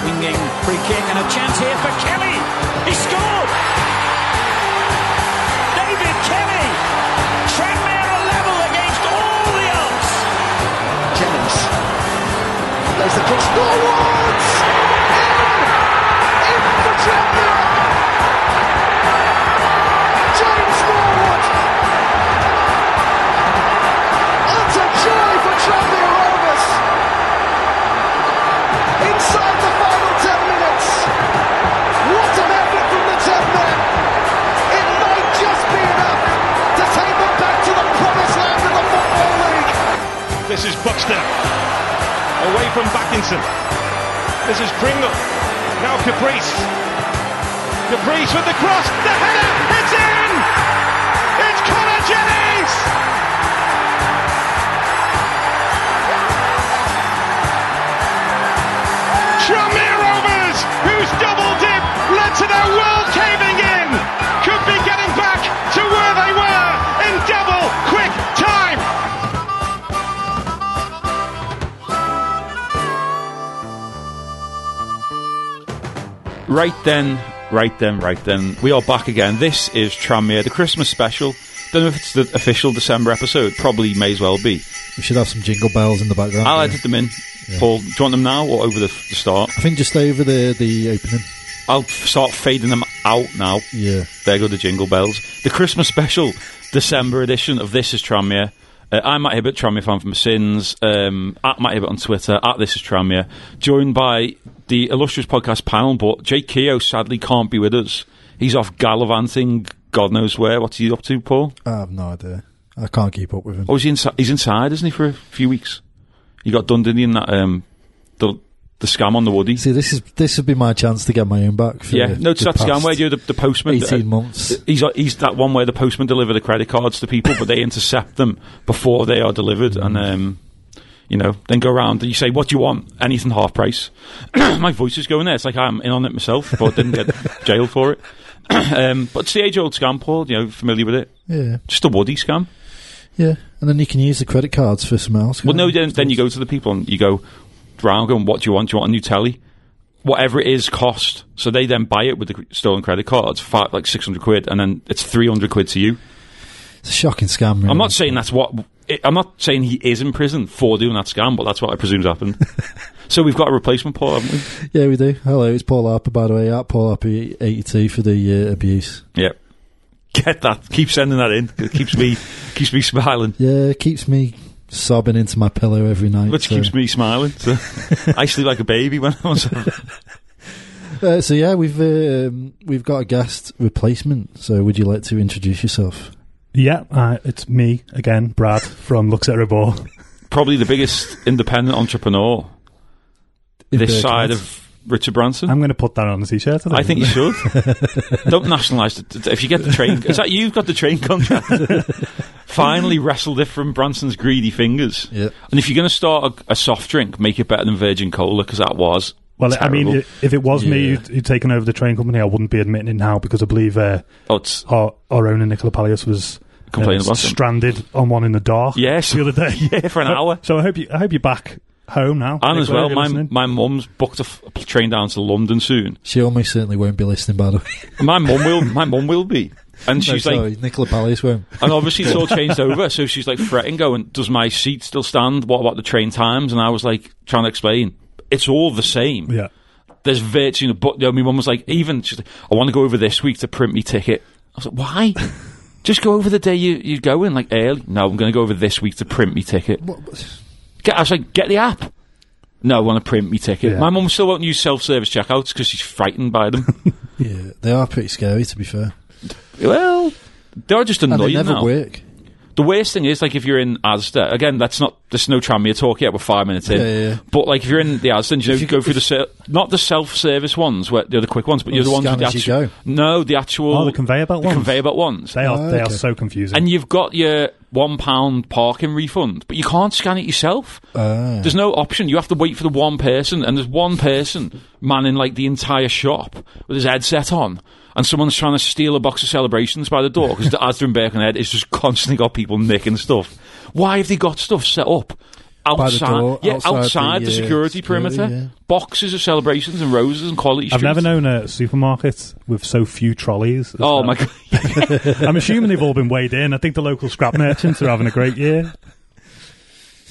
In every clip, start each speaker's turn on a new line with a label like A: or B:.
A: swinging free kick and a chance here for Kelly. He scored. David Kelly. Tranmere are level against all the odds.
B: Jennings. Plays the cross forwards. In for Tranmere. James Norwood. It's a joy for Tranmere Rovers. Inside the final 10 minutes. What an effort from the 10 men. It might just be enough to take them back to the promised land of the Football League.
C: This is Buxton. Away from Backinson. This is Pringle. Now Caprice. Caprice with the cross. The header. It's in. It's Connor Jennings. Tranmere Rovers, whose double dip led to their world caving in, could be getting back to where they were in double quick time.
D: Right then, right then, right then. We are back again. This is Tranmere, the Christmas special. Don't know if it's the official December episode. Probably may as well be.
E: We should have some jingle bells in the background.
D: I'll
E: yeah.
D: edit them in. Paul, do you want them now or over the, f- the start?
E: I think just over the the opening.
D: I'll f- start fading them out now.
E: Yeah.
D: There go the jingle bells. The Christmas special, December edition of This Is Tranmere. Uh, I'm Matt Hibbert, Tranmere fan from Sins, um, at Matt Hibbert on Twitter, at This Is Tranmere, joined by the illustrious podcast panel, but Jake Keogh sadly can't be with us. He's off gallivanting, God knows where. What's he up to, Paul?
E: I have no idea. I can't keep up with him.
D: Oh, is he insi- he's inside, isn't he, for a few weeks? He got done, didn't he, in that, um, the, the scam on the Woody?
E: See, this is this would be my chance to get my own back. For
D: Yeah, no, it's
E: the
D: that scam
E: past
D: where you do the, the postman.
E: Eighteen
D: uh,
E: months.
D: He's he's that one where the postman deliver the credit cards to people, but they intercept them before they are delivered, and
E: Mm.
D: um, you know, then go around and you say, "What do you want? Anything half price." My voice is going there. It's like I'm in on it myself, but I didn't get jail for it. um, but it's the age-old scam, Paul. You know, familiar with it?
E: Yeah,
D: Just a Woody scam.
E: yeah, and then you can use the credit cards for some else.
D: Well,
E: can't
D: no,
E: you?
D: then, then you go to the people and you go round going, what do you want? Do you want a new telly? Whatever it is, cost. So they then buy it with the cr- stolen credit cards, for like 600 quid, and then it's 300 quid to you.
E: It's a shocking scam. Really.
D: I'm not saying that's what. It, I'm not saying he is in prison for doing that scam, but that's what I presume's happened. so we've got a replacement, Paul, haven't we?
E: Yeah, we do. Hello, it's Paul Harper, by the way. At Paul Harper eighty two for the uh, abuse.
D: Yeah. Get that. Keep sending that in. It keeps me keeps me smiling.
E: Yeah, it keeps me sobbing into my pillow every night.
D: Which
E: so.
D: keeps me smiling. So I sleep like a baby when I was.
E: Uh, so yeah, we've um, we've got a guest replacement. So would you like to introduce yourself?
F: Yeah, uh, it's me again, Brad from Looks at Rebor.
D: Probably the biggest independent entrepreneur
E: In
D: this
E: Birkenhead.
D: side of Richard Branson.
F: I'm going to put that on a t-shirt.
D: I think you should. Don't nationalise it. If you get the train, is that you've got the train contract? Finally wrestled it from Branson's greedy fingers.
E: Yeah.
D: And if you're going to start a, a soft drink, make it better than Virgin Cola because that was.
F: Well,
D: terrible.
F: I mean, i- if it was me
E: Yeah.
F: who'd, who'd taken over the train company, I wouldn't be admitting it now because I believe uh,
D: oh, it's
F: our, our owner Nicola Palios was uh,
D: Complaining about it.
F: stranded on one in the dark.
D: Yes.
F: the other day.
D: yeah for an
F: So-
D: hour.
F: So I hope you. I hope you're back home now.
D: And as
F: Nicola,
D: well,
F: if you're
D: my
F: listening.
D: my mum's booked a, f- a train down to London soon.
E: She almost certainly won't be listening, by the way.
D: My mum will. My mum will be. And
E: No,
D: she's like,
E: sorry, Nicola Palace won't.
D: And obviously, it's all changed over. So she's like fretting, going, "Does my seat still stand? What about the train times?" And I was like trying to explain, "It's all the same.
F: yeah.
D: There's virtue." But the only one was like, "Even she's like, I want to go over this week to print me ticket." I was like, "Why? Just go over the day you you go in, like early." No, I'm going to go over this week to print me ticket. Get, I was like, "Get the app." No, I want to print me ticket.
F: Yeah.
D: My mum still won't use self service checkouts because she's frightened by them.
E: Yeah, they are pretty scary, to be fair.
D: well, they're just
E: And
D: annoying
E: they never
D: now.
E: work.
D: The worst thing is like if you're in Asda again. That's not there's no Tranmere talk yet. We're five minutes in.
E: Yeah, yeah, yeah.
D: But like if you're in the Asda, do you know, you go through the se- not the self service ones where they're the quick ones, but
E: Or
D: you're the
E: the
D: ones with
E: scan
D: the
E: as you
D: actual
E: go.
D: no the actual
F: Oh, the conveyor belt
D: the
F: ones?
D: conveyor belt ones.
F: They are.
E: Oh,
F: They are
E: okay.
F: so confusing.
D: and you've got your one pound parking refund, but you can't scan it yourself.
E: Ah.
D: There's no option. You have to wait for the one person, and there's one person manning like the entire shop with his headset on, and someone's trying to steal a box of celebrations by the door because the Asda and Birkenhead is just constantly got people nicking stuff. Why have they got stuff set up
E: the
D: outside,
E: door,
D: yeah,
E: outside
D: outside,
E: the,
D: the,
E: uh,
D: security
E: security,
D: perimeter,
E: yeah.
D: boxes of celebrations and roses and quality.
F: I've
D: Street.
F: never known a supermarket with so few trolleys. as
D: Oh
F: that.
D: my god!
F: I'm assuming they've all been weighed in. I think the local scrap merchants are having a great year.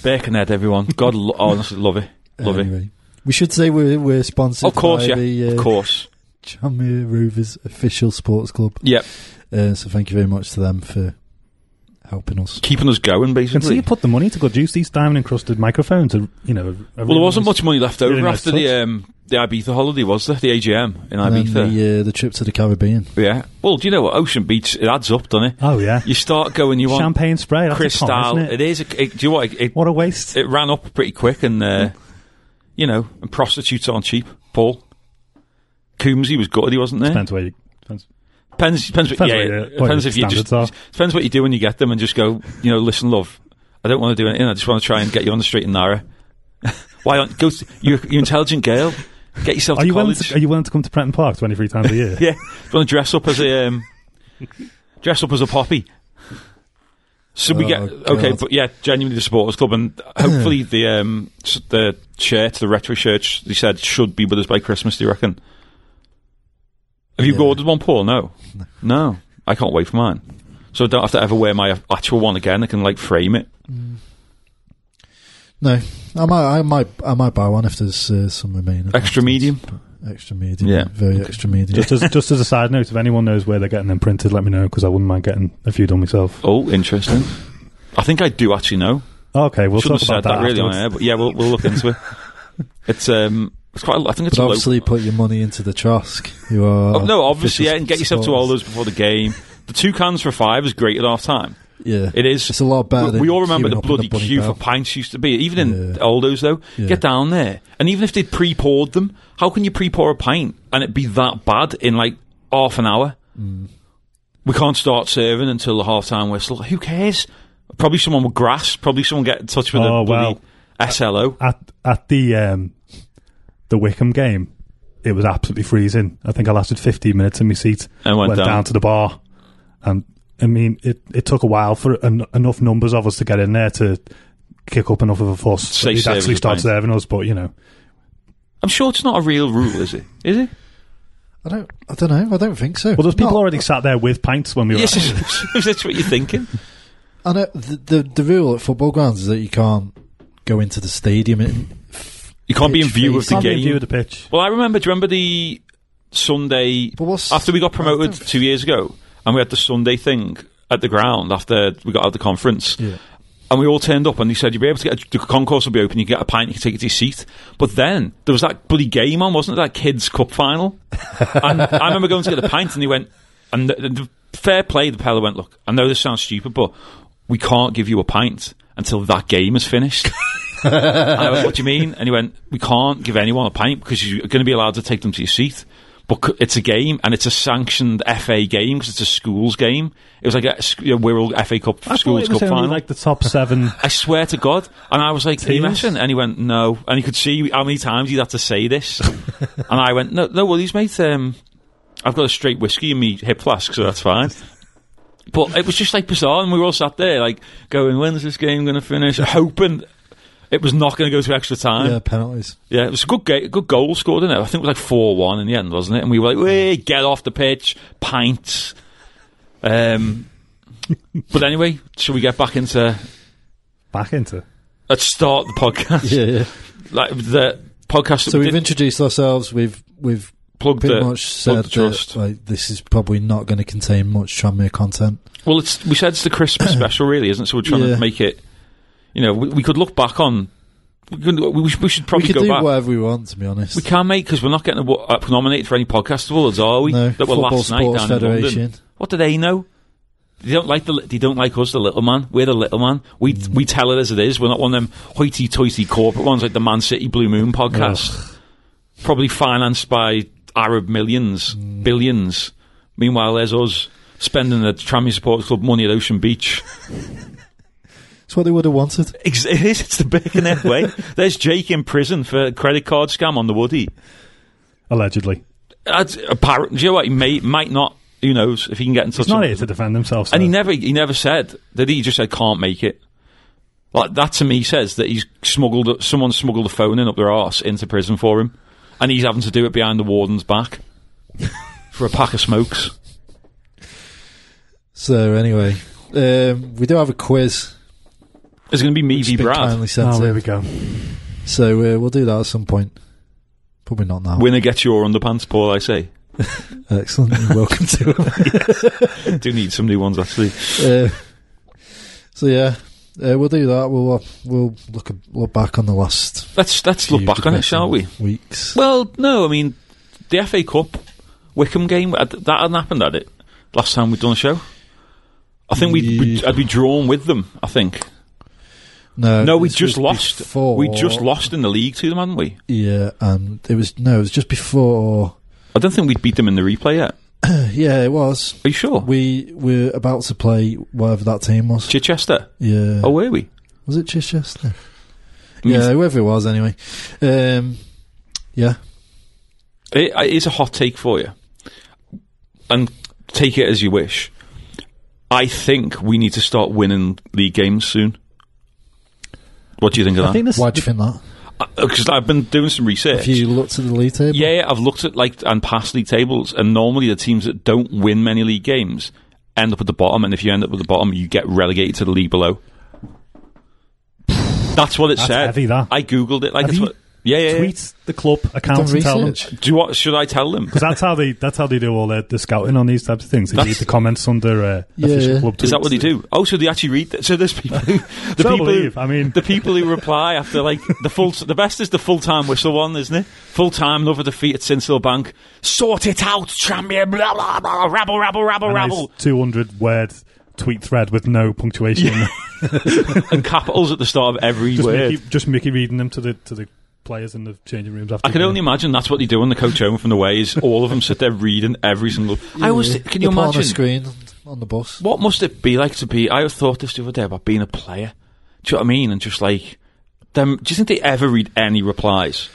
D: Birkenhead, everyone. God, lo- honestly, love it, love it.
E: Anyway, we should say we're, we're sponsored
D: Of course,
E: by
D: yeah,
E: the
D: of
E: uh,
D: course,
E: Tranmere Rovers official sports club.
D: yeah.
E: Uh, so thank you very much to them for helping us.
D: Keeping us going,
F: You can see
D: basically.
F: you put the money to good use. These diamond encrusted microphones are, you know. Are
D: Well, there wasn't much money left over
F: really nice
D: after the um, the Ibiza holiday, was there? The AGM in
E: And
D: Ibiza.
E: then the, uh, the trip to the Caribbean.
D: yeah. Well, do you know what? Ocean Beach, it adds up, doesn't it?
F: Oh yeah,
D: You start going, you want
F: champagne spray. That's
D: Cristal.
F: a con, isn't
D: it
F: it?
D: is. A, it, do you know what? It,
F: What a waste.
D: it ran up pretty quick, and uh, you know, and prostitutes aren't cheap. Paul Coombsy was gutted, he wasn't there.
F: Depends where you. Depends.
D: Depends, depends, what,
F: Depends
D: yeah,
F: what your-
D: yeah,
F: what your
D: depends if you just
F: standards
D: depends what you do when you get them, and just go, you know, listen, love, I don't want to do anything. I just want to try and get you on the straight and narrow. Why aren't go? To, you, you intelligent girl, get yourself
F: Are
D: to
F: you willing
D: college.
F: to, Are you willing to come to Prenton Park twenty three times a year?
D: yeah, want to dress up as a um, dress up as a poppy. So we
E: Oh,
D: get
E: God.
D: okay, but yeah, genuinely the supporters club, and hopefully the um, s- the shirt, the retro shirt, they said should be with us by Christmas. Do you reckon? Have you
E: Yeah.
D: ordered one, Paul? No, no, I can't wait for mine. So I don't have to ever wear my actual one again. I can like frame it.
E: No, I might, I might, I might buy one if there's uh, some remaining.
D: Extra medium?
E: extra medium,
D: Yeah.
E: yeah, very extra medium.
F: Just as just as a side note, if anyone knows where they're getting them printed, let me know because I wouldn't mind getting a few done myself.
D: Oh, interesting. I think I do actually know.
F: Okay, we'll
D: Shouldn't
F: talk
D: have
F: about
D: said that,
F: that.
D: really on
F: afterwards.
D: air, but yeah, we'll, we'll look into it. It's um, it's quite. a lo- I think it's a
E: but
D: local-
E: obviously, put your money into the Trosk. You are
D: Oh, no, obviously, yeah,
E: official
D: and get yourself to all
E: supporters.
D: those before the game. The two cans for five is great at half time.
E: Yeah,
D: It is.
E: It's a lot better.
D: We,
E: than
D: we all remember
E: queuing
D: the
E: up in
D: bloody
E: bunny
D: queue for
E: barrel.
D: pints used to be. Even in
E: Yeah.
D: all those though,
E: Yeah.
D: get down there. And even if they'd pre-poured them, how can you pre-pour a pint and it be that bad in like half an hour?
E: Mm.
D: We can't start serving until the half-time whistle. Who cares? Probably someone with grass. Probably someone get in touch with
F: Oh,
D: the bloody SLO.
F: at at the um, the Wickham game, it was absolutely freezing. I think I lasted 15 minutes in my seat
D: And went down.
F: to the bar, and I mean it. It took a while for en- enough numbers of us to get in there to kick up enough of a fuss.
D: Say
F: that
D: serve
F: they'd actually
D: us a
F: start
D: pint.
F: serving us, but you know,
D: I'm sure it's not a real rule, is it? Is it?
E: I don't. I don't know. I don't think so.
F: well, there's people
E: Not-
F: already sat there with pints when we were.
D: Yes,
F: at-
D: if that's what you're thinking.
E: I know the, the the rule at football grounds is that you can't go into the stadium. In,
D: You can't be in
E: Pitch
D: view of
E: face.
D: the
F: Can't be
D: game.
F: in view of the pitch.
D: Well, I remember. Do you remember the Sunday
E: But what's-
D: after we got
E: I
D: promoted
E: don't-
D: two years ago, and we had the Sunday thing at the ground after we got out of the conference,
E: Yeah.
D: and we all turned up, and they said you'll be able to get a, the concourse will be open, you can get a pint, you can take it to your seat. But then there was that bloody game on, wasn't it? That kids' cup final. and I remember going to get a pint, and he went, and the, the, the fair play, the fella went, look, I know this sounds stupid, but we can't give you a pint until that game is finished. And I went, what do you mean? And he went, we can't give anyone a pint because you're going to be allowed to take them to your seat. But c- it's a game, and it's a sanctioned FA game because it's a schools game. It was like a, sc- you know, Wirral FA Cup,
F: I thought
D: schools
F: it was
D: cup
F: only
D: final.
F: like the top seven.
D: I swear to God. And I was like, Are you
F: Teams?
D: messing? And he went, No. And he could see how many times he'd had to say this. and I went, No, no, well, he's made, um, I've got a straight whiskey in me hip flask, so that's fine. But it was just like bizarre. And we were all sat there, like, going, When's this game going to finish? Hoping it was not going to go to extra time.
E: yeah, penalties.
D: Yeah, it was a good ga- good goal scored in it. I think it was like four one in the end, wasn't it? And we were like, "Hey, get off the pitch, pints." Um, but anyway, should we get back into?
F: back into.
D: Let's start the podcast.
E: Yeah, yeah.
D: Like the podcast that
E: So
D: we
E: we've
D: did
E: introduced ourselves. We've we've
D: plug
E: pretty
D: the,
E: much
D: plug
E: said
D: the
E: that
D: trust.
E: like this is probably not going to contain much Tranmere content.
D: Well, it's we said it's the Christmas special, really, isn't it? So we're trying
E: Yeah.
D: to make it. You know, we, we could look back on. We, could, we, should- we should probably
E: we could
D: go
E: do
D: back.
E: whatever we want, to be honest.
D: We can mate because we're not getting awa- uh, nominated for any podcast awards, are we?
E: No,
D: that were
E: Football
D: last night
E: Sports
D: down in
E: Federation.
D: London. What do they know? They don't like the. li- They don't like us, the little man. We're the little man. We we tell it as it is. We're not one of them hoity-toity corporate ones like the Man City Blue Moon podcast, probably financed by Arab millions, billions. Meanwhile, there's us spending the Trammy Supporters Club money at Ocean Beach.
E: It's what they would have wanted.
D: Ex- It is. It's the Birkenhead way. There's Jake in prison for a credit card scam on the Woody.
F: Allegedly,
D: That's apparent. Do you know what? He may, might not. Who knows if he can get in touch?
F: he's not
D: with
F: here to defend himself.
D: And he
F: so-
D: never, he never said that. He just said can't make it. Like that to me says that he's smuggled someone smuggled a phone in up their arse into prison for him, and he's having to do it behind the warden's back for a pack of smokes.
E: So anyway, um, we do have a quiz.
D: It's going to be me v
E: Been
D: Brad.
E: kindly sent
F: oh, there
E: in.
F: we go.
E: So uh, we'll do that at some point. Probably not now.
D: Winner gets your underpants, Paul. I say.
E: Excellent. You're Welcome to it.
D: do need some new ones actually.
E: Uh, so yeah, uh, we'll do that. We'll uh, we'll look a, look back on the last.
D: Let's let's
E: few
D: look back on it,
E: depressing
D: shall we?
E: Weeks.
D: Well, no. I mean, the FA Cup, Wickham game uh, that hadn't happened, had it? Last time we'd done a show. I think we'd, we'd I'd be drawn with them. I think.
E: No,
D: No, we
E: this
D: just
E: was
D: lost.
E: before-
D: We just lost in the league to them, hadn't we?
E: Yeah, and it was no, it was just before.
D: I don't think we'd beat them in the replay yet.
E: Yeah, it was.
D: Are you sure?
E: We were about to play whatever that team was.
D: Chichester.
E: yeah.
D: Oh, were we?
E: Was it Chichester?
D: Mm.
E: Yeah, whoever it was, anyway. Um, yeah,
D: It, it is a hot take for you, and take it as you wish. I think we need to start winning league games soon. What do you think of
F: I think
D: that?
F: this.
E: why do you think that?
D: Because Uh, I've been doing some research.
E: If you looked at the league table,
D: Yeah, yeah, I've looked at like and past league tables, and normally the teams that don't win many league games end up at the bottom, and if you end up at the bottom, you get relegated to the league below. That's what it
F: That's
D: said.
F: heavy, that.
D: I googled it. Like,
F: Have
D: it's
F: you
D: what, yeah, yeah. yeah.
F: Tweet the club accounts
E: Done
F: and tell them.
E: research.
D: Do you want? Should I tell them?
F: Because that's how they that's how they do all their, the scouting on these types of things. They
D: That's-
F: read the comments under uh,
E: Yeah,
F: official
E: yeah.
F: club.
D: Is that what they
F: tweets.
D: do? Oh, so they actually read. That. So there's people. Who, the
F: Don't
D: people.
F: believe.
D: Who,
F: I mean-
D: the people who reply after like the full. The best is the full time whistle one, isn't it? Full time, another defeat at Sinsel Bank. Sort it out, champion. Blah blah blah. Rabble, rabble, rabble, rabble.
F: Two hundred word tweet thread with no punctuation. in there.
D: and capitals at the start of every
F: just,
D: word.
F: Mickey, just Mickey reading them to the to the players in the changing rooms. After
D: I can
F: the
D: only
F: game.
D: imagine that's what they do when the coach home from the way is all of them sit there reading every single. I always
E: Yeah,
D: thi- can you
E: the porno
D: imagine
E: screen on the bus?
D: what must it be like to be? I thought this the other day about being a player. Do you know what I mean? And just like them, do you think they ever read any replies?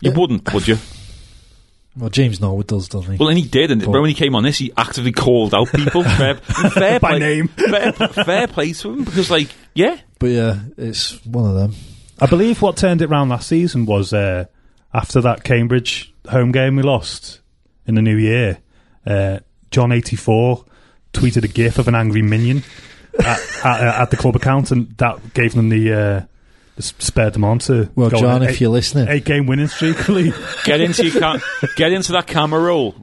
D: You
E: Yeah.
D: wouldn't, would you?
E: Well, James Norwood does, doesn't he?
D: Well, and he did, and when he came on this, he actively called out people. Fair, and fair
F: By
D: play,
F: name.
D: fair, fair play to him because, like, yeah,
E: but yeah, it's one of them.
F: I believe what turned it round last season was uh, after that Cambridge home game we lost in the new year. Uh, John eighty four tweeted a GIF of an angry minion at, at, uh, at the club account, and that gave them the. Uh, s- spared them on to
E: Well,
F: go on
E: John,
F: an
E: if
F: eight-
E: you're listening,
F: eight game winning streak. Lee.
D: get into your cam- get into that camera roll.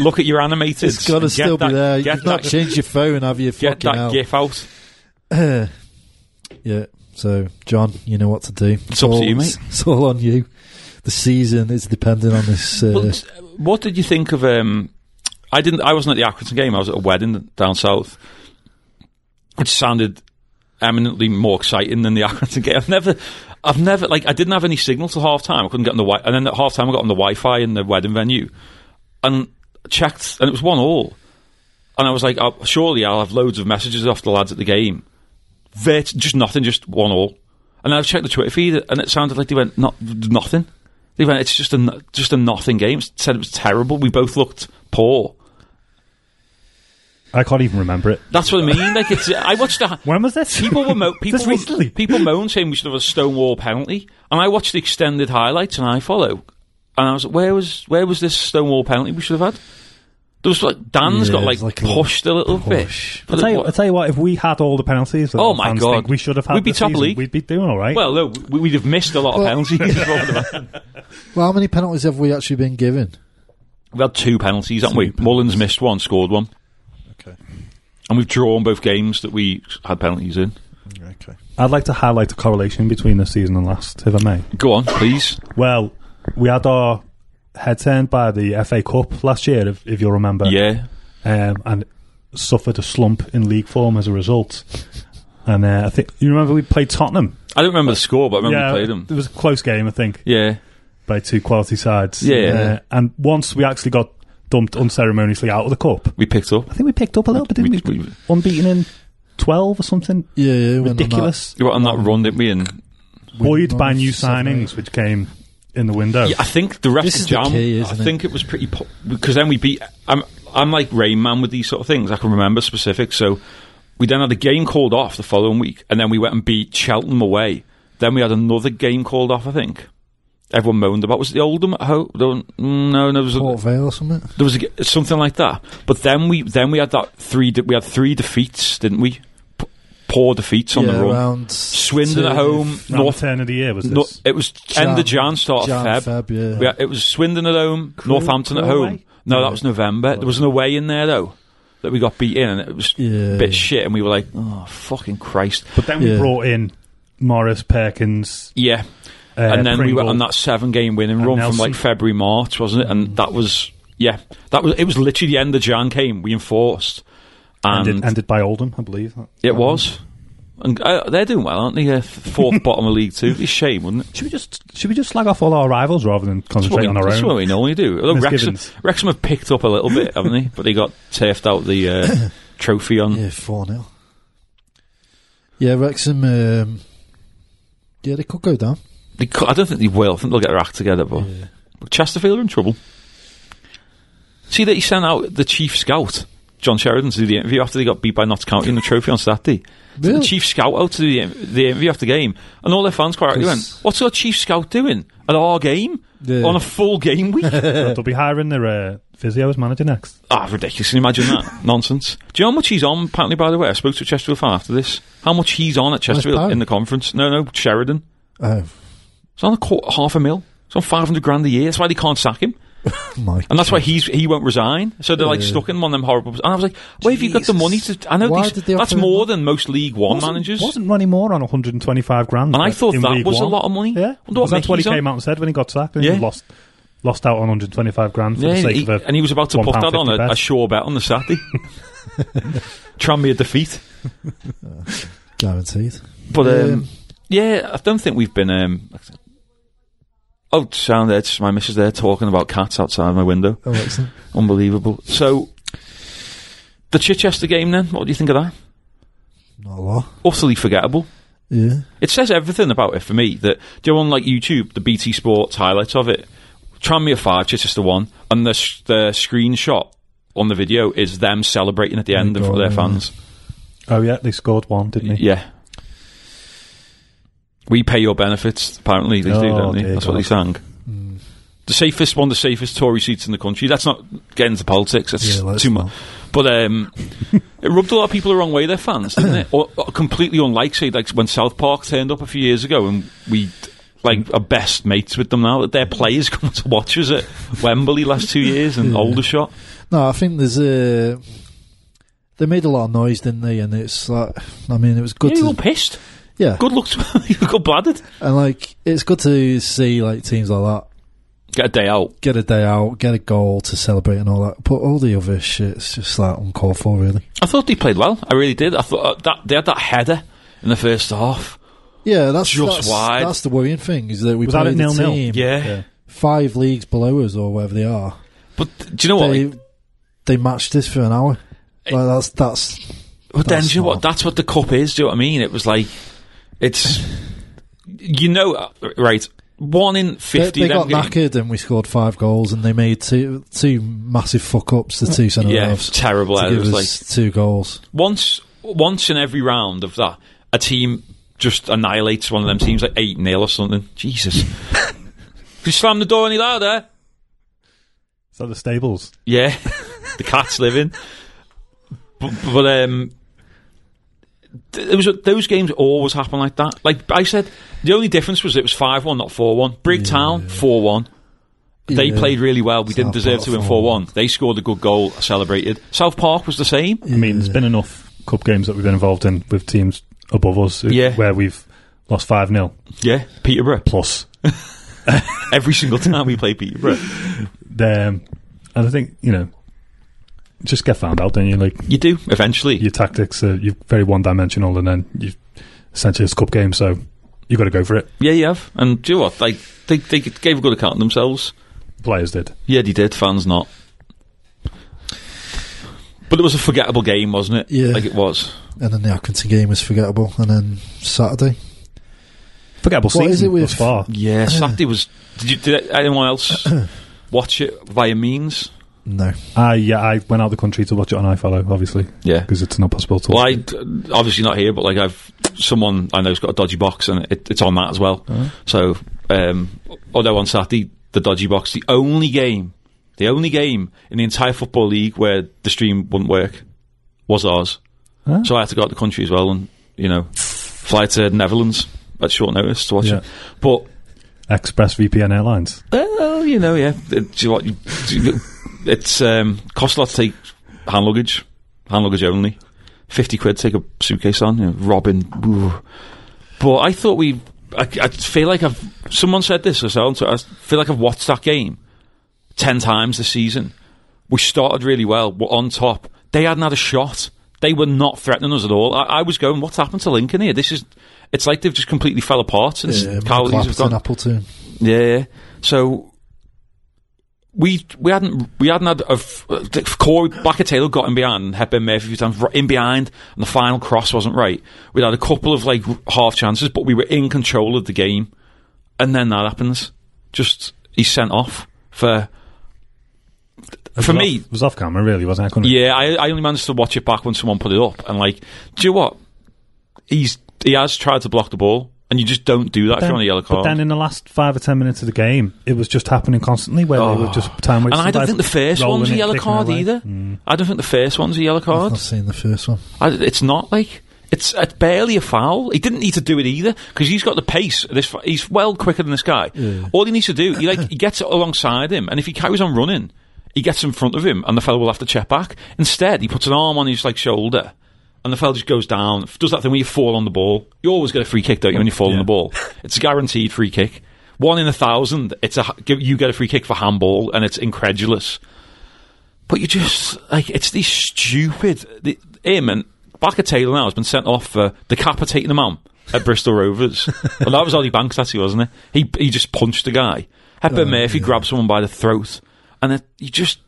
D: Look at your animated.
E: it's got to still be there.
D: Get
E: You've not
D: that,
E: changed your phone, have you?
D: get
E: Fucking
D: that
E: hell.
D: gif out.
E: yeah. So, John, you know what to do. It's
D: up to
E: all,
D: you, mate.
E: It's all on you. The season is depending on this. Uh,
D: Well, s- what did you think of? Um, I didn't. I wasn't at the Accrington game. I was at a wedding down south, which sounded eminently more exciting than the Accrington game. I've never, I've never like I didn't have any signal till half time. I couldn't get on the wi- and then at half time I got on the Wi-Fi in the wedding venue, and checked, and it was one all. And I was like, oh, surely I'll have loads of messages off the lads at the game. Virt- just nothing, just one all. And I've checked the Twitter feed, and it sounded like they went not nothing. They went, it's just a no- just a nothing game. It Said it was terrible. We both looked poor.
F: I can't even remember it.
D: That's what I mean. Like it's, I watched the
F: When was this?
D: people were mo- people
F: Just
D: were-
F: recently.
D: people moan saying we should have a stonewall penalty, and I watched the extended highlights and I follow, and I was like, where was where was this stonewall penalty we should have had? There was like Dan's
E: Yeah,
D: got like,
E: it's like a little
D: pushed a little
E: push.
D: bit. But
F: I'll tell,
D: it
F: you,
D: wa-
F: I'll tell you what, if we had all the penalties that
D: Oh
F: our
D: my
F: fans
D: God.
F: think we should have had
D: We'd be
F: this
D: top
F: season,
D: league.
F: We'd be doing all right.
D: well, no, we, we'd have missed a lot of
E: Well-
D: penalties. is what we'd have had.
E: well, how many penalties have we actually been given?
D: We've had two penalties, haven't we? Mullins missed one, scored one.
E: Okay.
D: And we've drawn both games that we had penalties in.
E: Okay.
F: I'd like to highlight a correlation between this season and last, if I may.
D: Go on, please.
F: Well, we had our head turned by the FA Cup last year, if, if you'll remember.
D: yeah.
F: Um, and suffered a slump in league form as a result. And uh, I think you remember we played Tottenham.
D: I don't remember the score, but I remember Oh, we played them.
F: it was a close game, I think.
D: Yeah.
F: by two quality sides.
D: Yeah.
F: Uh, and once we actually got dumped unceremoniously out of the cup,
D: We picked up.
F: I think we picked up a little bit,
D: We-
F: didn't we?
D: we-
F: Unbeaten in 12 or something.
E: Yeah, yeah. when I'm
F: Ridiculous.
D: You were on that
E: Um,
D: run, didn't we? And
F: Buoyed by
E: Nine,
F: new
E: seven,
F: signings, which came in the window.
D: Yeah, I think the rest
E: This
D: of
E: is the
D: Jam.
E: key, isn't
D: I think it was pretty po- because then we beat. I'm I'm like Rain Man with these sort of things. I can remember specifics. So We then had a game called off the following week, and then we went and beat Cheltenham away. Then we had another game called off, I think. Everyone moaned about was it the Oldham at home? No, no, there was a,
E: Port Vale or something.
D: there was a, g- something like that. But then we then we had that three de- we had three defeats, didn't we? P- poor defeats on
E: yeah,
D: the run.
E: around
D: Swindon at
E: third
D: home,
E: of-
F: North
D: North.
F: turn of the year was
D: No,
F: this.
D: it was end of Jan, start
E: Jan,
D: of Feb.
E: yeah.
D: We had- it was Swindon at home, Northampton at
F: Crewe
D: home.
F: away?
D: No, that was November. There was an away in there though that we got beat in, and it was
E: Yeah.
D: a bit shit. And we were like, "Oh fucking Christ!"
F: but then we
E: Yeah.
F: brought in Morris Perkins,
D: Yeah,
F: uh,
D: and then we
F: Pringle.
D: went on that seven-game winning
F: And
D: run
F: Nelson. Mm.
D: from like February March, wasn't it? And that was yeah, that was it. Was literally the end of Jan came. We enforced, and,
F: ended, ended by Oldham, I believe.
D: it was. And uh, they're doing well, aren't they? Uh, fourth bottom of League Two. It's a shame, wouldn't it?
F: Should we just should we just slag off all our rivals rather than
D: That's what,
F: concentrate
D: we,
F: on our
D: that's what
F: own?
D: we normally do. Although Wrexham,
F: Misgivings.
D: Wrexham have picked up a little bit, haven't they? But they got turfed out the uh, trophy on.
E: Yeah, 4 0. Yeah, Wrexham. Um, yeah, they could go down.
D: They cou- I don't think they will. I think they'll get their act together. But, but Chesterfield are in trouble. See that he sent out the chief scout, John Sheridan, to do the interview after they got beat by Notts County in the trophy on Saturday. Sent
E: Really?
D: The chief scout out to do the, in- the interview after the game, and all their fans quite rightly went,
E: Yes.
D: "What's our chief scout doing at our game
E: Yeah.
D: on a full game week?"
F: They'll be hiring their uh, physio as manager next.
D: Ah, ridiculous. Can you imagine that? Nonsense. Do you know how much he's on, apparently, by the way? I spoke to a Chesterfield fan after this. How much he's on at Chesterfield
E: pound?
D: in the conference? No, no, Sheridan.
E: Oh,
D: It's on a quarter, half a mil. It's on 500 grand a year. That's why they can't sack him.
E: my.
D: And that's why he's he won't resign. So they're like
E: Yeah.
D: stuck in one of them horrible. And I was like, where have you got the
E: Jesus.
D: money to. I know
E: Why
D: these-
E: did they
D: that's
E: offer him
D: more
E: that?
D: than most League One managers.
F: wasn't Ronnie Moore on 125 grand?
D: And I
F: uh,
D: thought
F: in
D: that
F: League
D: was a
F: One?
D: lot of money.
F: Yeah,
D: Wonder what
F: Because that's what he
D: Mickey's on.
F: came out and said when he got sacked. and
D: Yeah.
F: He lost lost out on 125 grand for the
D: Yeah,
F: sake
D: he-
F: of a
D: and he was about to put that on
F: £1.50
D: a,
F: bet.
D: a sure bet on the Saturday. Tranmere defeat.
E: Guaranteed.
D: But um,
E: Um,
D: yeah, I don't think we've been. Um, oh, sound there, just my missus there talking about cats outside my window.
E: Oh, excellent.
D: Unbelievable. So, the Chichester game then, what do you think of that?
E: Not a lot.
D: Utterly forgettable.
E: Yeah.
D: It says everything about it for me. That do you know on like YouTube the BT Sports highlights of it? Tranmere five, Chichester one, and the s- the screenshot on the video is them celebrating at the end in front of their
E: Oh God, yeah.
D: fans.
F: Oh yeah, they scored one, didn't they?
D: Yeah. We pay your benefits, apparently. They do,
F: Oh,
D: don't they?
F: dear
D: That's what they sang. The safest, one of the safest Tory seats in the country. That's not getting into politics. That's
E: Yeah, let's
D: too
E: not.
D: much. But um, it rubbed a lot of people the wrong way, their fans, didn't it? Or, or completely unlike, say, like when South Park turned up a few years ago and we like are best mates with them now. That their players come to watch us at Wembley last two years and Aldershot.
E: No, I think there's a. They made a lot of noise, didn't they? And it's like, I mean, it was good
D: Yeah, you were
E: to.
D: pissed.
E: Yeah.
D: Good luck to you. Got bladdered.
E: And like, it's good to see like teams like that
D: Get a day out.
E: get a day out, get a goal to celebrate and all that. But all the other shit's just like uncalled for, really.
D: I thought they played well. I really did. I thought uh, that they had that header in the first half.
E: Yeah, that's
D: Just
E: that's,
D: wide.
E: That's the worrying thing is that we
F: Was that
E: played
F: at
E: a
F: nil-nil?
E: team
D: Yeah.
E: five leagues below us or wherever they are.
D: But do you know what?
E: They they matched this for an hour. Like that's that's
D: but then do
E: that's
D: you know what?
E: not-
D: That's what the cup is. Do you know what I mean? It was like it's you know uh, right. One in
E: they,
D: fifty.
E: they
D: them
E: got
D: game-
E: knackered and we scored five goals and they made two two massive fuck ups. The two centre
D: Yeah,
E: halves
D: terrible.
E: to
D: It
E: give
D: was
E: us
D: like
E: two goals.
D: once once in every round of that, a team just annihilates one of them teams like eight 0 or something. Jesus. Could you slam the door any louder?
F: So the stables.
D: Yeah, the cats live in. But, but um, th- it was those games always happen like that. Like I said, the only difference was it was five one, not four one. Brigtown four one. They
E: Yeah.
D: played really well. We didn't
E: South
D: deserve
E: Park
D: to win 4
E: 4-1.
D: 1. They scored a good goal, celebrated. South Park was the same.
F: I mean, there's been enough cup games that we've been involved in with teams above us who-
D: Yeah.
F: where we've lost five 0
D: Yeah, Peterborough.
F: plus.
D: Every single time we play Peterborough.
F: Um, and I think you know, just get found out, don't you? Like
D: You do, eventually.
F: your tactics are you're very one dimensional, and then you essentially it's a cup game, so you got to go for it.
D: Yeah, you have. And do you know what? Like, they, they gave a good account of themselves.
F: Players did.
D: Yeah, they did. Fans not. But it was a forgettable game, wasn't it?
E: Yeah.
D: like it was.
E: And then the Accrington game was forgettable. And then Saturday,
F: Forgettable
E: What
F: season
E: is it with-
F: thus far.
D: Yeah, Saturday was. Did you? Did anyone else watch it via means?
E: No.
F: I yeah, I went out the country to watch it on iFollow, obviously,
D: Yeah.
F: because it's not possible to.
D: Well,
F: watch
D: I
F: it.
D: obviously not here, but like I've someone I know's got a dodgy box, and it, it's on that as well. So, um, although on Saturday the dodgy box, the only game, the only game in the entire football league where the stream wouldn't work was ours.
F: Huh?
D: So I had to go out the country as well, and you know, fly to Netherlands at short notice to watch
F: Yeah.
D: it. But
F: Express VPN Airlines.
D: well, you know, yeah. It, do you what, do you- it's um, costs a lot to take hand luggage, hand luggage only. Fifty quid to take a suitcase on. You know, Robin, ooh. but I thought we. I, I feel like I've. Someone said this or something. so I feel like I've watched that game ten times this season. We started really well. We're on top. They hadn't had a shot. They were not threatening us at all. I, I was going, what's happened to Lincoln here? This is. It's like they've just completely fell apart since
E: Yeah,
D: Cowley's have
E: Clapton,
D: gone.
E: Appleton.
D: Yeah, yeah. So we we hadn't we hadn't had a f- uh, Corey Blacker Taylor got in behind and Hepburn Murphy a few times r- in behind, and the final cross wasn't right. We'd had a couple of like half chances, but we were in control of the game, and then that happens. Just he's sent off for. For
F: It was
D: me,
F: off- it was off camera, really, wasn't it? I couldn't-
D: yeah, I, I only managed to watch it back when someone put it up, and like, do you know what? He's he has tried to block the ball, and you just don't do that if
F: Then-
D: you're on a yellow
F: but
D: card.
F: then in the last five or ten minutes of the game, it was just happening constantly where they were just time
D: Oh. And I don't
F: wasters,
D: think the first
F: rolling
D: one's a
F: it,
D: yellow
F: kicking it
D: card
F: away. Mm.
D: either. I don't think the first one's a yellow
E: I've
D: card.
E: not seen the first one.
D: I, it's not like it's, it's barely a foul. He didn't need to do it either because he's got the pace. This f- he's well quicker than this guy. All he needs to do, he like he gets it alongside him, and if he carries on running, he gets in front of him, and the fella will have to check back. Instead, he puts an arm on his like shoulder. And the fella just goes down, f- does that thing where you fall on the ball. You always get a free kick, don't you, when you fall on the ball? It's a guaranteed free kick. One in a thousand, it's a, h- you get a free kick for handball, and it's incredulous. But you just like it's these stupid the, him and Barker Taylor now has been sent off for decapitating a man at Bristol Rovers. well, that was Ollie Banks, actually, wasn't it? He he just punched a guy. Hepburn Murphy grabbed someone by the throat, and it, you just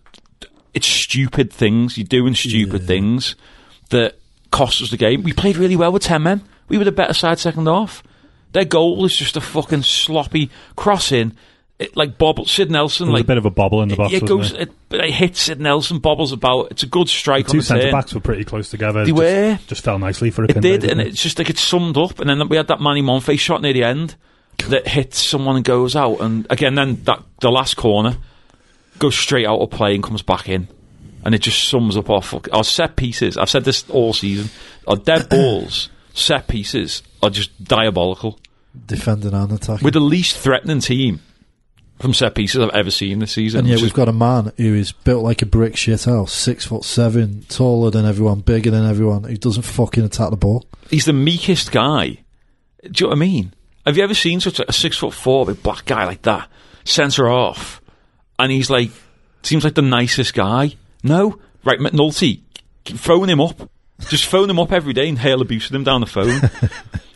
D: it's stupid things. You're doing stupid things that cost us the game. We played really well with ten men. We were the better side second half. Their goal is just a fucking sloppy cross in. It, like Bob Sid Nelson,
F: There was
D: like
F: a bit of a bobble in the box.
D: it
F: wasn't
D: goes.
F: there?
D: It, but it hits it. Nelson bobbles about. It's a good strike on
F: Two
D: the
F: centre
D: turn.
F: backs were pretty close together.
D: They
F: just,
D: were.
F: Just fell nicely for a
D: It
F: pin.
D: did,
F: though,
D: and
F: didn't
D: it's just like it's summed up. And then we had that Manny Monfey shot near the end that hits someone and goes out. And again, then that the last corner goes straight out of play and comes back in. And it just sums up our fuck, our set pieces. I've said this all season. Our dead balls, set pieces are just diabolical.
E: Defending and attacking.
D: We're the least threatening team from set pieces I've ever seen this season.
E: and yeah,
D: It's
E: we've
D: just-
E: got a man who is built like a brick shit house, six foot seven, taller than everyone, bigger than everyone, who doesn't fucking attack the ball.
D: he's the meekest guy. Do you know what I mean? Have you ever seen such a, a six foot four big black guy like that? Center off, and he's like, seems like the nicest guy. No, right, McNulty, phone him up. Just phone him up every day and hail abuse at him down the phone.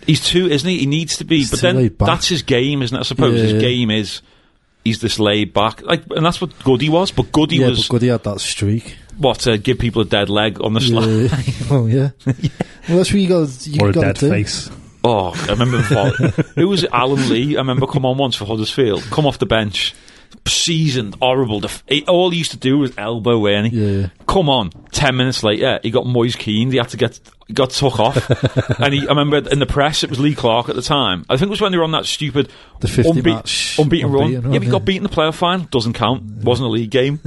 D: he's too, isn't he? He needs to be. but
E: too
D: then
E: laid back.
D: that's his game, isn't it? I suppose
E: Yeah,
D: his
E: yeah.
D: game is he's this laid back, like, and that's what Goody was. But Goody
E: yeah,
D: was
E: but good he had that streak.
D: what uh, give people a dead leg on the slide.
E: Yeah. well, yeah. Well, that's what you got. You
F: it? or a
E: got
F: dead
E: to do.
F: face.
D: Oh, I remember before. it was Alan Lee. I remember come on once for Huddersfield, come off the bench, seasoned, horrible. Def- he, all he used to do was elbow, weren't he?
E: Yeah, yeah.
D: Come on, ten minutes later, he got Moyes Keane. He had to get he got took off, and he, I remember in the press it was Lee Clark at the time. I think it was when they were on that stupid
E: The 50
D: unbe-
E: match
D: unbeaten run.
E: unbeaten
D: yeah,
E: run,
D: but he got
E: yeah.
D: beaten in the playoff final. Doesn't count. Wasn't a league game.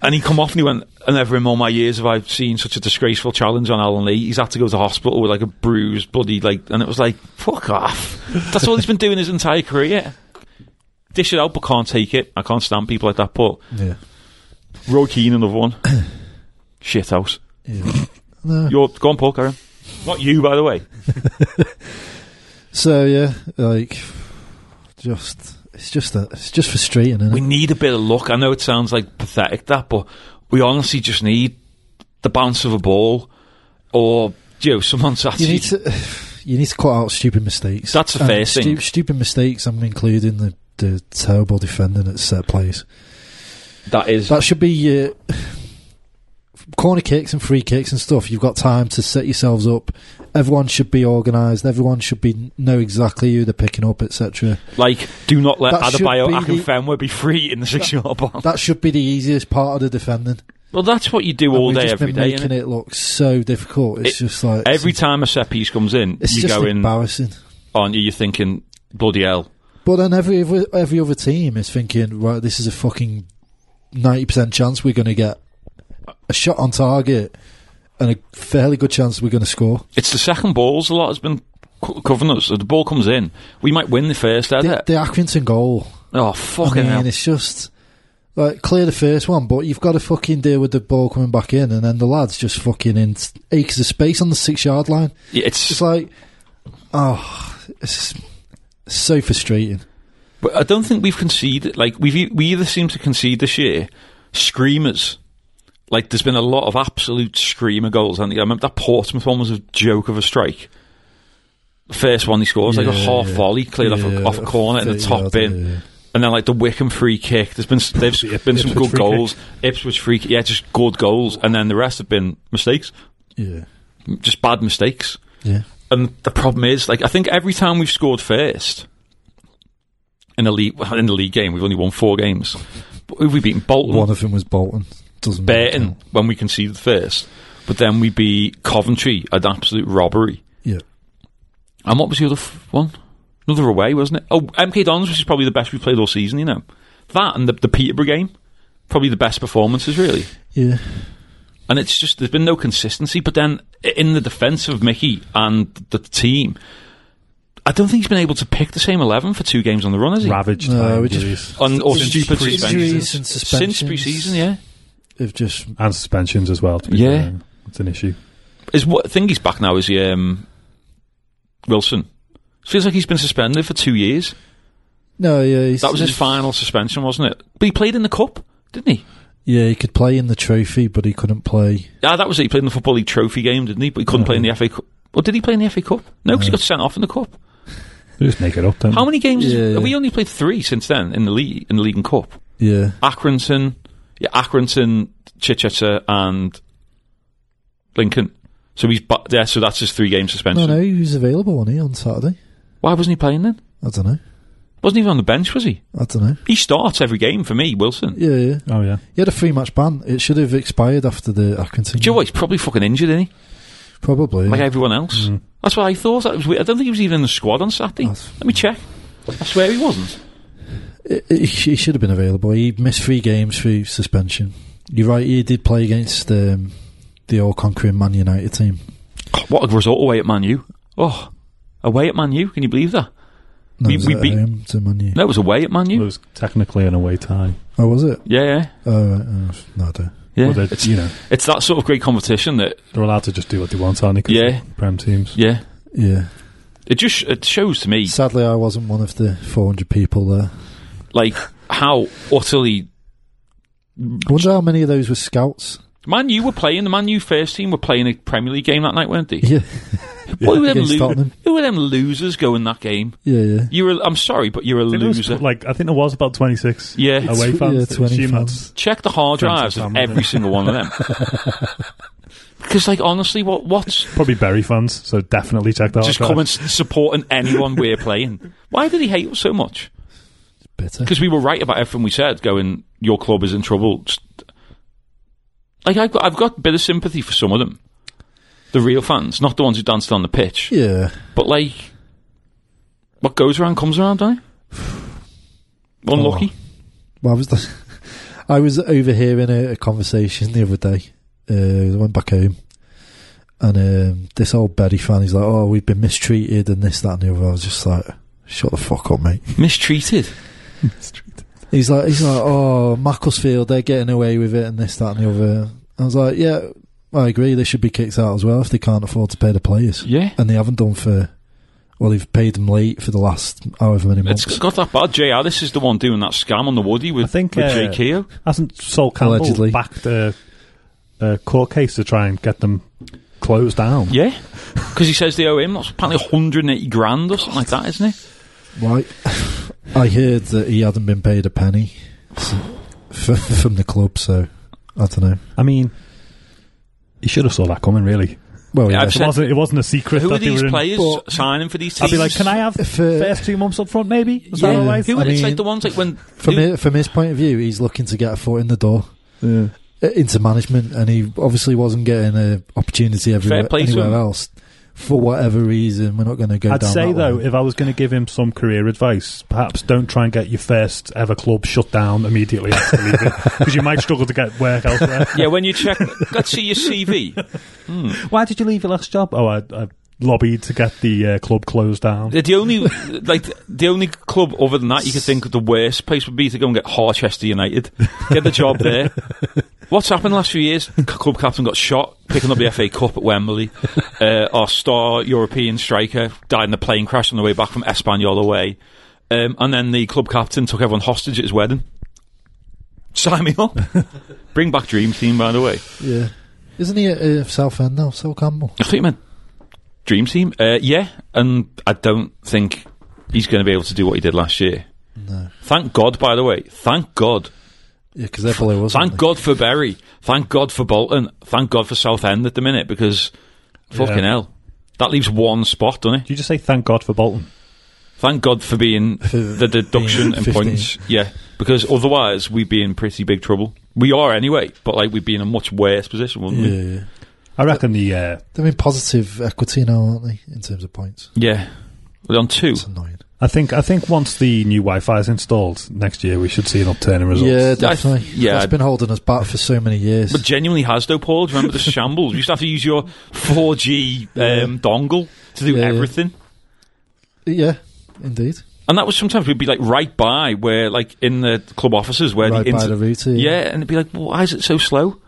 D: and he come off and he went. And never in all my years have I seen such a disgraceful challenge on Alan Lee. He's had to go to hospital with like a bruised, bloody like. And it was like, fuck off. That's all he's been doing his entire career. Dish it out, but can't take it. I can't stand people like that. But
E: Yeah.
D: Roy Keane, another one. Shit house.
E: yeah. no.
D: You're go on, Paul. Carry on. Not you, by the way.
E: So yeah, like just it's just a, it's just frustrating, isn't it?
D: We need a bit of luck. I know it sounds like pathetic that, but we honestly just need the bounce of a ball or you know, someone
E: you
D: Saturday.
E: need to you need to cut out stupid mistakes.
D: That's the
E: And
D: first thing.
E: Stupid mistakes. I'm including the the terrible defending at set plays.
D: that is
E: That should be uh, corner kicks and free kicks and stuff, you've got time to set yourselves up. Everyone should be organised. Everyone should be know exactly who they're picking up, etc.
D: Like, do not let
E: That should
D: Adebayo
E: be the-
D: Akinfenwa be free in the six-yard box.
E: That should be the easiest part of the defending.
D: Well, that's what you do
E: And
D: all
E: we've
D: day,
E: just
D: every
E: been
D: day.
E: making
D: innit?
E: it look so difficult. It's
D: It-
E: just like
D: Every time a set piece comes in,
E: it's
D: you
E: just
D: go in
E: embarrassing.
D: on you. You're thinking, bloody hell.
E: But then every other- every other team is thinking, right, this is a fucking ninety percent chance we're going to get a shot on target and a fairly good chance we're going to score.
D: It's the second balls a lot has been co- covering us. So the ball comes in, we might win the first
E: The,
D: edit.
E: the Accrington goal,
D: oh
E: I
D: fucking
E: mean,
D: hell!
E: it's just like clear the first one, but you've got to fucking deal with the ball coming back in, and then the lads just fucking in s- acres of space on the six yard line.
D: Yeah, It's
E: It's like, oh, it's so frustrating.
D: But I don't think we've conceded. Like we've e- we either seem to concede this year screamers. Like there's been a lot of absolute screamer goals. And I remember that Portsmouth one was a joke of a strike. The first one he scored was like a
E: Yeah,
D: half
E: yeah.
D: volley cleared off
E: Yeah,
D: a, off a corner in the
E: 30
D: top
E: yards,
D: bin.
E: yeah, yeah.
D: And then like the Wickham free kick. There's been s- there's
F: Ip-
D: been some
F: Ipswich
D: good
F: free kick.
D: goals. Ipswich free kick. Yeah, just good goals. And then the rest have been mistakes.
E: Yeah,
D: Just bad mistakes.
E: yeah.
D: And the problem is, like, I think every time we've scored first in a league in the league game, we've only won four games. But We've beaten Bolton,
E: One of them was Bolton. Doesn't really
D: Burton
E: count.
D: when we conceded first, but then we beat Coventry an absolute robbery.
E: Yeah.
D: And what was the other f- one? Another away, wasn't it? Oh, MK Dons, which is probably the best we've played all season. You know that and the, the Peterborough game, probably the best performances really.
E: Yeah.
D: And it's just there's been no consistency. But then i- in the defence of Mickey and the team, I don't think he's been able to pick the same eleven for two games on the run, has he?
F: Ravaged
E: No,
F: time
E: we just-
F: injuries
D: on or
E: Since
D: stupid
E: pre-season.
D: suspensions
E: Injuries and
D: since
E: suspensions.
D: pre-season. Yeah,
E: They've just
F: and suspensions as well. To be
D: Yeah.
F: fair. it's an issue.
D: is what I think he's back now. Is he um, Wilson? Feels like he's been suspended for two years.
E: no, yeah. he's-
D: That was his final suspension, wasn't it? But he played in the cup, didn't he?
E: Yeah, he could play in the trophy, but he couldn't play.
D: Yeah, Ah, that was it. He played in the football league trophy game, didn't he? But he couldn't play in the FA Cup. Or did he play in the FA Cup? No, because he got sent off in the cup.
F: They just make it up. Don't
D: How
F: they?
D: many games? has-
E: Yeah.
D: we only played three since then in the league in the league and cup.
E: Yeah,
D: Accrington, yeah, Accrington, Chichester, and Lincoln. So he's but yeah. So that's his three game
E: no,
D: suspension.
E: no, he was available wasn't he on Saturday.
D: Why wasn't he playing then?
E: I don't know.
D: Wasn't he even on the bench? Was he?
E: I don't know.
D: He starts every game for me, Wilson.
E: Yeah, yeah.
F: Oh yeah,
E: He had a three match ban. It should have expired after the
D: Do
E: Accrington.
D: you know
E: game.
D: what? He's probably fucking injured, isn't he?
E: Probably.
D: Like everyone else.
E: Mm-hmm.
D: That's what I thought. That was weird. I don't think he was even in the squad on Saturday.
E: That's-
D: Let me check. I swear he wasn't.
E: It- it- he should have been available. He missed three games through suspension. You're right. He did play against um, the all-conquering Man United team.
D: God, what a result away at Man U. Oh, away at Man U. Can you believe that?
E: No,
D: We-
E: was
D: we
E: it at
D: beat-
E: home to Man U.
D: No, it was away at Man
F: it
D: U.
F: was technically an away tie.
E: Oh, was it?
D: Yeah, yeah.
E: Oh, right, oh no, I don't.
D: yeah.
F: But they-
D: it's,
F: you know,
D: it's that sort of great competition that,
F: they're allowed to just do what they want, aren't they? 'Cause
D: Yeah.
F: they're Prem teams.
D: yeah.
E: Yeah.
D: It just it shows to me
E: Sadly, I wasn't one of the 400 people there.
D: like how utterly
E: I wonder how many of those were scouts.
D: Man U were playing the Man U first team were playing a Premier League game that night, weren't they?
E: Yeah,
D: who, were them
E: against
D: lo-
E: Tottenham.
D: who were them losers going that game?
E: yeah, yeah.
D: You were I'm sorry, but you're a
F: I think there was,
D: loser.
F: like I think there was about twenty six.
D: Yeah.
F: away
E: It's-
F: fans.
E: yeah,
F: They
E: 20
F: assume
E: fans.
D: Check the hard
F: Friends
D: drives
F: and
D: of
F: family.
D: every single one of them. Because like honestly, what what's
F: that's probably Berry fans. So definitely check
E: Oh,
F: that.
D: just
F: out.
D: come and s- supporting anyone we're playing? Why did he hate us so much?
E: Bitter.
D: Because we were right about everything we said. Going, your club is in trouble. Just- Like I've got, I've got a bit of sympathy for some of them, the real fans, not the ones who danced on the pitch.
E: Yeah,
D: But like, what goes around comes around, don't it? Unlucky.
E: well, I was I was overhearing a, a conversation the other day. Uh, I went back home, and um, this old Betty fan, he's like, "Oh, we've been mistreated and this, that, and the other." I was just like, "Shut the fuck up, mate."
D: Mistreated.
E: He's like, he's like, "Oh, Macclesfield, they're getting away with it and this, that, and the other." I was like, "Yeah, I agree. They should be kicked out as well if they can't afford to pay the players."
D: Yeah.
E: and they haven't done for. Well, they've paid them late for the last however many months.
D: It's got that bad. JR, this is the one doing that scam on the Woody with,
F: I think,
D: with
F: uh,
D: Jay Keogh.
F: Hasn't Sol Campbell
E: Allegedly.
F: backed a, a court case to try and get them closed down?
D: Yeah. Because he says they owe him that's apparently 180 grand or something like that, isn't it?
E: Right. I heard that he hadn't been paid a penny s- f- from the club, so I don't know.
F: I mean, You should have saw that coming, really.
E: Well, yeah.
D: I've
F: It
D: said-
F: wasn't. It wasn't a secret.
D: Who
F: that
D: are
F: they
D: these
F: were in-
D: players
E: But-
D: signing for these
F: I'd
D: teams?
F: be like, can I have
E: If, uh,
F: first two months up front? Maybe is that
E: Yeah.
F: all right?
D: Who
E: I
D: would it's
E: mean-
D: like the ones like when
E: from,
D: who-
E: hi- from his point of view, he's looking to get a foot in the door
F: Yeah.
E: uh, into management, and he obviously wasn't getting an opportunity everywhere,
D: play to him.
E: anywhere else. For whatever reason, we're not going to go
F: I'd
E: down
F: say
E: that
F: though,
E: way.
F: if I was going to give him some career advice, perhaps don't try and get your first ever club shut down immediately after leaving, because you might struggle to get work elsewhere.
D: yeah, when you check, let's see your CV.
F: Why did you leave your last job? Oh, I, I lobbied to get the uh, club closed down.
D: The the only like the only club other than that you could think of the worst place would be to go and get Harchester United, get the job there. What's happened the last few years? C- Club captain got shot picking up the FA Cup at Wembley. Uh, our star European striker died in a plane crash on the way back from Espanyol away, um, and then the club captain took everyone hostage at his wedding. Sign me up. Bring back Dream Team, by the way.
E: yeah. Isn't he at uh, Southend now, Sol Campbell?
D: I think you meant Dream Team. Uh, yeah, and I don't think he's going to be able to do what he did last year.
E: No.
D: Thank God, by the way. Thank God.
E: Yeah, because they're below us.
D: Thank God for Berry. Thank God for Bolton. Thank God for Southend at the minute because fucking
F: Yeah.
D: hell. That leaves one spot, doesn't it?
F: Did you just say thank God for Bolton?
D: Thank God for being the deduction
E: being
D: and
E: 15.
D: points. Yeah, because otherwise we'd be in pretty big trouble. We are anyway, but like we'd be in a much worse position, wouldn't
E: Yeah,
D: we?
E: yeah.
F: I reckon the uh,
E: They've been positive equity now, aren't they, in terms of points?
D: Yeah. We're on two.
E: It's annoying.
F: I think I think once the new Wi-Fi is installed next year, we should see an upturn in results.
E: Yeah,
D: I th-
E: definitely.
D: yeah.
E: That's been holding us back for so many years.
D: But genuinely has though, Paul. Do you remember the shambles? You used to have to use your 4G um, dongle to do
E: Yeah, yeah.
D: everything.
E: yeah, indeed.
D: And that was sometimes we'd be like right by where, like in the club offices, where
E: Right
D: the,
E: by
D: inter-
E: the router,
D: yeah.
E: yeah.
D: and it'd be like, well, why is it so slow?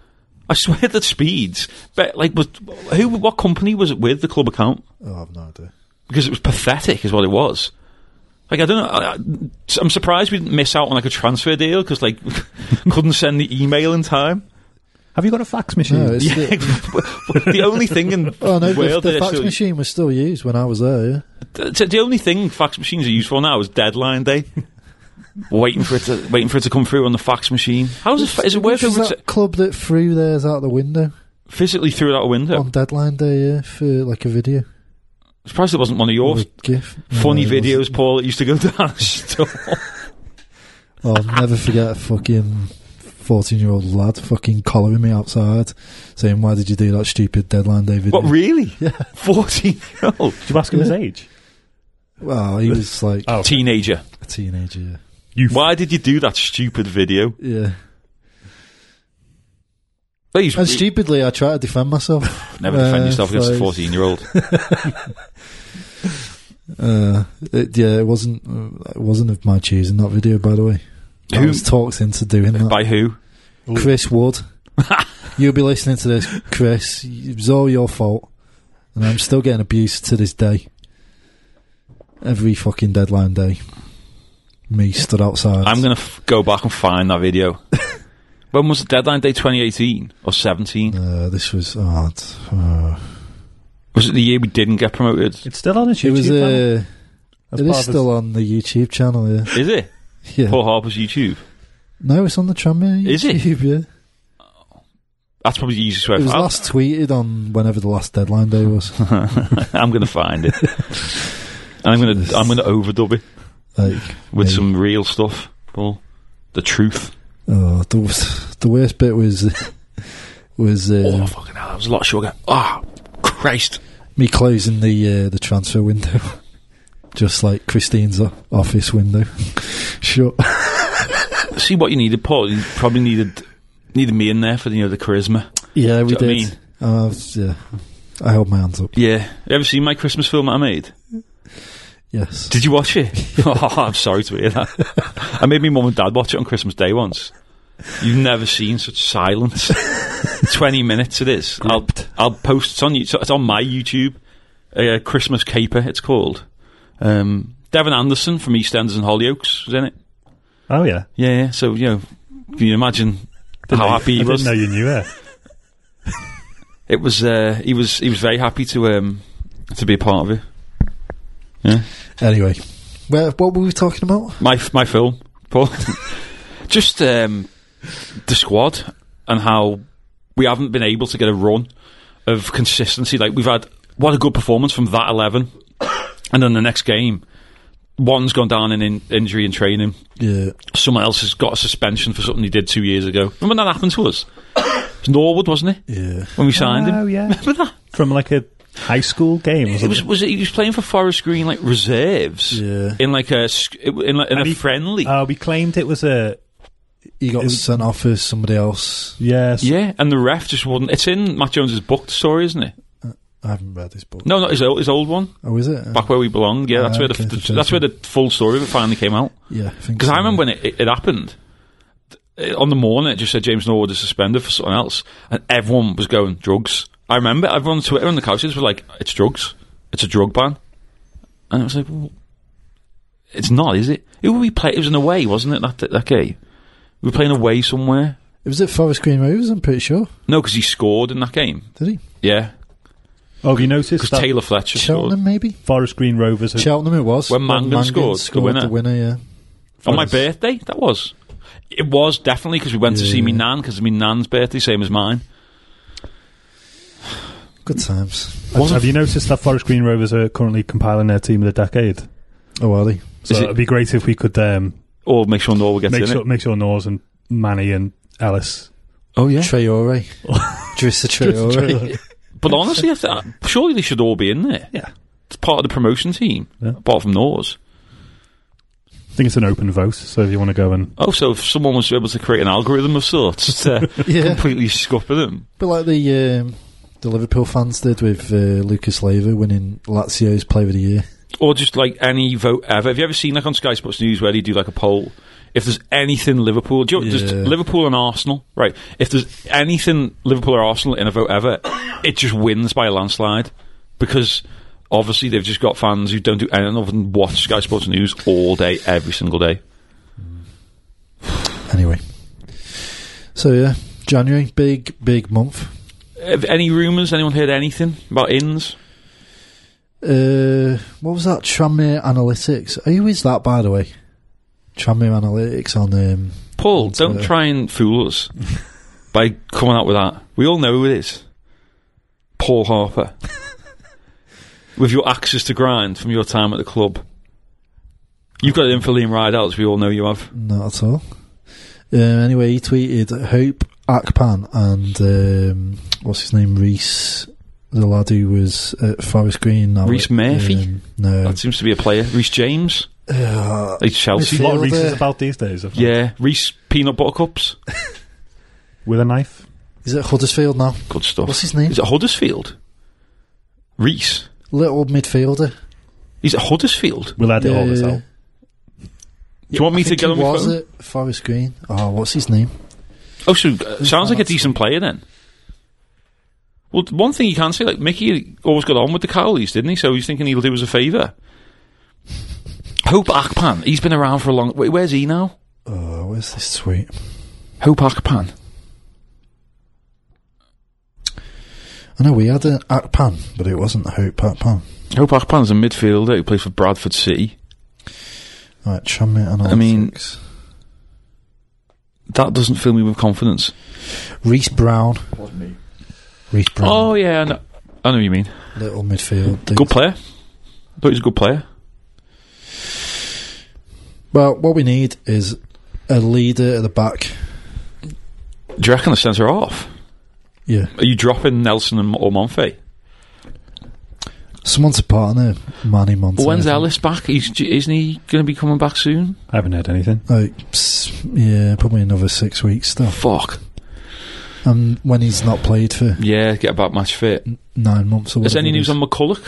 D: I swear the speeds, but like, was who, what company was it with the club account?
E: Oh, I've no idea.
D: Because it was pathetic, is what it was. Like I don't know, I, I- I'm surprised we didn't miss out on like a transfer deal because like couldn't send the email in time.
F: Have you got a fax machine?
E: No, it's
D: Yeah,
E: the,
D: the only thing in
E: oh, no,
D: the
E: the,
D: world
E: the
D: that
E: fax
D: actually-
E: machine was still used when I was there, yeah.
D: Th- the only thing fax machines are used for now is deadline day. waiting for it to waiting for it to come through on the fax machine. How's it? Fa- is it worth
E: Which was
D: it
E: that club that threw theirs out the window
D: physically through that window?
E: on deadline day, yeah, for like a video?
D: surprised it wasn't one of
E: Or
D: your
E: a GIF. No,
D: funny
E: it
D: videos, Paul. That used to go down. the store.
E: wasn't. I'll never forget a fucking 14 year old lad fucking collaring me outside saying, Why did you do that stupid deadline day video?
D: what really? Fourteen year old
F: Did you ask him his age?
E: well, he was like
F: Oh,
D: teenager.
E: a teenager, yeah.
F: you f-
D: Why did you do that stupid video?
E: Yeah.
D: Well, he's-
E: And stupidly, I try to defend myself.
D: never defend
E: uh,
D: yourself against a
E: phrase.
D: fourteen year old.
E: Uh, it, yeah, it wasn't uh, it wasn't of my choosing that video, by the way. I
D: Who-
E: was talked into doing that.
D: By who?
E: Chris Wood. You'll be listening to this, Chris. It was all your fault, and I'm still getting abused to this day. Every fucking deadline day, me stood outside.
D: I'm gonna f- go back and find that video. when was the deadline day? Twenty eighteen or seventeen?
E: Uh, this was oh, it's- uh,
D: Was it the year we didn't get promoted?
F: it's still on his YouTube
E: it was
F: channel.
E: uh,
F: That's
E: it is
F: part of his-
E: still on the YouTube channel. Yeah,
D: Is it?
E: yeah.
D: Paul Harper's YouTube.
E: No, it's on the tram. Yeah,
D: Is it?
E: YouTube, Yeah.
D: That's probably the easiest way.
E: It was
D: I'll-
E: last tweeted on whenever the last deadline day was.
D: I'm going to find it. and I'm going to I'm going to overdub it
E: like
D: with
E: me.
D: some real stuff, Paul. The truth.
E: Oh, the, w- the worst bit was was
D: oh
E: uh,
D: fucking hell! That was a lot of sugar. Ah, Christ!
E: me closing the uh, the transfer window, just like Christine's o- office window. Shut.
D: See what you needed, Paul. You probably needed needed me in there for you know the charisma.
E: Yeah, we
D: Do you
E: did. Uh, it's- yeah, I held my hands up.
D: Yeah. You ever seen my Christmas film that I made?
E: Yes.
D: Did you watch it? oh, I'm sorry to hear that. I made my mum and dad watch it on Christmas Day once. You've never seen such silence. Twenty minutes it is. I'll I'll post it's on you. It's on my YouTube. Uh, Christmas caper, it's called. Um, Devin Anderson from EastEnders and Hollyoaks was in it.
F: oh yeah,
D: Yeah, yeah. So you know, can you imagine
F: Didn't
D: how
F: know-
D: happy
F: I
D: he
F: didn't
D: was?
F: know you knew her.
D: It was. Uh, he was. He was very happy to um, to be a part of it.
E: Anyway, where, what were we talking about?
D: My my film, Paul. Just um, the squad and how we haven't been able to get a run of consistency. Like we've had what a good performance from that eleven, and then the next game, one's gone down in, in injury and training.
E: Yeah.
D: Someone else has got a suspension for something he did two years ago. Remember when that happened to us? It was Norwood, wasn't it?
E: Yeah.
D: When we signed
F: Oh,
D: him,
F: yeah.
D: remember that?
F: From like a high school game or
D: It was
F: something.
D: was it, he was playing for Forest Green like reserves
E: Yeah.
D: in like a sc- in like in a
F: he-
D: friendly.
F: Uh, we claimed it was a.
E: He got
F: Is-
E: sent off as somebody else.
F: Yes.
D: yeah, and the ref just wouldn't. It's in Matt Jones's book story, isn't it?
E: I haven't read this book.
D: No, not his old, his old one.
E: Oh, is it?
D: Back where we belong. Yeah, that's
E: Ah,
D: where the,
E: okay,
D: the-
E: so
D: that's where the full story of it finally came out.
E: yeah, I think
D: Because
E: so.
D: I remember when it, it, it happened th- on the morning, it just said James Norwood is suspended for something else, and everyone was going drugs. I remember everyone on Twitter on the couches were like, "It's drugs. It's a drug ban," and I was like, well, "It's not, is it? Who were we playing? It was an away, wasn't it? That that game. We were playing away somewhere.
E: It was at Forest Green Rovers, I'm pretty sure.
D: No, because he scored in that game.
E: Did he?
D: Yeah,
F: Oh, have you noticed
D: because
F: that
D: Taylor Fletcher scored.
E: Cheltenham, maybe?
F: Forest Green Rovers have
E: Cheltenham it was.
D: When Mangan scored, the winner.
E: the winner, yeah.
D: On my
F: Forest.
D: birthday, that was. It was definitely because we went to see me
E: Yeah.
D: nan because my nan's birthday, same as mine.
E: Good times.
F: Have, have you noticed that Forest Green Rovers are currently compiling their team of the decade?
E: Oh, are they?
F: So
D: Is it-
F: it'd be great if we could um,
D: Or Oh, make sure Norwood gets
F: make
D: in
F: sure
D: it.
F: make sure Norse and Manny and Ellis.
D: Oh yeah.
E: Traore. Drissa Traore.
D: But honestly, I th- surely they should all be in there.
F: Yeah,
D: It's part of the promotion team,
F: Yeah.
D: apart from Norse.
F: I think it's an open vote. So if you want to go and
D: Oh, so if someone was able to create an algorithm of sorts to
E: Yeah.
D: completely scupper them.
E: But like the um, the Liverpool fans did with uh, Lucas Leiva winning Lazio's Player of the Year.
D: Or just like any vote ever. Have you ever seen like on Sky Sports News where they do like a poll? If there's anything Liverpool, do you know, just
E: Yeah.
D: Liverpool and Arsenal, right? If there's anything Liverpool or Arsenal in a vote ever, it just wins by a landslide because obviously they've just got fans who don't do anything other than watch Sky Sports News all day, every single day.
E: Anyway, so yeah, January, big big month.
D: Have any rumours? Anyone heard anything about ins?
E: Uh, what was that Tranmere Analytics? Who is that, by the way? Tranmere Analytics on um,
D: Paul, don't
E: Uh,
D: try and fool us by coming out with that. We all know who it is. Paul Harper. with your axes to grind from your time at the club. You've got it in for Liam Rydell, as we all know you have.
E: not at all. Uh, anyway, he tweeted Hope Akpan and um, what's his name, Reese, the lad who was at Forest Green. now.
D: Reece Murphy?
E: Um, no,
D: That seems to be a player. Reese James.
E: Uh,
D: He's Chelsea.
F: a lot of
E: Fielder.
F: Reese's about these days. I think.
D: Yeah. Reese Peanut Butter Cups.
F: with a knife.
E: is it Huddersfield now?
D: Good stuff.
E: What's his name?
D: Is it Huddersfield? Reese.
E: Little midfielder.
D: He's at Huddersfield.
F: We'll edit all this
E: Yeah.
F: out.
D: Do you want me to get on my
E: was
D: phone?
E: it Forest Green? Oh, what's his name?
D: Oh, so uh, sounds like a
E: that's-
D: decent player then. Well, one thing you can say, like Mickey always got on with the Cowleys, didn't he? So he's thinking he'll do us a favour. Hope Akpan, he's been around for a long. Wait, where's he now?
E: Oh, where's this tweet?
D: Hope Akpan.
E: I know we had an Akpan, but it wasn't Hope Akpan.
D: Hope Akpan's a midfielder who plays for Bradford City.
E: Right, Tranmere Analytics.
D: I mean- That doesn't fill me with confidence.
E: Reese Brown. Reese Brown.
D: Oh yeah, I know, I know what you mean.
E: Little midfield. dude.
D: Good player. thought he was a good player.
E: Well, what we need is a leader at the back.
D: Do you reckon the centre off?
E: Yeah.
D: Are you dropping Nelson and, or Monfey?
E: Someone to partner Manny Montana.
D: Well, when's Ellis back? He's, isn't he going to be coming back soon?
F: I haven't heard anything.
E: Like, s- yeah, probably another six weeks stuff.
D: Fuck.
E: And when he's not played for
D: Yeah, get about match fit.
F: Mm-hmm.
E: nine months or
D: Is
E: whatever.
D: there any
E: it
D: news
E: is.
D: on McCulloch?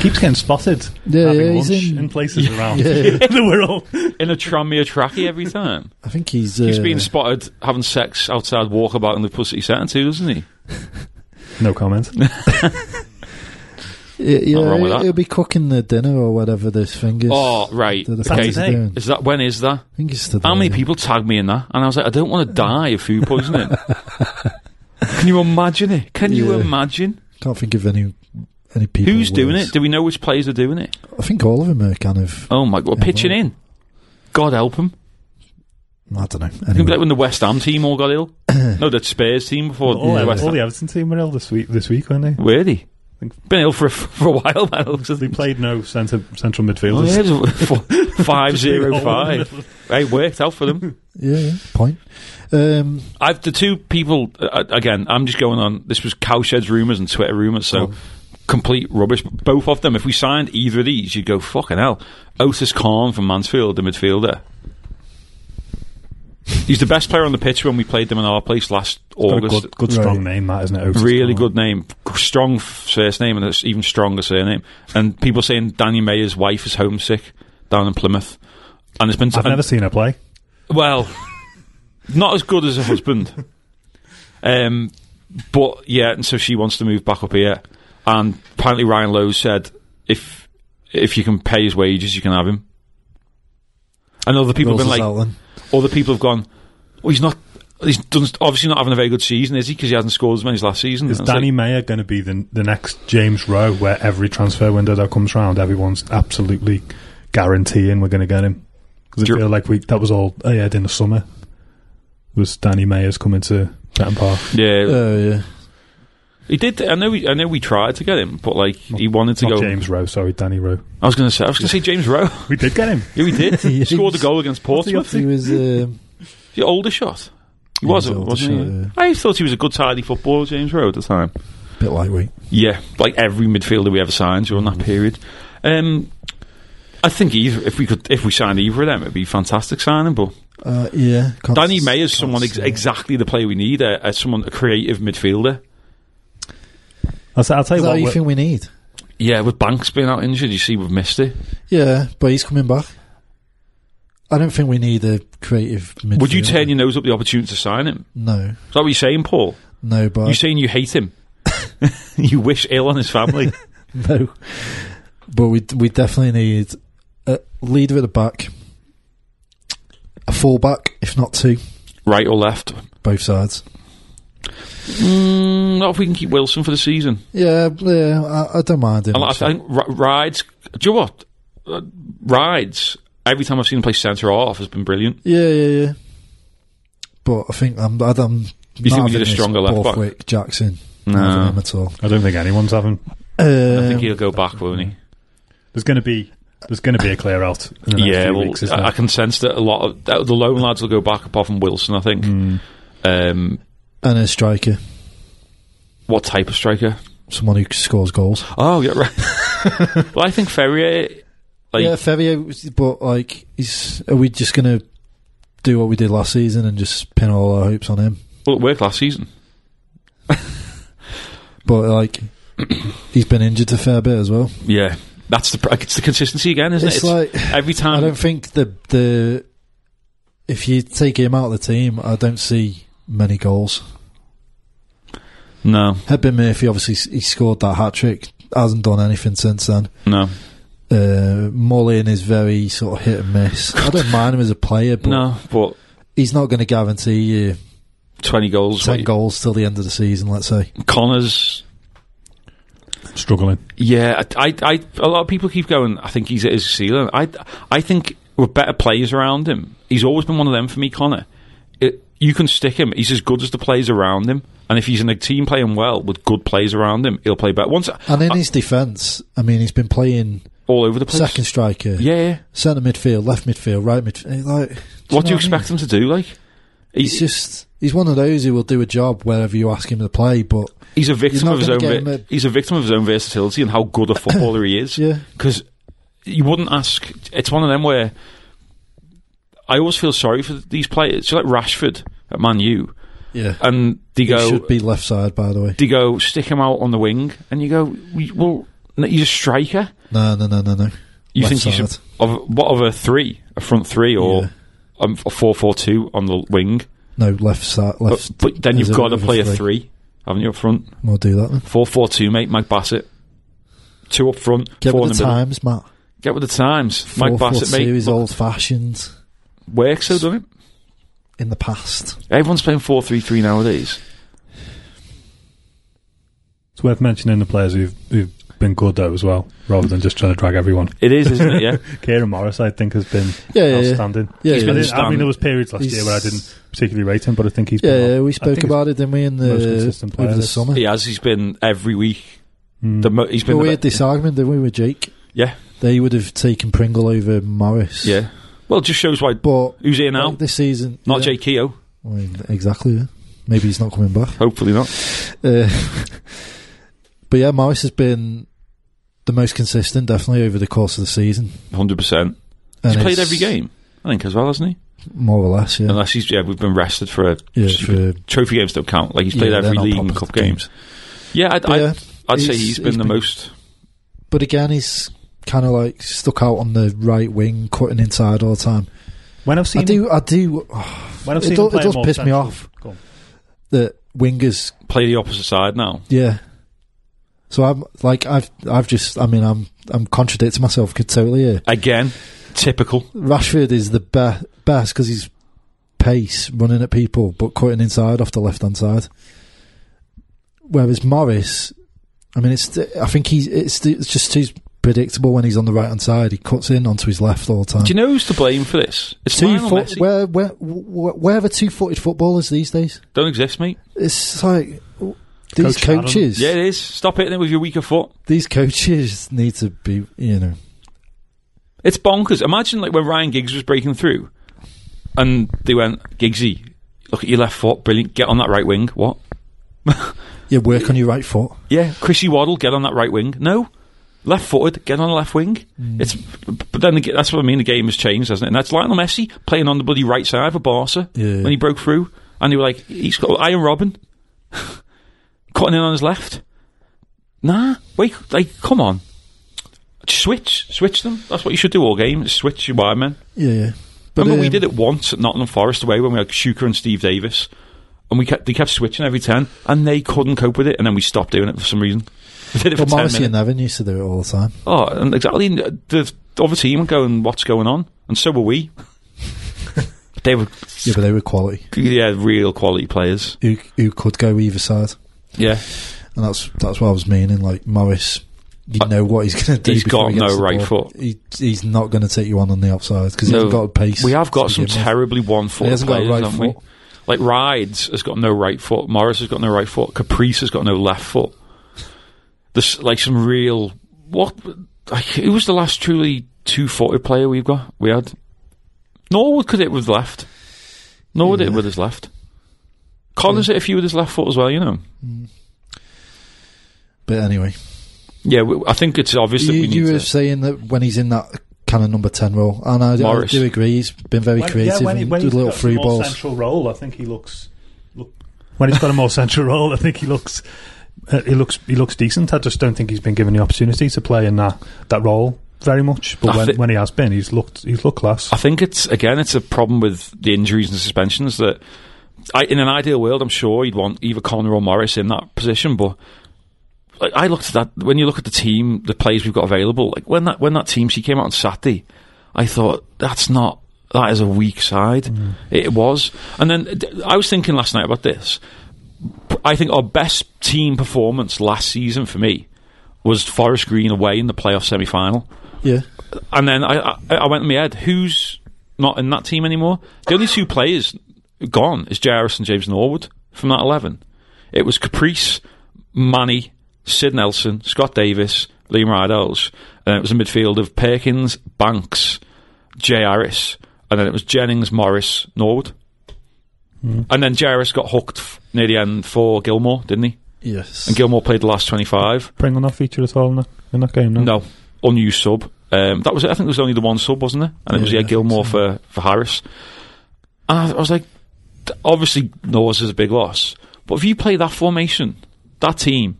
F: Keeps getting spotted.
E: Yeah,
F: having
E: yeah, he's
F: lunch
E: in-
F: in, places around.
E: Yeah.
F: the world.
D: In a Tranmere trackie every time.
E: I think he's. Uh,
D: He's being spotted having sex outside walkabout in the Pussy Centre too, isn't he?
F: No comment.
E: Yeah,
D: Nothing wrong with
E: yeah
D: that.
E: he'll be cooking the dinner or whatever this thing is.
D: Oh, right.
E: that the
D: Okay.
E: fans are
F: Saturday.
E: doing.
D: Is that when is that?
E: I think it's today.
D: How many people tagged me in that? And I was like, I don't want to die of food poisoning. Can you imagine it? Can you
E: Yeah.
D: imagine?
E: Can't think of any any people.
D: Who's doing
E: worse.
D: it? Do we know which players are doing it?
E: I think all of them are kind of
D: Oh my god,
E: Yeah,
D: pitching
E: well.
D: in. God help them.
E: I don't know.
D: It can be
E: Anyway,
D: like when the West Ham team all got ill. no, the Spurs team before
F: All,
D: the
F: the-
D: West
F: all
D: Ham.
F: the Everton team were ill this week, this week weren't they?
D: Were they?
F: think-
D: Been ill for a, for a while now. since
F: They played no centre, central midfielders.
D: Oh, Five zero
F: Just all in the
D: five. Hey, worked out for them.
E: yeah, yeah, point. Um,
D: I've the two people uh, again. I'm just going on. This was cowshed's rumors and Twitter rumors, so complete rubbish. Both of them. If we signed either of these, you'd go fucking hell. Otis Korn from Mansfield, the midfielder. He's the best player on the pitch when we played them in our place last
F: Got a
D: August.
F: good, good
E: Right.
F: strong name, that isn't it? Otis
D: Really
F: Cole.
D: good name, strong f- first name, and an even stronger surname. And people saying Danny Mayer's wife is homesick down in Plymouth, and there's been
F: I've never seen her play.
D: well, not as good as her husband. Um, but yeah, and so she wants to move back up here. And apparently Ryan Lowe said, if if you can pay his wages, you can have him. And other people have
E: Rolls
D: been
E: us
D: like,
E: out then.
D: other people have gone, well, he's not, he's done, obviously not having a very good season, is he? Because he hasn't scored as many as last season.
F: Is
D: And it's
F: Danny
D: like,
F: Mayer going to be the, the next James Rowe, where every transfer window that comes round, everyone's absolutely guaranteeing we're going to get him? Because I
D: Do you-
F: feel like we that was all I had in the summer was Danny Mayer's coming to Bratton Park.
D: yeah,
F: Uh,
E: Oh yeah,
D: he did. I know. We, I know. We tried to get him, but like he wanted to
F: Not
D: go.
F: James Rowe, sorry, Danny Rowe.
D: I was going to say. I was going to say James Rowe.
F: We did get him.
D: yeah, we did. He scored a goal against Portsmouth.
E: he was. Um,
D: The older shot. He
E: Yeah,
D: was,
E: he was older
D: wasn't he?
E: shot,
D: I thought he was a good, tidy footballer, James Rowe, at the time.
E: bit lightweight.
D: Yeah, like every midfielder we ever signed during that period. Um, I think either if we could, if we signed either of them, it'd be fantastic signing. But
E: Uh, yeah, can't
D: Danny
E: s-
D: May is
E: can't
D: someone ex-
E: see it.
D: exactly the player we need. A, a someone a creative midfielder.
F: I'll, say- I'll tell
E: Is
F: you
E: that
F: what.
E: what you
F: we're-
E: think we need?
D: Yeah, with Banks being out injured, you see, we've missed it.
E: Yeah, but he's coming back. I don't think we need a creative. Midfielder.
D: Would you turn your nose up the opportunity to sign him?
E: No,
D: Is that what you're saying, Paul?
E: no, but
D: You're saying you hate him. you wish ill on his family.
E: no. But we we definitely need a leader at the back, a fullback, if not two,
D: right or left?
E: both sides.
D: Mm, not if we can keep Wilson for the season.
E: Yeah, yeah, I, I don't mind him.
D: And like, I think r- rides. Do you know what? Uh, rides. Every time I've seen him play centre off has been brilliant.
E: yeah, yeah, yeah. But I think I'm. I- I'm
D: You think we need a
E: did
D: stronger left back?
E: Borthwick, Jackson.
D: No.
E: Not having him at all.
F: I don't think anyone's having.
D: I
E: Um,
D: think he'll go back, won't he?
F: There's going to be there's going to be a clear out. In the next
D: Yeah,
F: few
D: well,
F: weeks, isn't
D: I, I
F: there?
D: can sense that a lot of that, the lone lads will go back, apart from Wilson. I think. Um,
E: and a striker,
D: what type of striker?
E: someone who scores goals.
D: Oh, yeah, right. well, I think Ferrier. Like,
E: yeah, Ferrier, but like, is are we just gonna do what we did last season and just pin all our hopes on him?
D: well, it worked last season.
E: But like, he's been injured a fair bit as well.
D: Yeah, that's the. pr- like, It's the consistency again, isn't
E: It's,
D: it?
E: like
D: every
E: I
D: time.
E: don't think the the if you take him out of the team, I don't see many goals.
D: No,
E: Hepburn Murphy obviously s- he scored that hat trick, hasn't done anything since then.
D: no,
E: Uh, Mullin is very sort of hit and miss. I don't mind him as a player, but
D: no. But
E: he's not going to guarantee you
D: twenty goals.
E: ten
D: like,
E: goals till the end of the season. Let's say.
D: Connors
F: struggling.
D: Yeah, I, I, I, a lot of people keep going. I think he's at his ceiling. I, I think with better players around him, he's always been one of them for me, Connor. It, you can stick him. He's as good as the players around him, and if he's in a team playing well with good players around him, he'll play better. Once
E: And in
D: uh,
E: his defence, I mean, he's been playing
D: all over the place.
E: second striker,
D: yeah. yeah.
E: centre midfield, left midfield, right midfield. Like, do
D: What do you
E: know I mean?
D: expect him to do? Like,
E: He's
D: he's
E: just he's one of those who will do a job wherever you ask him to play. But
D: he's a victim
E: not
D: of his
E: gonna
D: own.
E: get
D: vi-
E: him
D: he's a victim of his own versatility and how good a footballer he is.
E: yeah,
D: because you wouldn't ask. It's one of them where I always feel sorry for these players. So like Rashford at Man U,
E: yeah,
D: and they
E: he
D: go,
E: should be left side. By the way,
D: they go, stick him out on the wing, and you go, "We- well, no, he's a striker.
E: no, no, no, no, no.
D: You
E: Left
D: think you should
E: side.
D: of what of a three, a front three, or
E: Yeah.
D: um, a four-four-two on the wing?
E: No, left side,
D: But,
E: left.
D: but then
E: as
D: you've
E: a-
D: got to
E: as
D: play a three, haven't you up front?
E: We'll do that then.
D: Four-four-two, mate. Mike Bassett, two up front,
E: Get
D: four
E: with
D: in
E: the,
D: the middle.
E: times, Matt.
D: Get with the times.
E: Four
D: Mike
E: foot
D: Bassett, mate.
E: two is
D: Look,
E: old fashioned
D: Works so, doesn't it?
E: in the past.
D: Everyone's playing four three three nowadays.
F: It's worth mentioning the players who've, who've been good though as well, rather than just trying to drag everyone.
D: It is, isn't it? Yeah.
F: Kieran Morris, I think, has been
E: Yeah, yeah, yeah.
F: outstanding.
E: Yeah,
D: He's
E: yeah,
D: been
F: I,
E: yeah.
F: didn't- I mean, there was periods last
E: He's-
F: year where I didn't particularly rate him, but I think he's
E: yeah,
F: been
E: yeah,
F: on-
E: we
F: I think
E: spoke
F: he's-
E: about it, didn't we, in
F: most
E: the,
F: consistent player
E: over the
F: this-
E: summer?
D: He has. He's been every week.
F: Mm.
E: Hmm.
D: The mo- he's been.
E: But
D: the
E: we
D: be-
E: had this argument, didn't we, with Jake?
D: Yeah.
E: They would have taken Pringle over Morris.
D: Yeah. Well, it just shows why.
E: But
D: Who's here now?
E: like, this season.
D: Not
E: yeah.
D: Jake Keogh.
E: I mean, exactly, yeah. Maybe he's not coming back.
D: Hopefully not.
E: Uh, but yeah, Morris has been the most consistent, definitely, over the course of the season.
D: Hundred percent.
E: And
D: He's played
E: it's
D: every game. I think as well, hasn't he?
E: More or less, yeah.
D: Unless he's yeah, we've been rested for a
E: Yeah, for-
D: trophy games don't count. Like he's played
E: Yeah, they're
D: every
E: not
D: league and
E: proper
D: cup games. Yeah, I'd,
E: But
D: I'd,
E: yeah,
D: I'd say
E: he's-
D: he's been
E: he's
D: the
E: been-
D: most.
E: But again, he's kind of like stuck out on the right wing, cutting inside all the time.
F: When I've seen
E: I do, I do, oh,
F: when I've
E: it
F: seen
E: do-
F: him
E: it
F: play
E: does
F: more
E: piss me
F: central-
E: off.
F: Go on.
E: that wingers,
D: Play the opposite side now.
E: yeah. So I'm like, I've, I've just, I mean, I'm, I'm contradicting myself totally here.
D: Again, typical.
E: Rashford is the be- best because he's pace running at people but cutting inside off the left hand side. Whereas Morris, I mean, it's I think he's it's, it's just too predictable when he's on the right hand side. He cuts in onto his left all the time.
D: Do you know who's to blame for this? It's
E: two
D: Lionel
E: foot
D: Messi.
E: where where where, where are two footed footballers these days?
D: Don't exist, mate.
E: It's like these
F: Coach Adam.
E: coaches,
D: Yeah, it is. Stop hitting it with your weaker foot.
E: these coaches need to be you know
D: It's bonkers. Imagine like when Ryan Giggs was breaking through, and they went Giggsy, look at your left foot, brilliant. Get on that right wing. What?
E: you work on your right foot.
D: Yeah, Chrissy Waddle, get on that right wing. No, left footed, get on the left wing. It's but then the, ga- that's what I mean. The game has changed, hasn't it? And that's Lionel Messi playing on the bloody right side for Barca
E: Yeah.
D: when he broke through, and they were like, he's got Iron Robin cutting in on his left. Nah, wait, like come on, switch, switch them. That's what you should do all game. is Switch your wide men.
E: Yeah, yeah.
D: Remember we
E: um,
D: did it once at Nottingham Forest away when we had Shuker and Steve Davis, and we kept they kept switching every ten, and they couldn't cope with it, and then we stopped doing it for some reason. We did it for
E: Well,
D: ten
E: Morrissey
D: minutes.
E: and Nevin used to do it all the time.
D: oh, and exactly and the other team were going, "What's going on?" And so were we. they were
E: Yeah, but they were quality.
D: yeah real quality players.
E: Who who could go either side,
D: Yeah,
E: and that's that's what I was meaning. Like Morris, you
D: Uh,
E: know what he's going to do.
D: he's
E: before
D: got
E: he gets
D: no
E: the
D: right
E: ball.
D: foot.
E: He, he's not going to take you on on the outside because
D: No,
E: he's got pace.
D: we have got
E: to
D: some
E: begin with.
D: terribly one
E: He
D: foot
E: hasn't got a
D: players,
E: right
D: haven't we?
E: foot.
D: Like Rides has got no right foot. Morris has got no right foot. Caprice has got no left foot. There's like some real what? Like who was the last truly two-footed player we've got? We had Norwood could hit with left. Norwood hit
E: Yeah.
D: with his left. Collins hit a few with his left foot as well. You know.
E: But anyway,
D: Yeah, we, I think it's obvious
E: you,
D: that we need
E: you were
D: to.
E: saying that when he's in that kind of number ten role, and I, I
D: Morris.
E: do agree, he's been very creative and did little free
F: more
E: balls.
F: central role, I think he looks. Look, when he's got a more central role, I think he looks. Uh, he looks. He looks decent. I just don't think he's been given the opportunity to play in that that role very much. But
D: I
F: when,
D: thi-
F: when he has been, he's looked. He's looked class.
D: I think it's again, it's a problem with the injuries and suspensions that, I, in an ideal world, I'm sure you'd want either Connor or Morris in that position. But like, I looked at that when you look at the team, the players we've got available. Like when that when that team she came out on Saturday, I thought that's not that is a weak side. It was, and then uh, d- I was thinking last night about this. I think our best team performance last season for me was Forest Green away in the playoff semi final.
E: Yeah,
D: And then I, I, I went in my head, who's not in that team anymore? The only two players gone is Jairus and James Norwood from that 11. It was Caprice, Manny, Sid Nelson, Scott Davis, Liam Rydals. And then it was a midfield of Perkins, Banks, Jairus. And then it was Jennings, Morris, Norwood. And then Jairus got hooked f- near the end for Gilmore, didn't he?
E: yes.
D: And Gilmore played the last 25.
F: Bring on that feature at all in that, in that game. No.
D: No, unused sub. Um, that was it. I think there was only the one sub, wasn't there? And it was
E: Yeah,
D: yeah
E: I think
D: Gilmore for for Harris. And I, I was like, th- obviously Norwood is a big loss, but if you play that formation, that team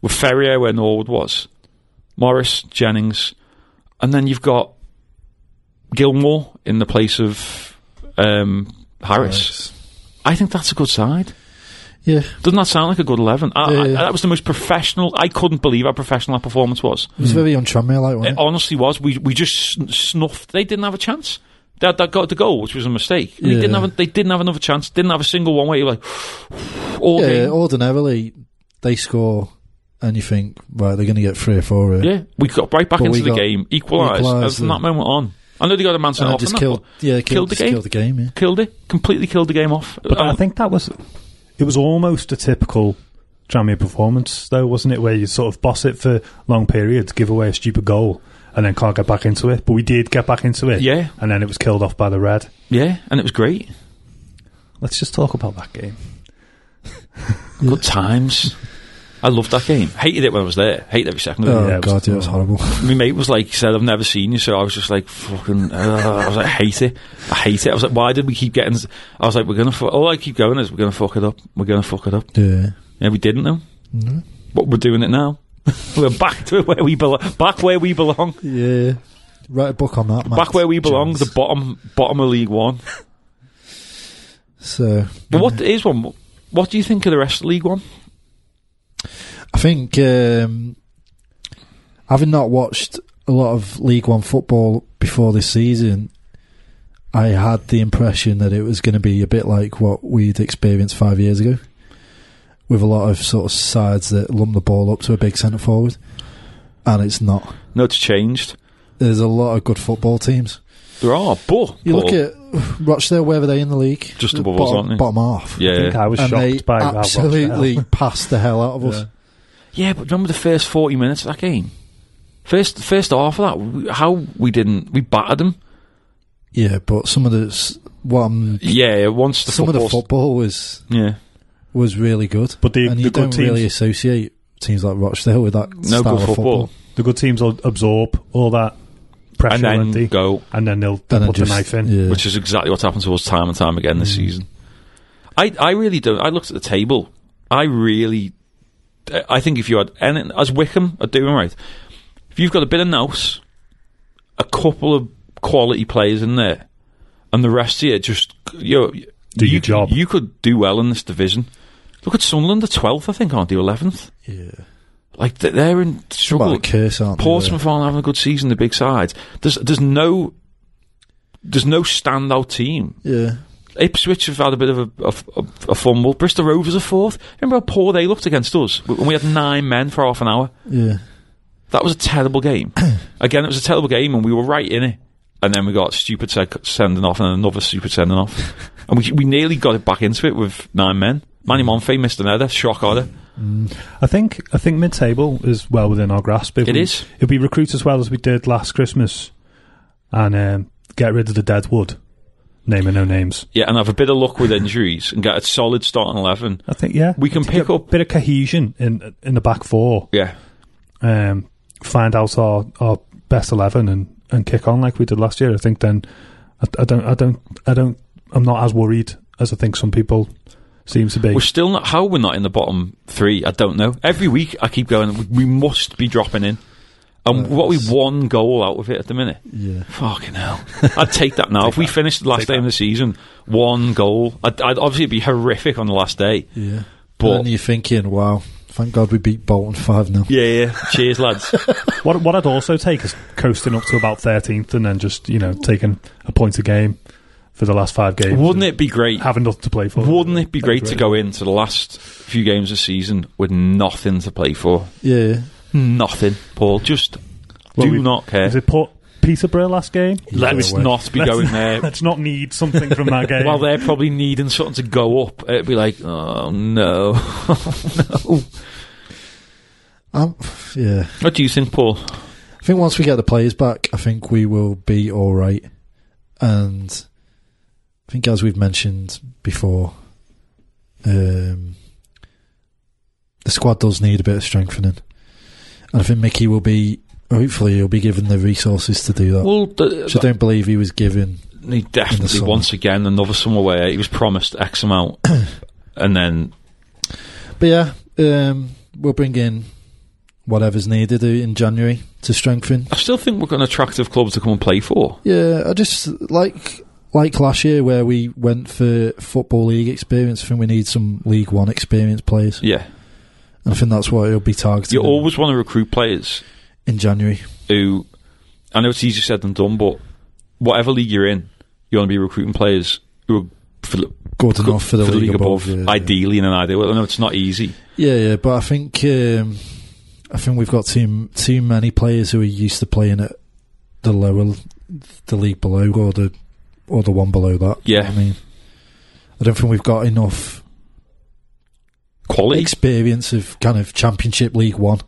D: with Ferrier where Norwood was, Morris Jennings, and then you've got Gilmore in the place of um, Harris. I think that's a good side.
E: Yeah,
D: Doesn't that sound like a good eleven? I,
E: Yeah,
D: I-
E: yeah.
D: that was the most professional. I couldn't believe how professional that performance was.
E: it was very on Tranmere, like
D: It
E: wasn't it?
D: honestly was. We we just sn- snuffed. They didn't have a chance. That that got the goal, which was a mistake. And They
E: Yeah.
D: didn't have. A, they didn't have another chance. Didn't have a single one where you're like, all
E: yeah,
D: game.
E: ordinarily they score and you think, right, they're going to get three or four. uh, here.
D: Yeah, we got right back
E: But
D: into
E: we
D: the
E: got
D: game, equalised,
E: equalised,
D: and from
E: yeah.
D: that moment on. I know they got a man sent
E: and I
D: off,
E: just
D: and that,
E: killed,
D: but
E: yeah,
D: killed
E: killed,
D: the
E: just
D: game.
E: killed the game. Yeah,
D: killed it, completely killed the game off.
F: But I
D: Um,
F: think that was it was almost a typical Dramia performance, though, wasn't it? Where you sort of boss it for long periods, give away a stupid goal, and then can't get back into it. But we did get back into it,
D: Yeah.
F: And then it was killed off by the red.
D: yeah, and it was great.
F: Let's just talk about that game.
D: Good times. I loved that game. Hated it when I was there. Hated every second of it.
E: oh
F: Yeah, it was
E: god, yeah, it was horrible.
D: My mate was like, said, I've never seen you, so I was just like, fucking, uh, I was like, I hate it. I hate it. I was like, why did we keep getting. s-" I was like, we're going to. Fu- All I keep going is, we're going to fuck it up. We're going to fuck it up.
E: yeah,
D: Yeah, we didn't though.
E: No.
D: But we're doing it now. we're back to where we belong. Back where we belong.
E: yeah. Write a book on that. Matt.
D: Back where we belong. The
E: Jones.
D: bottom, bottom of League One.
E: so
D: But what
E: Mm-hmm.
D: is one? What do you think of the rest of League One?
E: I think um, having not watched a lot of League One football before this season, I had the impression that it was going to be a bit like what we'd experienced five years ago, with a lot of sort of sides that lump the ball up to a big centre forward, and it's not.
D: No, it's changed.
E: There's a lot of good football teams.
D: There are, but
E: You
D: but-
E: look at Rochdale, where were they in the league?
D: Just above us,
E: bottom,
D: aren't they?
E: bottom half.
D: yeah,
F: I think I was
E: and
F: shocked
E: they
F: by how
E: absolutely
F: Rochdale-
E: passed the hell out of us.
D: yeah. But remember the first forty minutes of that game. First, first half of that, we- how we didn't we battered them.
E: Yeah, but some of the s- what I'm
D: Yeah, once the
E: some of the
D: football's-
E: football was
D: yeah,
E: was really good.
F: But the-
E: and
F: the
E: you
F: good
E: don't
F: teams-
E: really associate teams like Rochdale with that
D: no
E: style
D: good
E: of football.
D: football,
F: The good teams will absorb all that
D: and
F: pressure,
D: then
F: won't they?
D: go
F: and then they'll, they'll
E: Then
F: put
E: just,
F: the knife in.
E: yeah.
D: which is exactly what's happened to us time and time again
E: Mm.
D: this season. I, I really don't. I looked at the table. I really, I think if you had any, as Wickham are doing right, if you've got a bit of nous, a couple of quality players in there, and the rest of you just you know,
F: Do
D: you
F: your
D: could-
F: job.
D: You could do well in this division. Look at Sunderland, the twelfth, I think, aren't they? Eleventh.
E: yeah,
D: Like th- they're in
E: what
D: struggle.
E: a curse, aren't they,
D: Portsmouth aren't having a good season. The big sides. There's there's no there's no standout team.
E: really? Yeah,
D: Ipswich have had a bit of a, a, a- a fumble. Bristol Rovers are fourth. Remember how poor they looked against us when we had nine men for half an hour.
E: yeah.
D: That was a terrible game. Again, it was a terrible game, and we were right in it. And then we got stupid sec- sending off and another stupid sending off, and we we nearly got it back into it with nine men.
E: Mm.
D: Manny Monfey missed an header, shock order.
F: I think I think mid table is well within our grasp. If
D: It
F: we,
D: is.
F: If we recruit as well as we did last Christmas, and um, get rid of the dead wood, naming no names.
D: Yeah, and have a bit of luck with injuries and get a solid starting eleven.
F: I think yeah,
D: We can
F: To
D: pick
F: get
D: up-
F: a bit of cohesion in in the back four.
D: Yeah,
F: Um, find out our, our best eleven and, and kick on like we did last year. I think then I, I don't I don't I don't I'm not as worried as I think some people seem to be.
D: We're still not. How we're not in the bottom three, I don't know. Every week I keep going. "We- We must be dropping in. And what we one goal out of it at the minute?
E: Yeah.
D: Fucking hell! I'd take that now. if we finished the last
F: Take
D: day of
F: that.
D: the season, one goal, I'd, I'd obviously be horrific on the last day.
E: Yeah,
D: But-
E: and you're thinking, wow, thank God we beat Bolton five 0
D: Yeah, yeah. Cheers, lads.
F: What what I'd also take is coasting up to about thirteenth and then just you know taking a point a game for the last five games.
D: Wouldn't it be great?
F: having nothing to play for?
D: Wouldn't it be great to
F: Great.
D: go into the last few games of the season with nothing to play for?
E: Yeah,
D: Nothing, Paul. Just
F: Hmm. Well,
D: do
F: we-
D: not care.
F: Is it Port Peterborough last game?
D: Let's
E: away.
D: not be going there.
F: Let's not need something from that game.
D: While they're probably needing something to go up, it'd be like, oh no. no.
E: um, yeah.
D: What do you think, Paul?
E: I think once we get the players back, I think we will be all right. And I think, as we've mentioned before, um, the squad does need a bit of strengthening, and I think Mickey will be. Hopefully, he'll be given the resources to do that.
D: Well,
E: which I don't believe he was given.
D: he definitely
E: summer.
D: once again another summer where he was promised X amount, and then
E: But yeah, um, we'll bring in whatever's needed in January to strengthen.
D: I still think we're got an attractive club to come and play for.
E: Yeah, I just like like last year where we went for football league experience. I think we need some League One experience players,
D: Yeah,
E: and I think that's what it'll be targeting
D: you always want to recruit players
E: in January.
D: who, I know it's easier said than done, but whatever league you're in, you want to be recruiting players who are for the,
E: Good enough for the, league, above. yeah,
D: ideally in an ideal. I know it's not easy.
E: yeah, yeah, but I think um, I think we've got too too many players who are used to playing at the lower, the league below, or the or the one below that.
D: Yeah.
E: I mean, I don't think we've got enough
D: Quality.
E: experience of kind of Championship League One.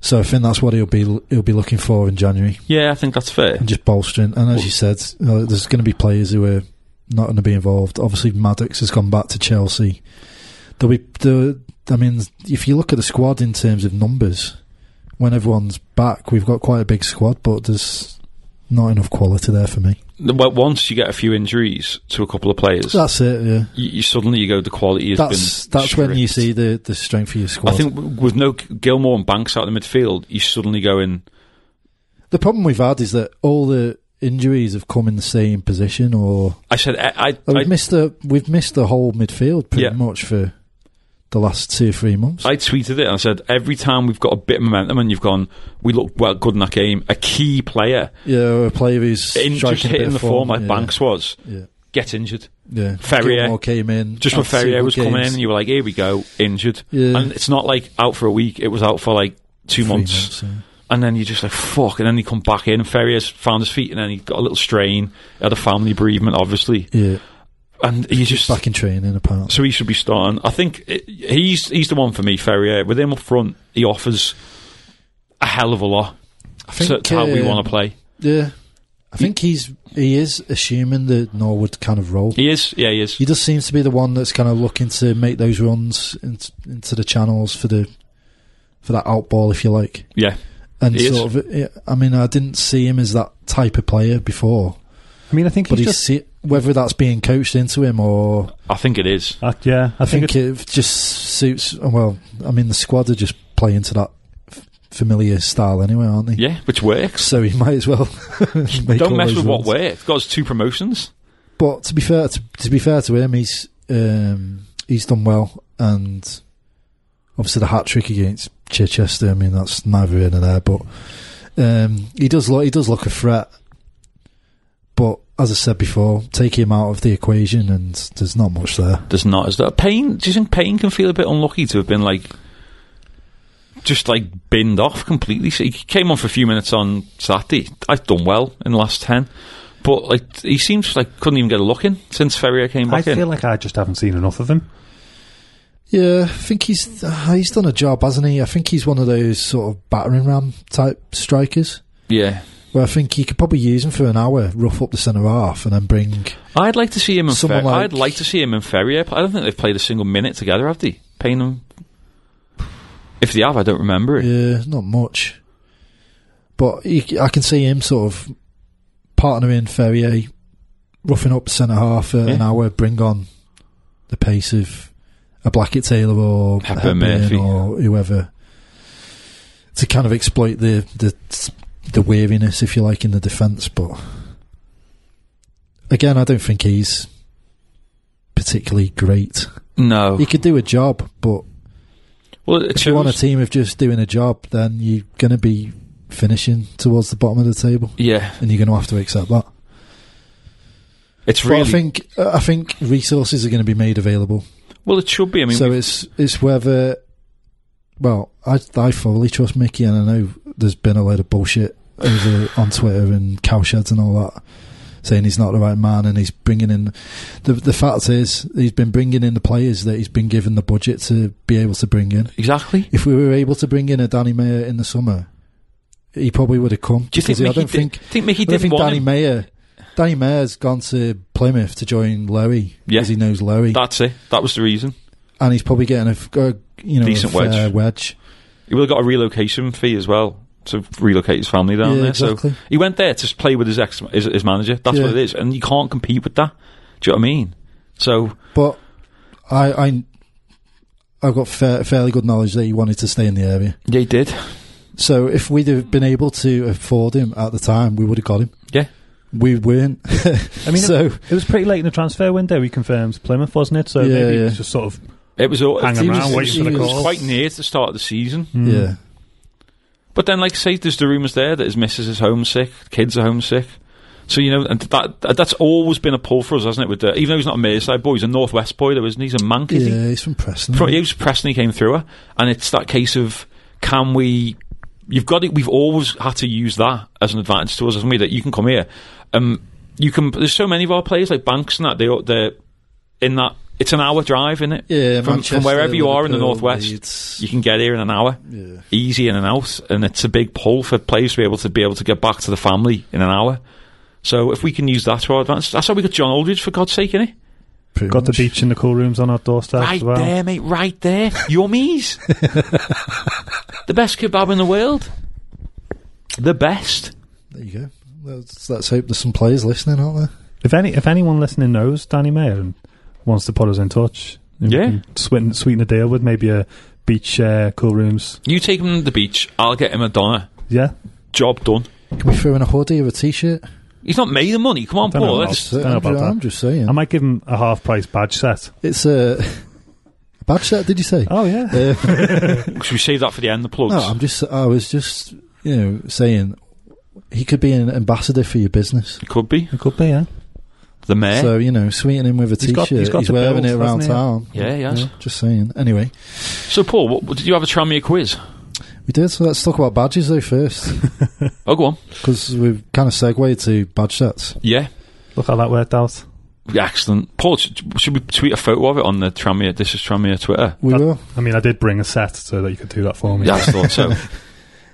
E: So I think that's what he'll be he'll be looking for in January,
D: Yeah, I think that's fair.
E: and just bolstering. And as you said, you know, there's going to be players who are not going to be involved. Obviously, Maddox has gone back to Chelsea. There'll be, there, I mean, if you look at the squad in terms of numbers, when everyone's back, we've got quite a big squad, but there's not enough quality there for me.
D: Well, once you get a few injuries to a couple of players,
E: That's it. Yeah,
D: you, you suddenly you go the quality has
E: that's
D: been.
E: that's when you
D: stripped.
E: see the the strength of your squad.
D: I think w- with no Gilmore and Banks out in the midfield, you suddenly go in.
E: The problem we've had is that all the injuries have come in the same position, or
D: I said I, I,
E: like,
D: I,
E: we've missed the we've missed the whole midfield pretty
D: Yeah.
E: much for the last two or three months.
D: I tweeted it and I said every time we've got a bit of momentum and you've gone, we look well good in that game. A key player
E: yeah, or a player who's
D: in just
E: striking a bit
D: hitting
E: of
D: the form like
E: yeah,
D: Banks was
E: Yeah,
D: gets injured.
E: yeah.
D: Ferrier.
E: Gilmour came in
D: Just when
E: after
D: Ferrier
E: two
D: was coming in,
E: games,
D: and you were like, "Here we go, injured,"
E: Yeah.
D: and it's not like out for a week. It was out for like two
E: three
D: months.
E: yeah.
D: and then you're just like fuck, and then he come back in, and Ferrier's found his feet, and then he got a little strain, had a family bereavement, obviously,
E: Yeah,
D: and you just
E: back in training apparently.
D: so he should be starting. I think it, he's he's the one for me, Ferrier. With him up front, he offers a hell of a lot
E: I
D: to, to how we
E: um,
D: want to play.
E: Yeah, I think he's he is assuming the Norwood kind of role.
D: He is, yeah, he is.
E: He just seems to be the one that's kind of looking to make those runs in, into the channels for the for that out ball, if you like.
D: Yeah,
E: And
D: He is.
E: sort of, yeah, I mean, I didn't see him as that type of player before,
F: I mean, I think
E: but
F: he's
E: he's
F: just.
E: see, whether that's being coached into him or
D: I think it is.
F: uh, yeah, I
E: I think
F: think
E: it just suits. Well, I mean, the squad are just playing to that f- familiar style anyway, aren't they?
D: Yeah, which works.
E: So he might as well. make
D: Don't
E: all
D: mess
E: those
D: with what
E: runs.
D: works. Got us two promotions.
E: But to be fair, to, to be fair to him, he's um, he's done well, and obviously the hat trick against Chichester. I mean, that's neither here nor there, but um, he does look he does look a threat. But as I said before, take him out of the equation, and there's not much there.
D: There's not as that pain. Do you think pain can feel a bit unlucky to have been like just like binned off completely? So he came on for a few minutes on Saturday. I've done well in the last ten, but like he seems like couldn't even get a look in since Ferrier came
F: I
D: back in.
F: feel like I just haven't seen enough of him.
E: Yeah, I think he's uh, he's done a job, hasn't he? I think he's one of those sort of battering ram type strikers.
D: yeah,
E: Where I think you could probably use him for an hour, rough up the centre half, and then bring
D: I'd like to see him. In
E: Someone
D: Fer-
E: like-
D: I'd like to see him in Ferrier. But I don't think they've played a single minute together, have they? Payne and if they have, I don't remember it.
E: Yeah, Uh, not much. But he, I can see him sort of partnering Ferrier, roughing up centre half for an
D: Yeah.
E: hour, bring on the pace of a Blackett Taylor or
D: Hepburn
E: Hepburn
D: Murphy.
E: or whoever to kind of exploit the the the weariness, if you like, in the defence. But again, I don't think he's particularly great.
D: No,
E: He could do a job, but
D: well, it
E: if you want a
D: shows,
E: team of just doing a job, then you're going to be finishing towards the bottom of the table,
D: yeah,
E: and you're going to have to accept that.
D: it's
E: But I
D: really
E: think uh, I think resources are going to be made available.
D: well. It should be. I mean,
E: so it's it's whether. Well, I I fully trust Mickey, and I know there's been a load of bullshit over on Twitter and cowsheds and all that, saying he's not the right man, and he's bringing in. The the fact is, he's been bringing in the players that he's been given the budget to be able to bring in.
D: exactly.
E: if we were able to bring in a Danny Mayer in the summer, he probably would have come.
D: Do you think
E: because
D: Mickey
E: I don't
D: did,
E: think,
D: think Mickey
E: I don't
D: didn't
E: think
D: want
E: Danny
D: him?
E: Mayer. Danny Mayer's gone to Plymouth to join Lowy
D: Yeah.
E: because he knows Lowy,
D: That's it. That was the reason.
E: and he's probably getting a, f- a, you know
D: Decent
E: a fair
D: wedge.
E: wedge.
D: He would have got a relocation fee as well to relocate his family down
E: Yeah,
D: there.
E: exactly.
D: So he went there to play with his ex, his, his manager. That's
E: Yeah.
D: what it is, and you can't compete with that. Do you know what I mean? So
E: But I I I've got fair, fairly good knowledge that he wanted to stay in the area.
D: yeah, he did.
E: So if we'd have been able to afford him at the time, we would have got him.
D: Yeah,
E: We weren't.
F: I mean,
E: so
F: it was pretty late in the transfer window. He confirmed Plymouth, wasn't it? So
E: Yeah,
F: maybe
E: yeah.
F: it was just sort of
D: it was all.
F: hanging
E: he was-
F: around
E: he
F: waiting for the
E: was
F: call.
D: quite near to the start of the season,
E: yeah,
D: but then, like I say, there's the rumours there that his missus is homesick, kids are homesick. So you know, and that that's always been a pull for us, hasn't it? With the, even though he's not a Merseyside boy, he's a Northwest boy, though, isn't he? He's a Mank, is he?
E: yeah, he's from Preston.
D: From, it was Preston he came through her, and it's that case of can we? You've got it. We've always had to use that as an advantage to us, haven't we? That you can come here. Um, you can. There's so many of our players like Banks and that. They they're in that. It's an hour drive, isn't it?
E: Yeah,
D: from,
E: Manchester,
D: from wherever you are in the
E: Liverpool,
D: northwest,
E: Leeds.
D: you can get here in an hour,
E: Yeah.
D: easy in and out, and it's a big pull for players to be able to be able to get back to the family in an hour. So if we can use that to our advantage, that's how we got John Aldridge for God's sake, innit?
E: Pretty
F: Got the
E: much.
F: beach and the cool rooms on our doorstep
D: Right
F: as well.
D: there, mate, right there. Yummies. the best kebab in the world. The best.
E: There you go. Let's, let's hope there's some players listening, aren't there?
F: If any, if anyone listening knows Danny Mayer and wants to put us in touch, and we
D: Yeah.
F: can sweeten, sweeten the deal with maybe a beach uh, cool rooms.
D: You take him to the beach, I'll get him a donor.
F: Yeah,
D: Job done.
E: Can we throw in a hoodie or a t-shirt?
D: He's not made the money. Come on,
F: Don't know
D: Paul.
F: about
D: Let's,
F: Don't know
E: I'm,
F: about
E: ju-
F: that.
E: I'm just saying.
F: I might give him a half price badge set.
E: It's a, a badge set, did you say?
F: Oh yeah,
E: Uh,
D: should we save that for the end, the plugs?
E: no, I'm just. I was just, you know, saying he could be an ambassador for your business.
D: it could be.
F: it could be. Yeah,
D: The mayor.
E: So you know, sweeten him with a
F: He's got-
E: t-shirt.
F: he's got the
E: wearing
F: bills,
E: it around
F: hasn't he?
E: town.
D: Yeah, he has.
E: just saying. Anyway,
D: so, Paul, what, did you have a Tramier quiz?
E: we did. So let's talk about badges though first,
D: Oh, go on.
E: because we've kind of segued to badge sets.
D: Yeah.
F: look how that worked out.
D: Excellent. Paul, sh- should we tweet a photo of it on the Tramier? This is Tramier Twitter.
E: We
F: That-
E: will.
F: I mean, I did bring a set so that you could do that for me
D: Yeah, I thought so.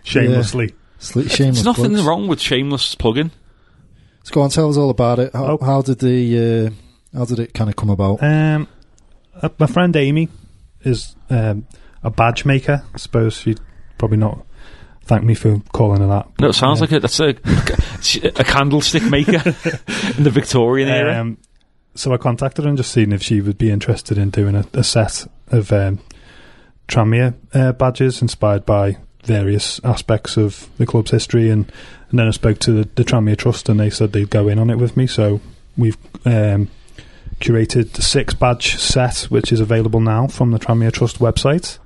F: shamelessly.
E: Sli- shameless.
D: There's nothing
E: plugs.
D: wrong with shameless plugging.
E: Let's go on. Tell us all about it. How,
F: Oh.
E: how did the uh, how did it kind of come about?
F: Um, uh, my friend Amy is um, a badge maker. I suppose she'd probably not thank me for calling her that.
D: No, it sounds
F: Yeah.
D: like a, that's a, a candlestick maker in the Victorian era.
F: Um, so I contacted her and just seen if she would be interested in doing a, a set of um, Tramier uh, badges inspired by various aspects of the club's history. And, and then I spoke to the, the Tramier Trust and they said they'd go in on it with me. So we've um, curated the six badge set, which is available now from the Tramier Trust website,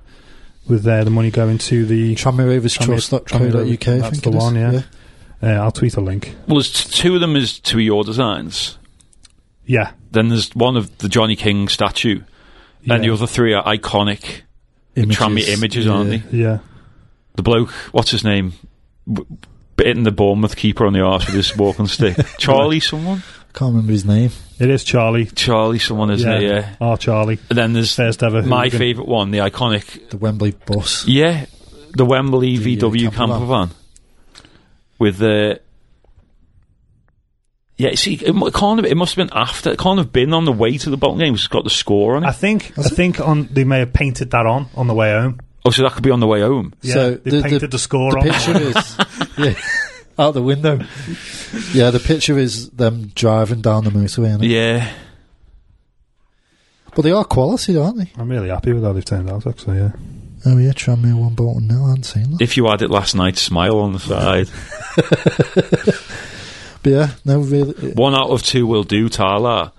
F: with uh, the money going to the.
E: Tramiraverstrust.co.uk, I think
F: Tramiraver- that's
E: it
F: the
E: is.
F: one, yeah. Uh, I'll tweet a link.
D: Well, there's t- two of them is to your designs.
F: Yeah.
D: Then there's one of the Johnny King statue, and the
F: Yeah.
D: other three are iconic Tramier images, aren't
E: yeah.
D: they?
F: Yeah.
D: The bloke, what's his name, w- hitting the Bournemouth keeper on the arse with his walking stick. Charlie, someone.
E: Can't remember his name.
F: It is Charlie.
D: Charlie, someone, isn't it? Yeah.
F: Oh, Charlie.
D: And then there's
F: First ever.
D: my
F: hooligan.
D: favourite one, the iconic.
E: The Wembley bus.
D: Yeah, the Wembley
E: The, uh,
D: VW
E: camper
D: camper van with the. Yeah, see, it mu- it can't have, it must have been after. It can't have been on the way to the bottom game. 'cause It's got the score on it.
F: I think I think on they may have painted that on on the way home.
D: oh, so that could be on the way home.
F: Yeah,
E: So
F: they
E: the- the-
F: painted the, score
E: The
F: on.
E: picture is yeah, out the window. Yeah, the picture is them driving down the motorway. innit?
D: Yeah,
E: But they are quality, aren't they?
F: I'm really happy with how they've turned out. Actually, yeah.
E: Oh yeah, Tranmere one Bolton nil. I hadn't seen that.
D: if you had it last night, smile on the side.
E: But yeah, no, really.
D: one out of two will do, Tala.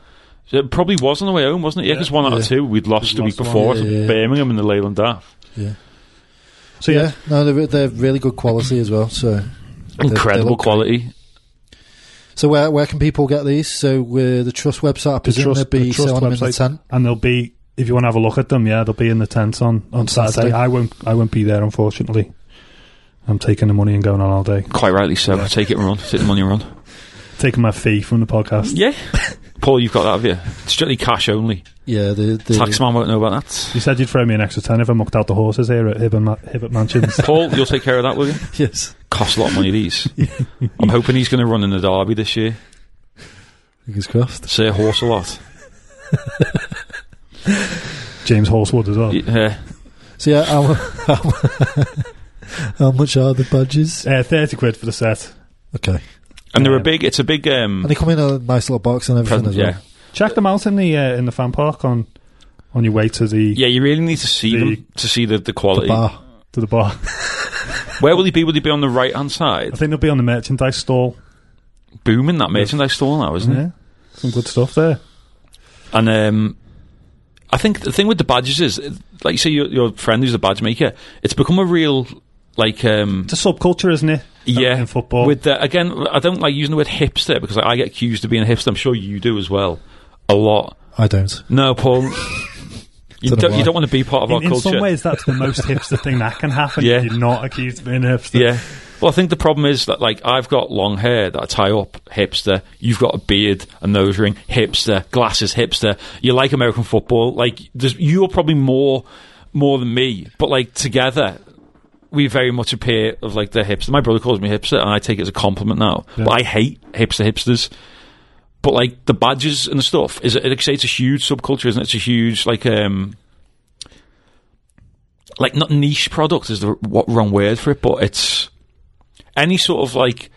D: So It probably was on the way home, wasn't it? Yeah, because one out of
E: Yeah.
D: two we'd lost the
F: We'd
D: week
F: lost
D: before
E: one.
D: to
E: Yeah, yeah.
D: Birmingham in the Leyland Daff.
E: Yeah,
F: So yeah,
E: yeah, no, they're, they're really good quality as well. So they
D: Incredible
E: look great.
D: quality.
E: So where where can people get these? So uh, the trust website, I
F: the
E: presume
F: trust,
E: they'll
F: the
E: be
F: trust
E: selling them in the
F: website,
E: tent.
F: and they'll be if you want to have a look at them. Yeah, they'll be in the tent on on Saturday.
E: Saturday.
F: I won't I won't be there unfortunately. I'm taking the money and going on all day.
D: Quite rightly so. Take it and run. Take the money and run.
F: Taking my fee from the podcast.
D: Yeah. Paul, you've got that, have you? Strictly cash only.
E: Yeah, the, the
D: Taxman won't know about that.
F: You said you'd throw me an extra ten if I mucked out the horses here at Hibbert, Ma- Hibbert Mansions.
D: Paul, you'll take care of that, will you?
E: Yes,
D: Cost a lot of money, these. I'm hoping he's going to run in the derby this year.
E: fingers crossed.
D: Say a horse a lot.
F: James Horsewood as well.
D: Yeah.
E: So yeah, how, how, how much are the badges?
F: Uh, Thirty quid for the set.
E: Okay,
D: And they're a
F: Yeah.
D: big, it's a big um,
E: and they come in a nice little box and everything
D: present,
E: as well.
D: yeah.
F: Check them out in the uh, in the fan park on on your way to the
D: Yeah, you really need to see
F: The-
D: them to see the, the
E: The
D: quality.
E: bar.
F: to the bar.
D: Where will he be? Will he be on the right hand
F: I
D: side?
F: think they'll be on the merchandise stall.
D: Booming that merchandise store now, isn't it?
F: Yeah. Some good stuff there.
D: And um, I think the thing with the badges is, like you say, your, your friend who's a badge maker, it's become a real, like, um,
F: It's a subculture, isn't it?
D: yeah,
F: In football.
D: With the, again, I don't like using the word hipster because like, I get accused of being a hipster. I'm sure you do as well, a lot.
E: I don't.
D: No, Paul, You
E: Don't know
D: don't, you
E: why.
D: don't want to be part of our
F: In, in
D: culture.
F: some ways, that's the most hipster thing that can happen.
D: Yeah.
F: You're not accused of being a hipster.
D: Yeah. Well, I think the problem is that like I've got long hair that I tie up, hipster. You've got a beard, a nose ring, hipster, glasses, hipster. You like American football, like there's, you're probably more more than me, but like together. We very much appear of like the hipster. My brother calls me hipster, and I take it as a compliment now. But I hate hipster hipsters. But like the badges and the stuff is it, like, say it's a huge subculture, isn't it? It's a huge like um like not niche product is the r- what wrong word for it, but it's any sort of like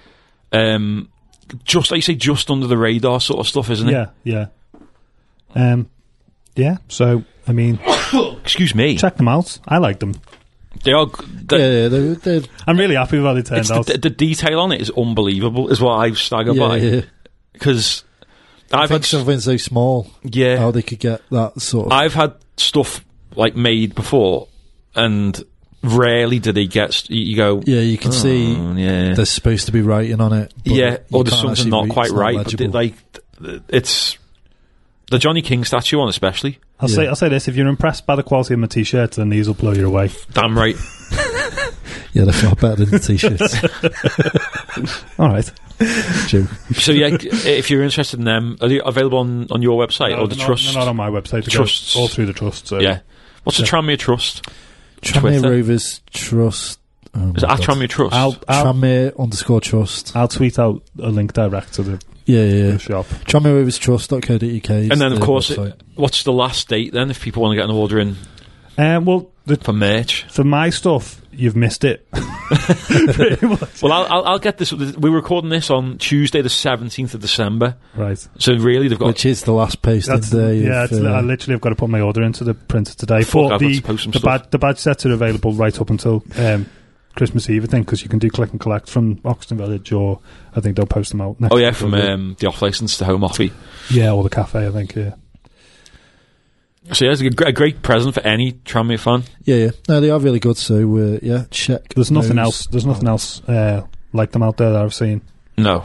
D: um just like you say just under the radar sort of stuff, isn't it?
F: Yeah, yeah. Um, yeah. So I mean,
D: Excuse me.
F: check them out. I like them.
D: They are g- the,
E: yeah, they're, they're,
F: I'm really happy with how they turned
D: it's
F: out.
D: the, the detail on it is unbelievable, is what I stagger
E: yeah,
D: by.
E: yeah.
D: Because
E: I
D: I've
E: think
D: had s-
E: something so small,
D: yeah,
E: how they could get that sort of.
D: I've had stuff like made before, and rarely do they get. St- you go,
E: yeah, you can see
D: "Mm, yeah,
E: there's supposed to be writing on it. but
D: yeah,
E: you
D: or there's
E: can't
D: something
E: actually
D: not
E: read-
D: quite
E: it's
D: right. But they-
E: legible.
D: like, th- it's the Johnny King statue on, especially.
F: I'll say I'll say this: if you're impressed by the quality of my t-shirts, then these will blow you away.
D: Damn right.
E: yeah, they're far better than the t-shirts.
F: All right.
E: Joke.
D: so yeah, g- if you're interested in them, are they available on, on your website
F: No,
D: or the
F: they're not-
D: trust?
F: they're Not, on my website. They go
D: Trusts.
F: All through the trust. So.
D: yeah. What's the
F: Yeah.
D: Tranmere Trust?
E: Tranmere
D: Twitter.
E: Rovers Trust. Oh
D: Is it
E: my
D: at
E: God.
D: Tranmere Trust? Ah.
F: I'll I'll,
E: Tranmere underscore Trust.
F: I'll tweet out a link direct to the,
E: Yeah, yeah.
F: the shop.
E: Tranmere Rovers Trust.co.uk.
D: and then of course, it, what's the last date then? If people want to get an order in
F: Um, well, the,
D: for merch,
F: for my stuff, you've missed it. Pretty much.
D: well, I'll, I'll, I'll get this. We're recording this on Tuesday, the seventeenth of December.
F: Right.
D: So really, they've got.
E: which is the last post
F: That's,
E: day.
F: yeah,
E: of,
F: it's, I
E: uh,
F: literally have got to put my order into the printer today.
D: Fuck,
F: But
D: I've got
F: the,
D: to post some
F: the,
D: stuff.
F: badge, the badge sets are available right up until um, Christmas Eve, I think, because you can do click and collect from Oxton Village, or I think they'll post them out next
D: Oh yeah,
F: week
D: from
F: or the-
D: um, the off license to home office.
F: yeah, or the cafe, I think. Yeah.
D: So yeah, it's a, gr- a great present for any Tranmere fan.
E: yeah, yeah. No, they are really good. So uh, yeah, check.
F: There's nothing
E: those
F: else. There's nothing
E: out.
F: else uh, like them out there that I've seen.
D: No,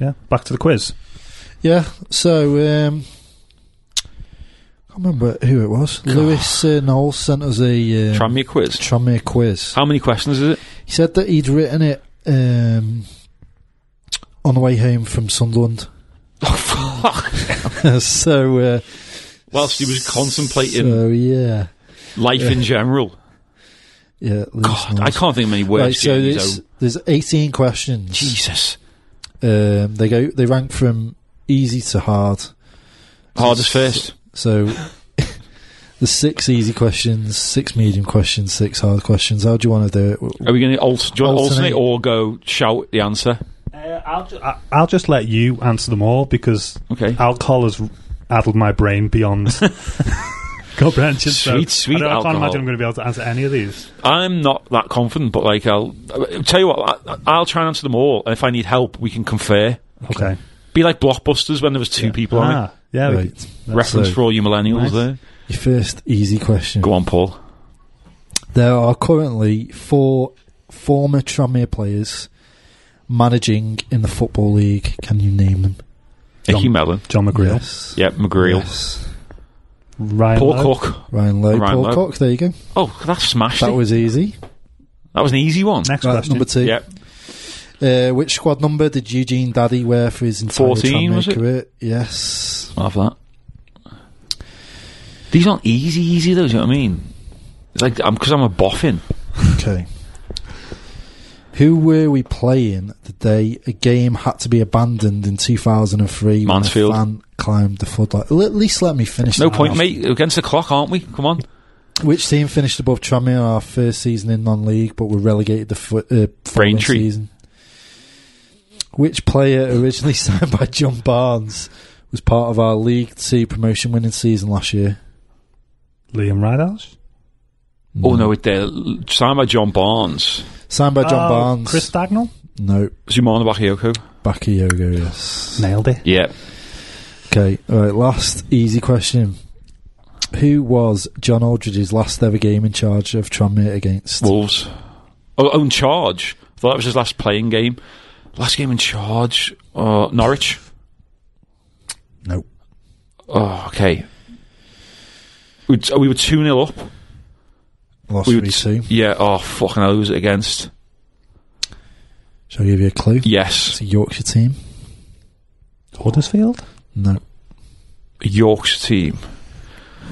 F: Yeah. Back to the quiz.
E: Yeah. So um, I can't remember who it was. Lewis uh, Knowles sent us a um,
D: Tranmere quiz.
E: Tranmere quiz.
D: How many questions is it?
E: He said that he'd written it um, on the way home from Sunderland.
D: Oh fuck!
E: so uh,
D: Whilst he was contemplating
E: So uh, yeah,
D: life in general.
E: yeah. Lewis
D: God,
E: Knowles.
D: I can't think of many words.
E: Right, so
D: Jamie,
E: it's, there's 18 questions.
D: Jesus.
E: Um, they go. They rank from easy to hard.
D: Hardest first.
E: So there's six easy questions, six medium questions, six hard questions. How do you want to do it?
D: Are we going to alt- do you want to alternate
E: Alternate.
D: or go shout the answer?
F: Uh, I'll, ju- I- I'll just let you answer them all because
D: Okay.
F: alcohol has addled my brain beyond comprehension. so
D: Sweet, sweet
F: I, don't- I can't
D: alcohol.
F: imagine I'm going to be able to answer any of these.
D: I'm not that confident, but like I'll, I'll tell you what, I, I'll try and answer them all, and if I need help, we can confer.
F: Okay.
D: Be like blockbusters when there was two people on
F: Ah, yeah. we
E: Right.
D: it. Reference
E: so-
D: for all you millennials
F: Nice.
D: there.
E: Your first easy question.
D: Go on, Paul.
E: There are currently four former Tranmere players managing in the Football League. Can you name them?
D: Nicky Mellon.
F: John McGreal.
E: Yes.
D: Yep, McGreal.
E: Yes.
F: Ryan
D: Paul
F: Lowe.
D: Cook.
E: Ryan Lowe,
D: Ryan
E: Paul
D: Lowe.
E: Cook. There you go.
D: Oh, that smashed
E: That
D: it.
E: was easy.
D: That was an easy one.
F: Next
E: Right,
F: question.
E: number two.
D: Yep.
E: Uh, which squad number did Eugene Daddy wear for his entire
D: 14,
E: Tranmere
D: was it?
E: career? Yes.
D: I'll have that. These aren't easy, easy though. Do you know what I mean? It's like I'm because I'm a boffin.
E: Okay. Who were we playing the day a game had to be abandoned in 2003
D: Mansfield.
E: when a fan climbed the floodlight? Well, at least let me finish.
D: No
E: that
D: point,
E: off.
D: mate. Against the clock, aren't we? Come on.
E: Which team finished above Tranmere our first season in non-league but were relegated the fo- uh, following
D: Braintree.
E: season? Which player originally signed by John Barnes was part of our League Two promotion winning season last year?
F: Liam Rydelsh.
D: Oh no, it there. Signed by John Barnes.
E: Signed by John
F: Oh,
E: Barnes.
F: Chris Dagnall.
E: no,
D: Zumana Bakayoko.
E: Bakayogo, yes.
F: Nailed it.
D: Yeah.
E: Okay, all right, last easy question. Who was John Aldridge's last ever game in charge of Tranmere against?
D: Wolves. Oh, own charge. I thought that was his last playing game. Last game in charge. Uh, Norwich.
E: no.
D: Oh, okay. We'd, we were 2 0 up.
E: Lost
D: We
E: 3
D: were
E: 2.
D: Yeah, oh, fucking hell, who was it against?
E: Shall I give you a clue? It's
D: Yes,
E: a Yorkshire team?
F: Huddersfield?
E: No.
D: a Yorkshire team.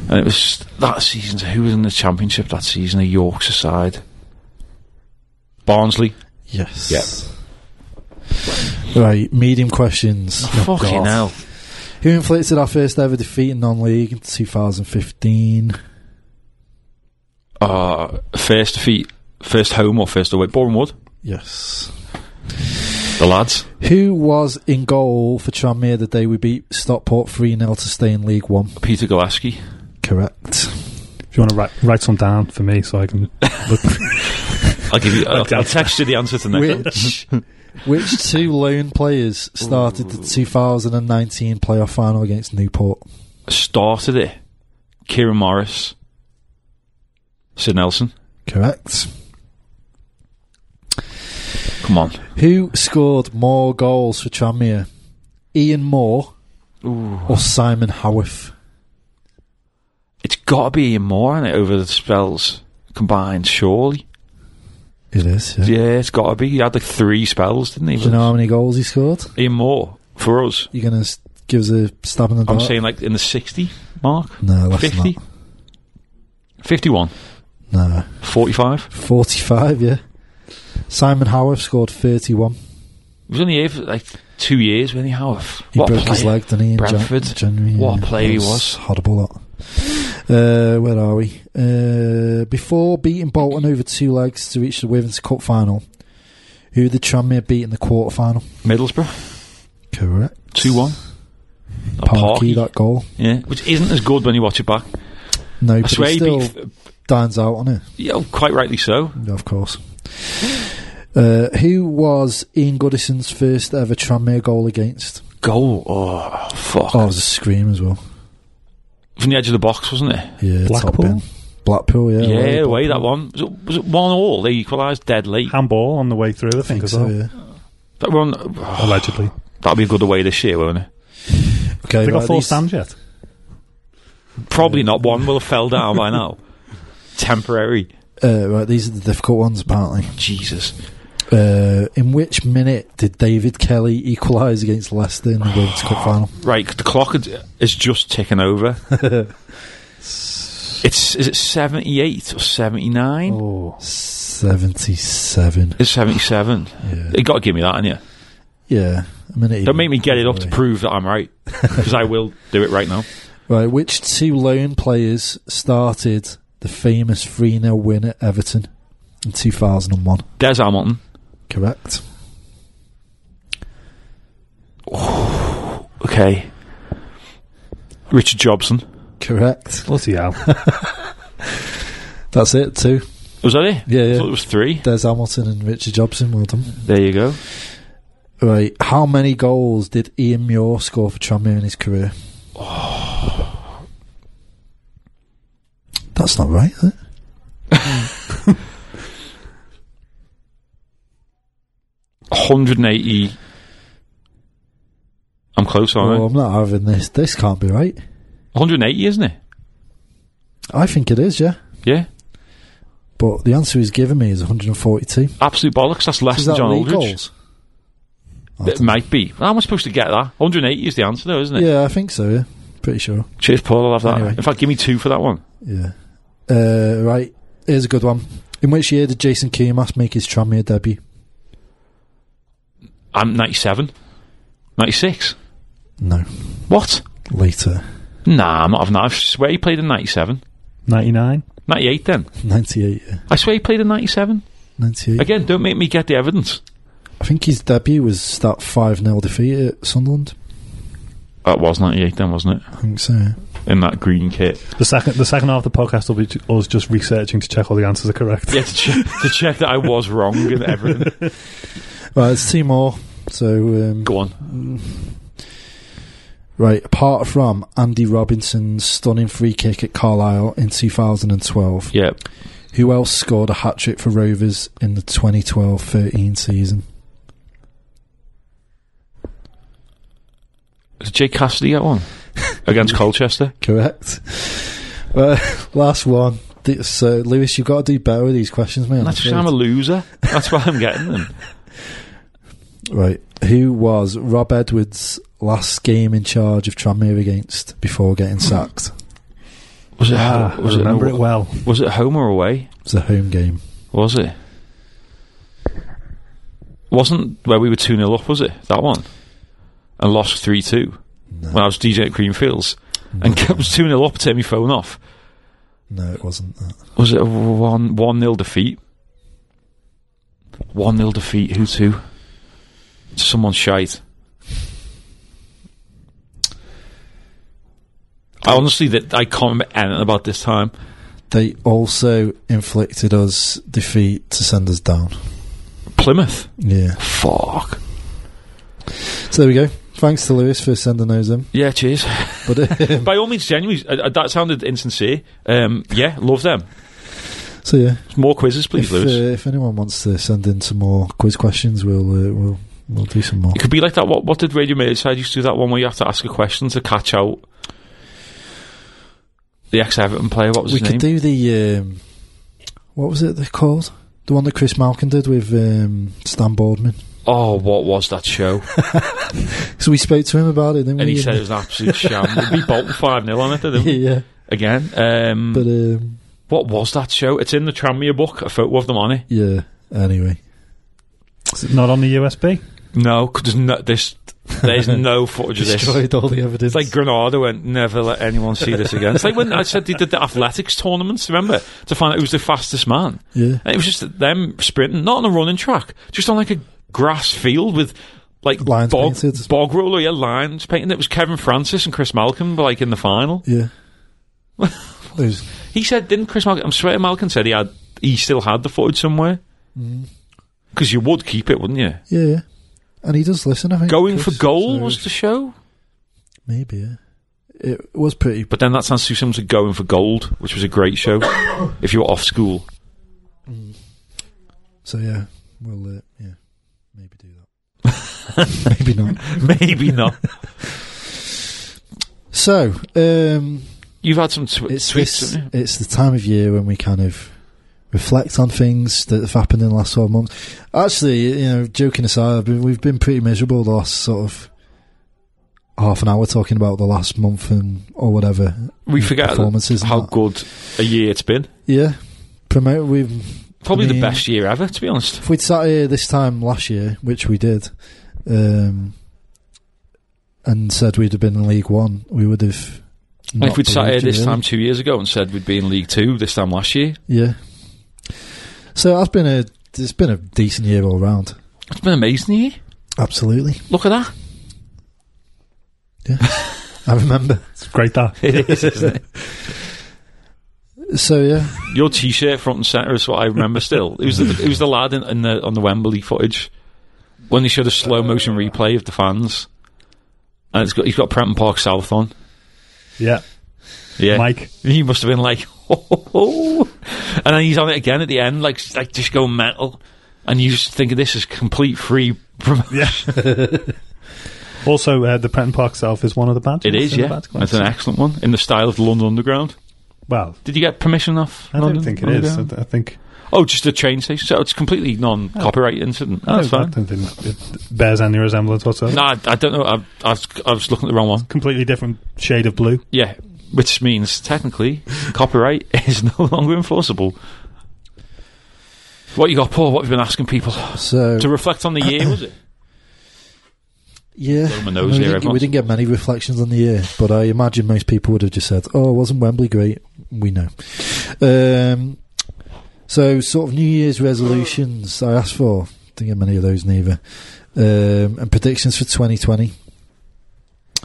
D: And it was that season, who was in the championship that season? A Yorkshire side. Barnsley.
E: Yes. Right, medium questions.
D: Oh, fucking
E: God.
D: hell.
E: Who inflicted our first ever defeat in non league in 2015?
D: Uh, first defeat, first home or first away? Boreham Wood.
E: Yes.
D: The lads.
E: Who was in goal for Tranmere the day we beat Stockport 3 0 to stay in League One?
D: Peter Gillespie.
E: Correct.
F: If you want to write, write some down for me so I can look.
D: I'll give you. I'll, I'll text you the answer to next.
E: Which which two lone players started the 2019 playoff final against Newport?
D: Started it. Kieran Morris. Sid Nelson.
E: Correct.
D: Come on.
E: Who scored more goals for Tranmere? Ian Moore or Simon Howarth?
D: It's got to be Ian Moore in it over the spells combined, surely.
E: It is.
D: Yeah, it's got to be. He had like three spells, didn't he?
E: Do you know how many goals he scored?
D: Ian Moore for us.
E: You're going to give us a stab in the
D: I'm
E: dark?
D: saying like in the 60 mark,
E: no, less than
D: 50, 51,
E: that. No.
D: 45.
E: 45, yeah. Simon Howarth scored 31.
D: He was only here for like two years, wasn't he? Howarth?
E: He
D: What a
E: broke his
D: player.
E: leg, didn't he? In Jan-
D: Bradford.
E: January,
D: What a
E: yeah.
D: player he
E: It
D: was.
E: Horrible lot. Uh, where are we? Uh, before beating Bolton over two legs to reach the Wivens Cup final, who did Tranmere beat in the quarter final?
D: Middlesbrough,
E: Correct.
D: 2 1.
E: Parky, that goal.
D: Yeah, which isn't as good when you watch it back.
E: No,
D: I
E: but
D: swear
E: he
D: he
E: still
D: beat,
E: dines out on it,
D: yeah, oh, quite rightly so.
E: of course. Uh, who was Ian Goodison's first ever Tranmere goal against?
D: Goal, oh, fuck.
E: Oh, it was a scream as well.
D: From the edge of the box, wasn't it?
E: Yeah, top
F: Blackpool?
E: bin. Blackpool, yeah.
D: Yeah,
E: away,
D: away,
E: Blackpool.
D: that one. Was it, was it 1 all? They equalised dead late.
F: Handball on the way through, I think,
E: I think
F: as
E: so,
F: well.
E: yeah.
D: That one, oh,
F: Allegedly.
D: that'll be a good away this year, won't it?
E: Okay,
F: They got
E: right,
F: four
E: these-
F: stands yet?
D: Probably not. One will have fell down by now. Temporary.
E: Uh, right, these are the difficult ones, apparently.
D: Jesus.
E: Uh, in which minute did David Kelly equalise against Leicester in the Women's Cup final?
D: Right, the clock is- is just ticking over. it's is it seventy eight or seventy nine?
F: Oh.
E: 77.
D: It's seventy seven.
E: Yeah.
D: You got to give me that, ain't you?
E: Yeah, a minute.
D: Don't make me get it up to prove that I'm right, because I will do it right now.
E: Right, which two lone players started the famous 3 0 win at Everton in 2001?
D: Des Hamilton.
E: Correct.
D: Okay. Richard Jobson.
E: Correct.
F: Bloody hell.
E: That's it, two.
D: Was that it?
E: Yeah,
D: I
E: yeah.
D: thought it was three.
E: Des Hamilton and Richard Jobson, well done.
D: There you go.
E: Right, how many goals did Ian Muir score for Tranmere in his career? That's not right, is it?
D: hundred and eighty. I'm close on
E: Oh,
D: it.
E: I'm not having this. This can't be right.
D: One hundred and eighty, isn't it?
E: I think it is, yeah.
D: Yeah.
E: But the answer he's given me is 142.
D: Absolute bollocks. That's less
E: Is
D: than
E: that
D: John
E: league
D: Aldridge.
E: goals?
D: It might be. How am I supposed to get that? 180 is the answer, though, isn't it?
E: Yeah, I think so, yeah. Pretty sure.
D: Cheers, Paul. I'll have that.
E: Anyway.
D: In fact, give me two for that one.
E: Yeah. Uh, right, here's a good one. In which year did Jason Kumas make his Tranmere debut?
D: I'm 97. 96.
E: No.
D: What?
E: Later.
D: Nah, I'm not having that. I swear he played in 97.
F: 99?
D: 98 then.
E: 98, yeah.
D: I swear he played in 97.
E: 98.
D: Again, don't make me get the evidence.
E: I think his debut was that 5 0 defeat at Sunderland.
D: That was 98 then, wasn't
E: I think so.
D: it? In that green kit.
F: The second the second half of the podcast will be ju- us just researching to check all the answers are correct.
D: Yeah, to, che- to check that I was wrong in everything.
E: Right, it's two more. So, um,
D: Go on.
E: right, apart from Andy Robinson's stunning free kick at Carlisle in 2012,
D: Yeah.
E: who else scored a hat trick for Rovers in the 2012 13 season?
D: Did Jay Cassidy get one? Against Colchester?
E: Correct. Well, last one. Th- So, Lewis, you've got to do better with these questions, man.
D: That's because I'm a loser. That's why I'm getting them.
E: Right. Who was Rob Edwards' last game in charge of Tranmere against before
D: Hmm.
E: getting sacked?
D: Was it?
F: Ah, I
D: was it,
F: remember it well.
D: was it home or away?
E: It was a home game.
D: Was it? Wasn't where we were 2 0 up, was it? That one? And lost 3 2 when I was DJ at Creamfields. And kept 2 0 up, turned my phone off.
E: No, it wasn't that.
D: Was it a 1 1 0 defeat? 1 0 defeat, who to? Someone shite. I honestly, that I can't remember anything about this time.
E: They also inflicted us defeat to send us down.
D: Plymouth.
E: Yeah.
D: Fuck.
E: So there we go. Thanks to Lewis for sending those in.
D: Yeah, cheers.
E: But um,
D: By all means, genuinely, uh, uh, that sounded insincere. Um, yeah, love them.
E: so yeah,
D: More quizzes, please,
E: if, uh,
D: Lewis.
E: if anyone wants to send in some more quiz questions, we'll uh, we'll we'll do some more.
D: it could be like that. What, what did Radio Merseyside used to do that one where you have to ask a question to catch out the ex Everton player? What was
E: We
D: his
E: could
D: name?
E: do the um, what was it they called? The one that Chris Malkin did with um, Stan Boardman.
D: oh, what was that show?
E: So we spoke to him about it, didn't
D: and
E: we?
D: he said it was an absolute sham. We beat Bolton 5 0 on it, didn't
E: yeah,
D: we?
E: yeah.
D: Again. Um,
E: But um,
D: what was that show? It's in the Tranmere book, a photo of them on it.
E: yeah. Anyway,
F: Is it not on the USB?
D: No, 'cause there's no, there's, there's no footage of this.
E: destroyed all the
D: It's
E: evidence.
D: like Granada went, never let anyone see this again. It's like when I said they did the athletics tournaments, remember? To find out who was the fastest man.
E: yeah,
D: And it was just them sprinting, not on a running track, just on like a grass field with like
E: Lines
D: bog,
E: painted.
D: bog roller, yeah, lines painting. It was Kevin Francis and Chris Malcolm, but like in the final.
E: yeah. There's-
D: He said, didn't Chris Malcolm, I'm swearing Malcolm said he had, he still had the footage somewhere. Because you would keep it, wouldn't you?
E: Mm-hmm. yeah, yeah. And he does listen. I think
D: Going for
E: Chris,
D: goal
E: so
D: was the show,
E: maybe. Yeah. It was pretty.
D: but then that sounds too similar to Going for Gold, which was a great show if you were off school.
E: So yeah, we'll uh, yeah, maybe do that. maybe not.
D: Maybe not.
E: So um,
D: You've had some tw-
E: it's
D: tweets.
E: this,
D: haven't you?
E: it's the time of year when we kind of reflect on things that have happened in the last twelve months. Actually, you know, joking aside, I've been, we've been pretty miserable the last sort of half an hour talking about the last month and or whatever.
D: We forget
E: performances and
D: how
E: that.
D: good a year it's been.
E: Yeah, promote. We've
D: Probably
E: I mean-
D: the best year ever, to be honest.
E: If we'd sat here this time last year, which we did, um, and said we'd have been in League One, we would have.
D: And
E: not
D: if we'd sat here
E: believed you,
D: this
E: really.
D: time two years ago and said we'd be in League Two this time last year,
E: yeah. So that's been a it's been a decent year all round.
D: it's been an amazing year.
E: Absolutely,
D: Look at that.
E: I remember.
F: It's great that.
D: It is, isn't it?
E: So yeah,
D: Your T-shirt front and centre is what I remember still. It was the, it was the lad in, in the, on the Wembley footage when they showed a slow motion replay of the fans, and it's got he's got Prenton Park South on.
F: Yeah.
D: Yeah,
F: Mike.
D: He must have been like, "Oh." and then he's on it again at the end, like like just go mental, and you just think this is complete free. Prom-
F: Yeah. also, uh, the Prenton Park South is one of the bands.
D: it is, yeah. It's an excellent one in the style of the London Underground.
F: Well,
D: Did you get permission off?
F: I
D: London
F: don't think it is. I,
D: Underground?
F: th- I think
D: Oh, just a train station. So it's completely non-copyright incident.
F: I
D: That's
F: don't-
D: fine.
F: I don't think it bears any resemblance whatsoever.
D: No, I, I don't know. I, I, was, I was looking at the wrong one.
F: Completely different shade of blue.
D: Yeah, which means technically copyright is no longer enforceable. What you got, Paul? What have you been asking people
E: so
D: to reflect on the year? Was it?
E: yeah,
D: my nose here,
E: I mean, we, didn't, we
D: everyone's-
E: didn't get many reflections on the year, but I imagine most people would have just said, "Oh, wasn't Wembley great?" We know. Um, so, sort of New Year's resolutions I asked for. Didn't get many of those neither. Um, and predictions for 2020.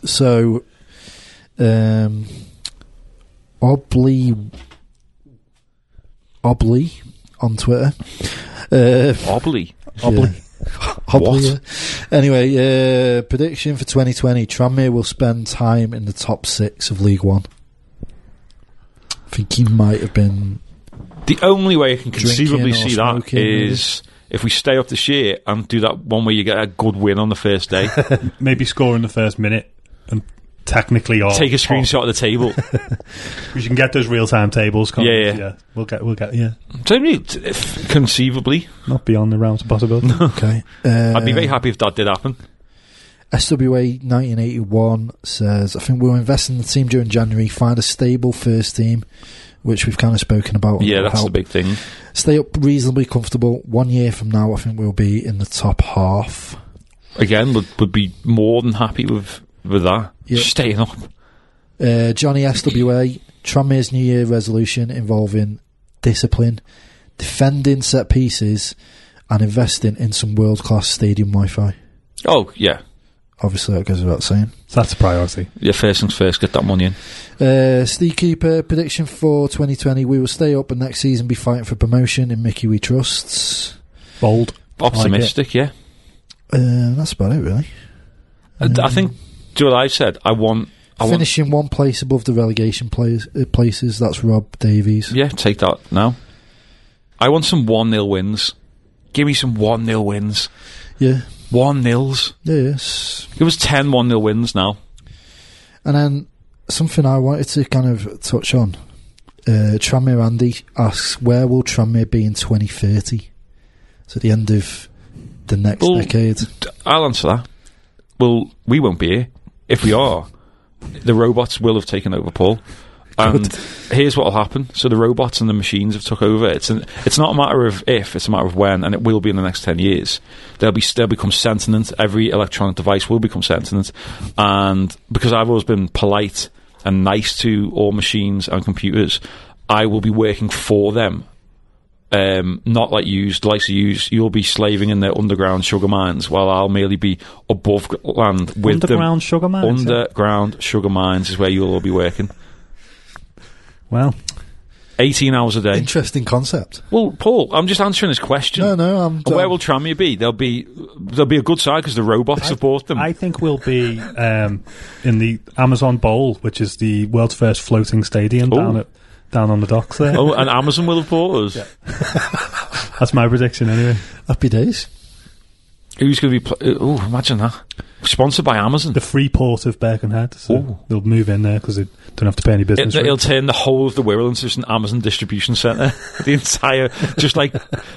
E: So, um, Obly, Obly on Twitter. Uh,
D: Obley.
E: Hobbly.
D: What?
E: Hobbly. yeah. Anyway, uh, prediction for 2020 Tranmere will spend time in the top six of League One. I think he might have been.
D: The only way I can conceivably
E: Drinking or
D: see that
E: smoking, maybe.
D: is if we stay up this year and do that one where you get a good win on the first day.
F: Maybe score in the first minute and technically
E: Oh,
F: are
D: Take a screenshot of the table.
F: Because you can get those real time tables. Can't
D: Yeah,
F: you?
D: yeah.
F: We'll get, we'll get, yeah.
D: so, if- conceivably,
F: Not beyond the realms of possibility.
E: Okay. Uh,
D: I'd be very happy if that did happen.
E: SWA 1981 says, I think we'll invest in the team during January, find a stable first team, which we've kind of spoken about. and
D: Yeah,
E: will
D: that's
E: help.
D: the big thing.
E: Stay up reasonably comfortable. One year from now, I think we'll be in the top half.
D: Again, would would be more than happy with with that.
E: Yeah.
D: Staying up.
E: Uh, Johnny SWA, Tranmere's New Year resolution involving discipline, defending set pieces, and investing in some world class stadium Wi Fi.
D: Oh yeah,
E: Obviously, that goes without saying.
F: So that's a priority.
D: yeah. First things first, get that money in.
E: Uh, Steve Keeper prediction for 2020: We will stay up and next season be fighting for promotion in Mickey We Trusts.
F: Bold.
D: Optimistic, yeah.
E: Uh, that's about it, really.
D: I, I
E: Mm.
D: think. Do what I said. I want. I want.
E: Finishing one place above the relegation players, uh, places. That's Rob Davies.
D: Yeah, take that now. I want some one 0 wins. Give me some one 0 wins.
E: Yeah.
D: One nils.
E: yeah, yes.
D: It was 10 1 0 wins now.
E: And then something I wanted to kind of touch on. Uh, Tranmere Andy asks, "Where will Tranmere be in 2030?" So at the end of the next
D: Well,
E: decade.
D: D- I'll answer that. Well, we won't be here. If we are, the robots will have taken over, Paul. And Um, here's what will happen. So the robots and the machines have took over. It's an, it's not a matter of if, it's a matter of when, and it will be in the next ten years. They'll be they'll become sentient. Every electronic device will become sentient. And because I've always been polite and nice to all machines and computers, I will be working for them um, not like used, like used, you'll be slaving in their underground sugar mines, while I'll merely be above gr- land with them.
F: Underground sugar mines, yeah.
D: Underground sugar mines is where you'll all be working.
F: Well,
D: 18 hours a day.
E: Interesting concept.
D: Well, Paul, I'm just answering his question.
E: No, no, I'm.
D: And Where will Tramia be? There'll be there'll be a good side because the robots have bought them.
F: I think we'll be um, in the Amazon Bowl, which is the world's first floating stadium
D: Ooh.
F: down at, down on the docks there.
D: oh, and Amazon will have bought us.
F: That's my prediction anyway.
E: happy days?
D: Who's going to be? Pl- oh, imagine that. Sponsored by Amazon.
F: The free port of Birkenhead. So
D: Ooh.
F: they'll move in there because they don't have to pay any business.
D: It, it'll
F: rate.
D: turn the whole of the world into just an Amazon distribution center. the entire, just like,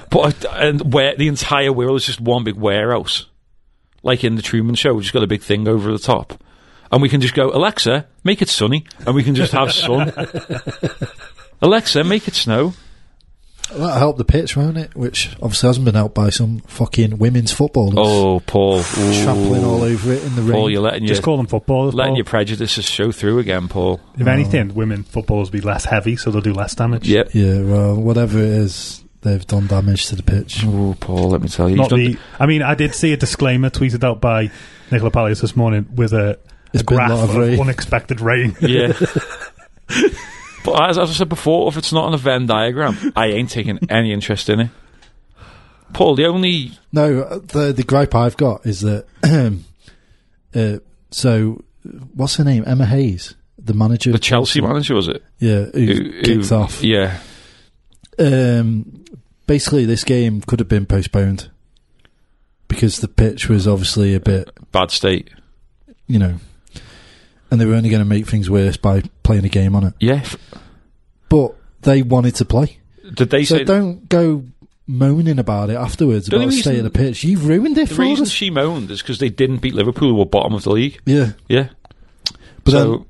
D: but and where the entire world is just one big warehouse, like in the Truman Show. We've just got a big thing over the top, and we can just go, Alexa, make it sunny, and we can just have sun. Alexa, make it snow.
E: That'll help the pitch, won't it? Which obviously hasn't been helped by some fucking women's footballers
D: Oh, Paul, Ooh.
E: trampling all over it in the
D: Paul,
E: rain.
D: you're letting your
F: Just call them footballers.
D: letting
F: Paul.
D: your prejudices show through again, Paul.
F: if
D: oh.
F: anything, women footballers will be less heavy, so they'll do less damage.
D: Yep.
E: Yeah, well, whatever it is, they've done damage to the pitch.
D: Oh, Paul, let me tell you,
F: Not
D: You've done-
F: the, I mean, I did see a disclaimer tweeted out by Nicola Palios this morning with a,
E: It's
F: a
E: been a
F: graph
E: lot of
F: of,
E: rain.
F: unexpected rain.
D: Yeah. but as, as I said before, if it's not on a Venn diagram, I ain't taking any interest in it. Paul, the only
E: No, uh, the the gripe I've got is that. uh, so, what's her name? Emma Hayes, the manager.
D: the Chelsea manager was it?
E: Yeah, who,
D: Who- who-
E: kicked off.
D: Yeah,
E: Um, basically, this game could have been postponed because the pitch was obviously a bit,
D: bad state.
E: you know, and they were only going to make things worse by playing a game on it.
D: Yeah. f-
E: But they wanted to play.
D: Did they
E: So
D: say
E: don't go moaning about it afterwards
D: The
E: about
D: only
E: the state of
D: reason-
E: the pitch. You've ruined it
D: the
E: for
D: reason
E: us.
D: she moaned is because they didn't beat Liverpool, who were bottom of the league.
E: yeah,
D: Yeah.
E: but
D: so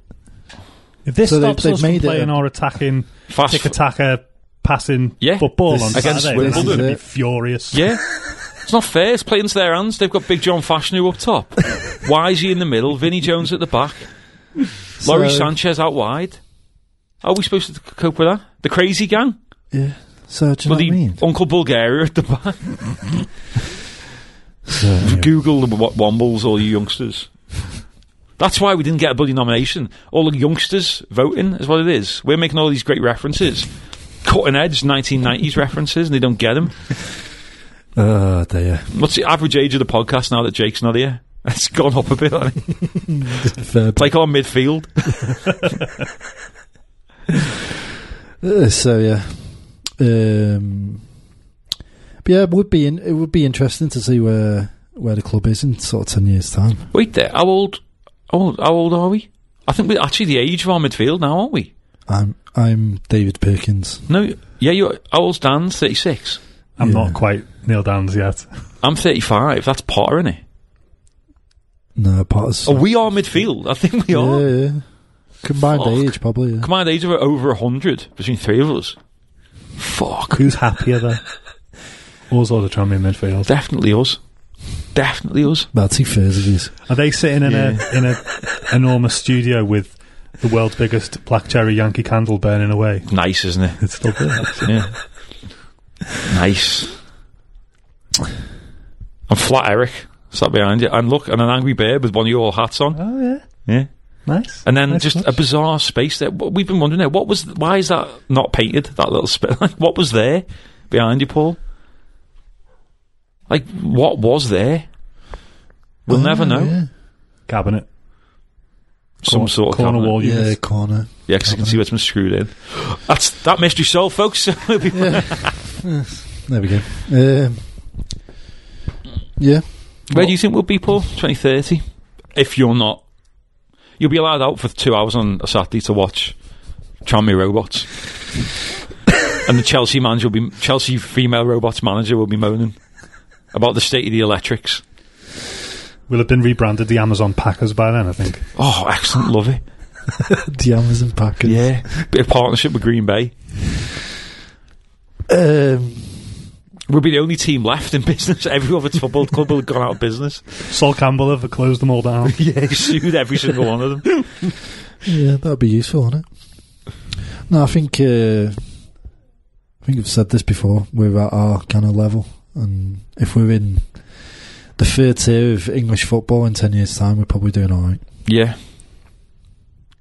F: If this
E: So they've-
F: stops
E: they've
F: us
E: made it
F: from playing
E: a-
F: our attacking
D: Fast
F: tick attacker passing
D: Yeah.
F: football
E: This-
F: on
D: Against
F: Saturday, then I'm
E: Wimbledon.
F: gonna be
E: This is
F: furious.
D: yeah. It's not fair. It's playing into their hands. They've got Big John Fashanu up top. Why is he in the middle? Vinny Jones at the back.
E: then,
D: Laurie
E: so,
D: Sanchez out wide. Are we supposed to c- cope with that? The crazy gang.
E: yeah. So do you know what I
D: Bloody
E: mean?
D: Uncle Bulgaria at the back.
E: So, anyway.
D: Google the w- Wombles, all you youngsters. That's why we didn't get a bloody nomination. All the youngsters voting is what it is. We're making all these great references. Cutting edge 1990s references, and they don't get them.
E: Oh dear,
D: What's the average age of the podcast now that Jake's not here? It's gone up a bit. I think.
E: Fair
D: Like our midfield.
E: play. Uh, so yeah, um, but yeah, it would be in, it would be interesting to see where where the club is in sort of ten years' time.
D: Wait there. How old? How old, how old are we? I think we're actually the age of our midfield now, aren't we?
E: I'm I'm David Perkins.
D: No, yeah, you're how old's Dan? Thirty six.
F: I'm
E: Yeah.
F: not quite Neil Dan's yet.
D: I'm thirty five. That's Potter, isn't it?
E: No, Potter's.
D: Oh, we are midfield. I think we
E: yeah,
D: are.
E: yeah. Combined
D: Fuck.
E: age, probably. Yeah.
D: Combined age of over hundred between three of us. Fuck.
F: Who's happier there? Us or the Tranmere midfield?
D: Definitely us. Definitely us.
E: That's he fares it is.
F: Are they sitting in a in a enormous studio with the world's biggest black cherry Yankee candle burning away?
D: Nice, isn't it?
F: It's still there.
D: Yeah. nice. I'm flat Eric sat behind you, and look, and an angry bear with one of your hats on.
F: Oh yeah,
D: Yeah.
F: nice.
D: And then
F: Nice
D: just a
F: touch.
D: bizarre space there. What- We've been wondering there. What was? Why is that not painted? That little spit. Like, what was there behind you, Paul? Like, what was there?
F: Oh,
D: We'll never know.
E: Yeah,
F: cabinet,
D: Some
F: Cor-
D: sort of
F: corner
D: cabinet.
F: wall
E: yeah
F: unit.
E: corner.
D: Yeah, 'cause you can see where it's been screwed in. That's that mystery solved, folks. We'll be-
E: There we go. Um, yeah,
D: Where do you think we'll be, Paul? Twenty thirty. If you're not, you'll be allowed out for two hours on a Saturday to watch Tranmere robots. and the Chelsea manager will be Chelsea female robots manager will be moaning about the state of the electrics.
F: Will have been rebranded the Amazon Packers by then, I think.
D: Oh, excellent, love it.
E: the Amazon package.
D: Yeah, bit of partnership with Green Bay.
E: Um,
D: We'll be the only team left in business. Every other football club will have gone out of business.
F: Sol Campbell have closed them all down.
D: Yeah, he sued every single one of them.
E: yeah, that'd be useful, wouldn't it? No, I think uh, I think I've said this before. We're at our kind of level, and if we're in the third tier of English football in ten years' time, we're probably doing all right.
D: Yeah,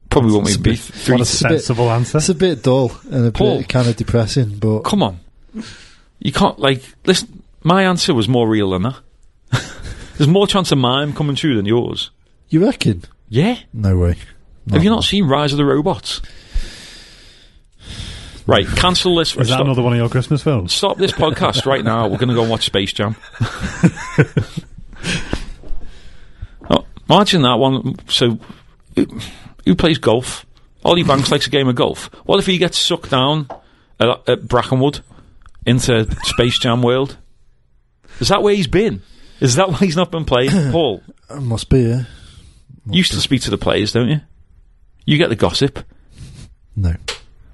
D: probably won't
E: It's
D: we
E: a
D: be
E: bit-
D: three
E: what a bit-
F: Sensible answer.
E: It's a bit dull and a
D: Paul.
E: bit kind of depressing, but
D: come on. You can't, like, listen, my answer was more real than that. There's more chance of mine coming true than yours.
E: you reckon?
D: Yeah?
E: No way.
D: Have you not seen Rise of the Robots? Right, cancel this.
F: Is that
D: stop,
F: another one of your Christmas films?
D: stop this podcast right now. We're going to go and watch Space Jam. oh, imagine that one. So, who, who plays golf? Ollie Banks likes a game of golf. What if he gets sucked down at, at Brackenwood into Space Jam World? Is that where he's been? Is that why he's not been playing? Paul,
E: It must be, eh? yeah.
D: you still speak to the players, don't you? You get the gossip.
E: No.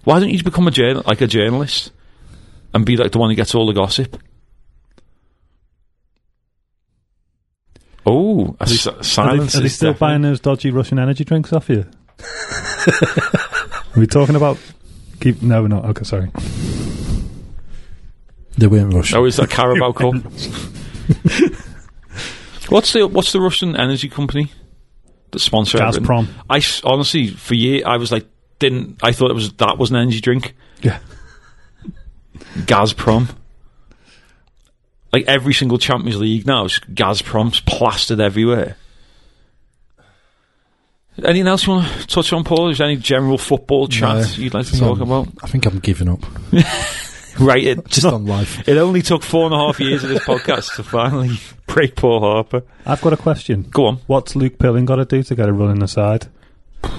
D: Why don't you just become a journal like a journalist and be like the one who gets all the gossip? Oh, a s-
F: Are they,
D: silence.
F: are they
D: is
F: still
D: deafening.
F: buying those dodgy Russian energy drinks off you? are we talking about? Keep no, we're not. Okay, sorry.
E: They weren't Russian.
D: Oh, is that Carabao Cup? what's the What's the Russian energy company that sponsor everything?
F: Gazprom.
D: I s- honestly, for year, I was like, didn't I thought it was that was an energy drink?
F: Yeah.
D: Gazprom. Like every single Champions League now, it's Gazprom's plastered everywhere. Anything else you want to touch on, Paul? Is there any general football chat
E: No.
D: you'd like to
E: So
D: talk about?
E: I think I'm giving up.
D: Right, it,
E: Just on life.
D: it only took four and a half years of this podcast to finally break Paul Harper.
F: I've got a question.
D: Go on.
F: What's Luke Pilling got to do to get a run in the side? I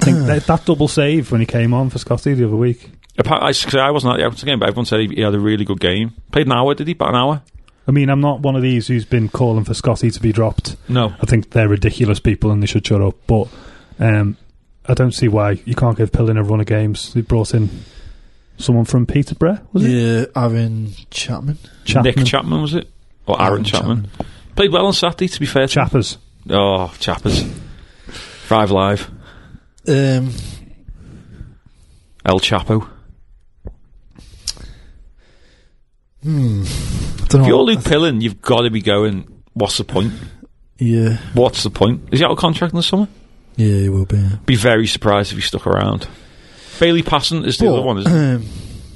F: think that, that double save when he came on for Scotty the other week.
D: Apart, I, 'cause I wasn't at the Everton game, but everyone said he, he had a really good game. Played an hour, did he? About an hour?
F: I mean, I'm not one of these who's been calling for Scotty to be dropped.
D: No.
F: I think they're ridiculous people and they should shut up. But um, I don't see why you can't give Pilling a run of games. They brought in someone from Peterborough, was it?
E: Yeah, Aaron Chapman.
F: Chapman.
D: Nick Chapman, was it? Or Aaron
E: Aaron
D: Chapman. Played well on Saturday, to be fair. to him.
F: Chappers.
D: Oh, Chappers. Five Live.
E: Um,
D: El Chapo.
E: I don't know.
D: If
F: Oh,
D: you're Luke Pillen, you've got to be going, what's the point?
E: yeah,
D: What's the point? Is he out of contract in the summer?
E: yeah, he will be. yeah.
D: Be very surprised if he stuck around. Bailey Passon is the
E: But,
D: other one, isn't it?
E: um,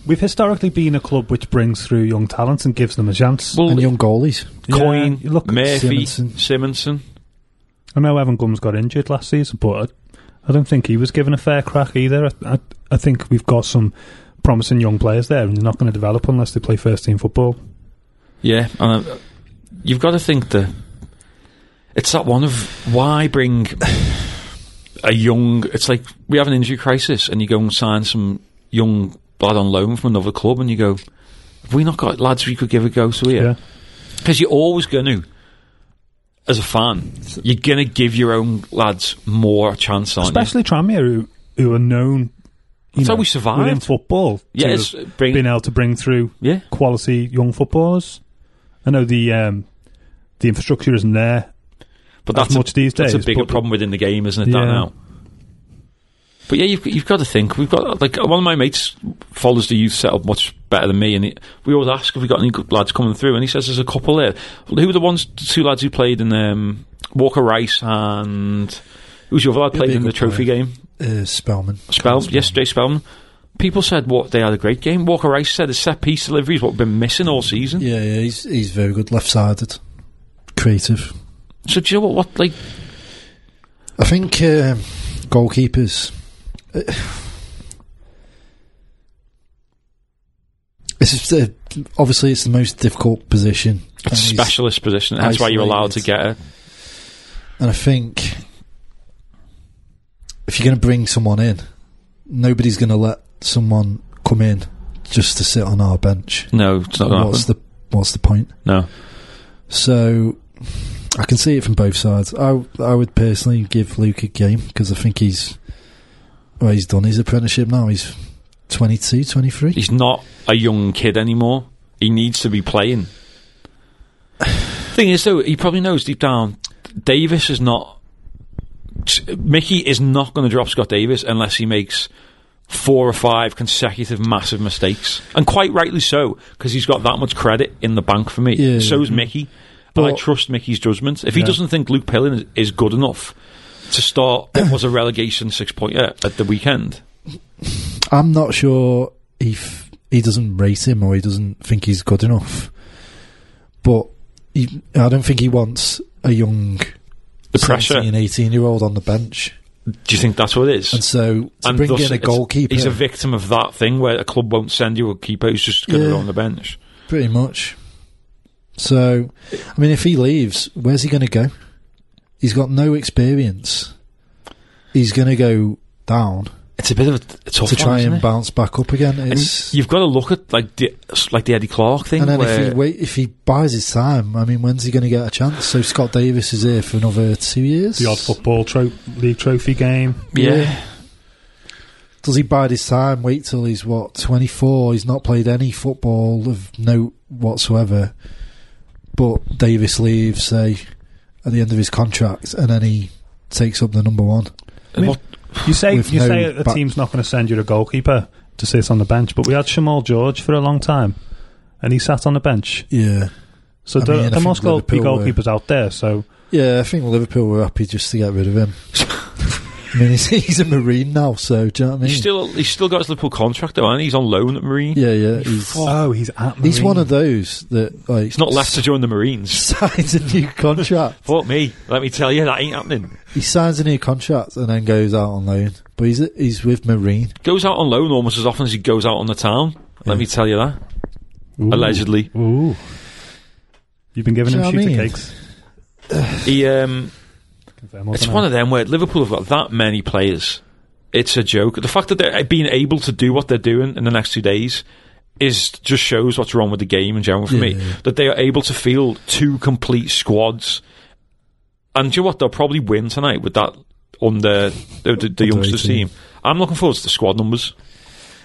F: We've historically been a club which brings through young talent and gives them a chance.
D: Well,
E: and young goalies.
D: Coyne,
F: Yeah, look at
D: Murphy,
E: Simonson.
D: Simonson.
F: I know Evan Gums got injured last season, but I, I don't think he was given a fair crack either. I, I, I think we've got some promising young players there, and they're not going to develop unless they play first team football.
D: Yeah, and uh, you've got to think that it's that one of why bring a young. It's like we have an injury crisis, and you go and sign some young lad on loan from another club, and you go, "Have we not got lads we could give a go to
F: Yeah.
D: here?" Because you're always going to, as a fan, you're going to give your own lads more chance on it.
F: Especially Tranmere, who, who are known. You
D: That's
F: know,
D: how we survived.
F: within football. to
D: Yeah, it's
F: have
D: bring-
F: been able to bring through
D: Yeah,
F: quality young footballers. I know the um, the infrastructure isn't there
D: but
F: as
D: that's
F: much
D: a,
F: these days.
D: that's a bigger
F: but-
D: problem within the game, isn't it? That
F: Yeah.
D: now. But yeah, you've you've got to think. We've got like one of my mates follows the youth setup much better than me, and he, we always ask have we got any good lads coming through, and he says there's a couple there. Who were the ones, the two lads who played in um, Walker Rice and who's your other lad
E: He'll be
D: played
E: a
D: in the
E: good
D: trophy
E: player.
D: game?
E: Uh, Spellman.
D: Spell yesterday, Spellman. People said what they had a great game. Walker Rice said his set piece delivery is what we've been missing all season.
E: Yeah, yeah, he's he's very good, left-sided, creative.
D: So do you know what? What like
E: I think um goalkeepers. uh, This is the, obviously it's the most difficult position. and
D: it's a
E: he's-
D: specialist position. That's why you're allowed to
E: isolated.
D: get a
E: And I think if you're going to bring someone in, nobody's going to let someone come in just to sit on our bench.
D: no. It's not going to
E: What's
D: happen.
E: the what's the point?
D: No.
E: So I can see it from both sides. I I would personally give Luke a game because I think he's well, he's done his apprenticeship now. He's 22, 23.
D: He's not a young kid anymore. He needs to be playing. Thing is, though, he probably knows deep down Davis is not. Mickey is not going to drop Scott Davis unless he makes four or five consecutive massive mistakes, and quite rightly so because he's got that much credit in the bank for me.
E: Yeah.
D: So's Mickey. and I
E: But-
D: trust Mickey's judgment. If he doesn't think Luke Pillin is, is good enough to start what was a relegation six pointer at the weekend,
E: I'm not sure if he doesn't rate him or he doesn't think he's good enough. But he, I don't think he wants a young
D: the pressure.
E: 17, 18 year old on the bench.
D: Do you think that's what it is?
E: And so to bring
D: thus
E: in a
D: it's-
E: goalkeeper,
D: He's a victim of that thing where a club won't send you a keeper who's just going to
E: Yeah.
D: go on the bench.
E: pretty much. So, I mean, if he leaves, where's he going to go? He's got no experience. He's going to go down
D: It's a bit of a t- a tough
E: to
D: one,
E: try
D: isn't
E: and
D: it?
E: bounce back up again.
D: And
E: It's,
D: you've got to look at like the like the Eddie Clark thing.
E: and then
D: where
E: if he wait, if he buys his time, I mean, when's he going to get a chance? So Scott Davis is here for another two years.
F: The odd football tro- league trophy game.
D: yeah,
E: Does he bide his time? Wait till he's what twenty four? He's not played any football of note whatsoever. But Davis leaves, say, at the end of his contract, and then he takes up the number one.
F: I mean,
D: What-
F: you say
E: With
F: you
E: no
F: say a
E: back-
F: team's not going to send you a goalkeeper to sit on the bench, but we had Shamal George for a long time, and he sat on the bench.
E: Yeah,
F: So
E: I
F: there,
E: mean, I
F: there
E: think
F: must go- be
E: Liverpool were-
F: goalkeepers out there. So
E: yeah. I think Liverpool were happy just to get rid of him. I mean, he's, he's a marine now, so do you know what I mean?
D: he's still he's still got his Liverpool contract though, and he's on loan at Marine.
E: yeah, yeah. He's,
F: oh, he's at
E: he's one of those that like
D: He's not left to join the Marines.
E: signs a new contract.
D: Fuck me, let me tell you, that ain't happening.
E: he signs a new contract and then goes out on loan. But he's he's with Marine.
D: Goes out on loan almost as often as he goes out on the town. Let
E: Yeah.
D: me tell you that. Allegedly,
F: Ooh, you've been giving
E: Do you
F: him
E: know what I
F: shooter
E: mean?
F: cakes.
D: he um, It's one of them where Liverpool have got that many players. It's a joke. The fact that they're uh, being able to do what they're doing in the next two days is just shows what's wrong with the game in general for me.
E: Yeah, yeah.
D: That they are able to field two complete squads. And do you know what? They'll probably win tonight with that under uh, the, the, the youngsters
E: 18.
D: team. I'm looking forward to the squad numbers.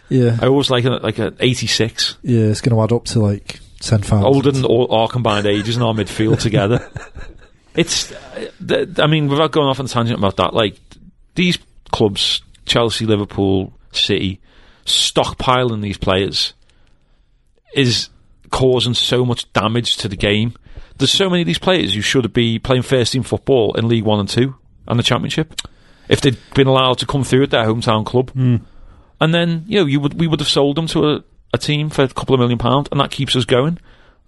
E: Yeah,
D: I always like a, like an 86.
E: yeah. It's going to add up to like ten thousand.
D: older than all our combined ages in our midfield together. It's, uh, th- I mean, without going off on a tangent about that, like these clubs, Chelsea, Liverpool, City, stockpiling these players is causing so much damage to the game. There's so many of these players who should be playing first team football in League One and Two and the Championship if they'd been allowed to come through at their hometown club. And then you know you would we would have sold them to a, a team for a couple of million pounds, and that keeps us going.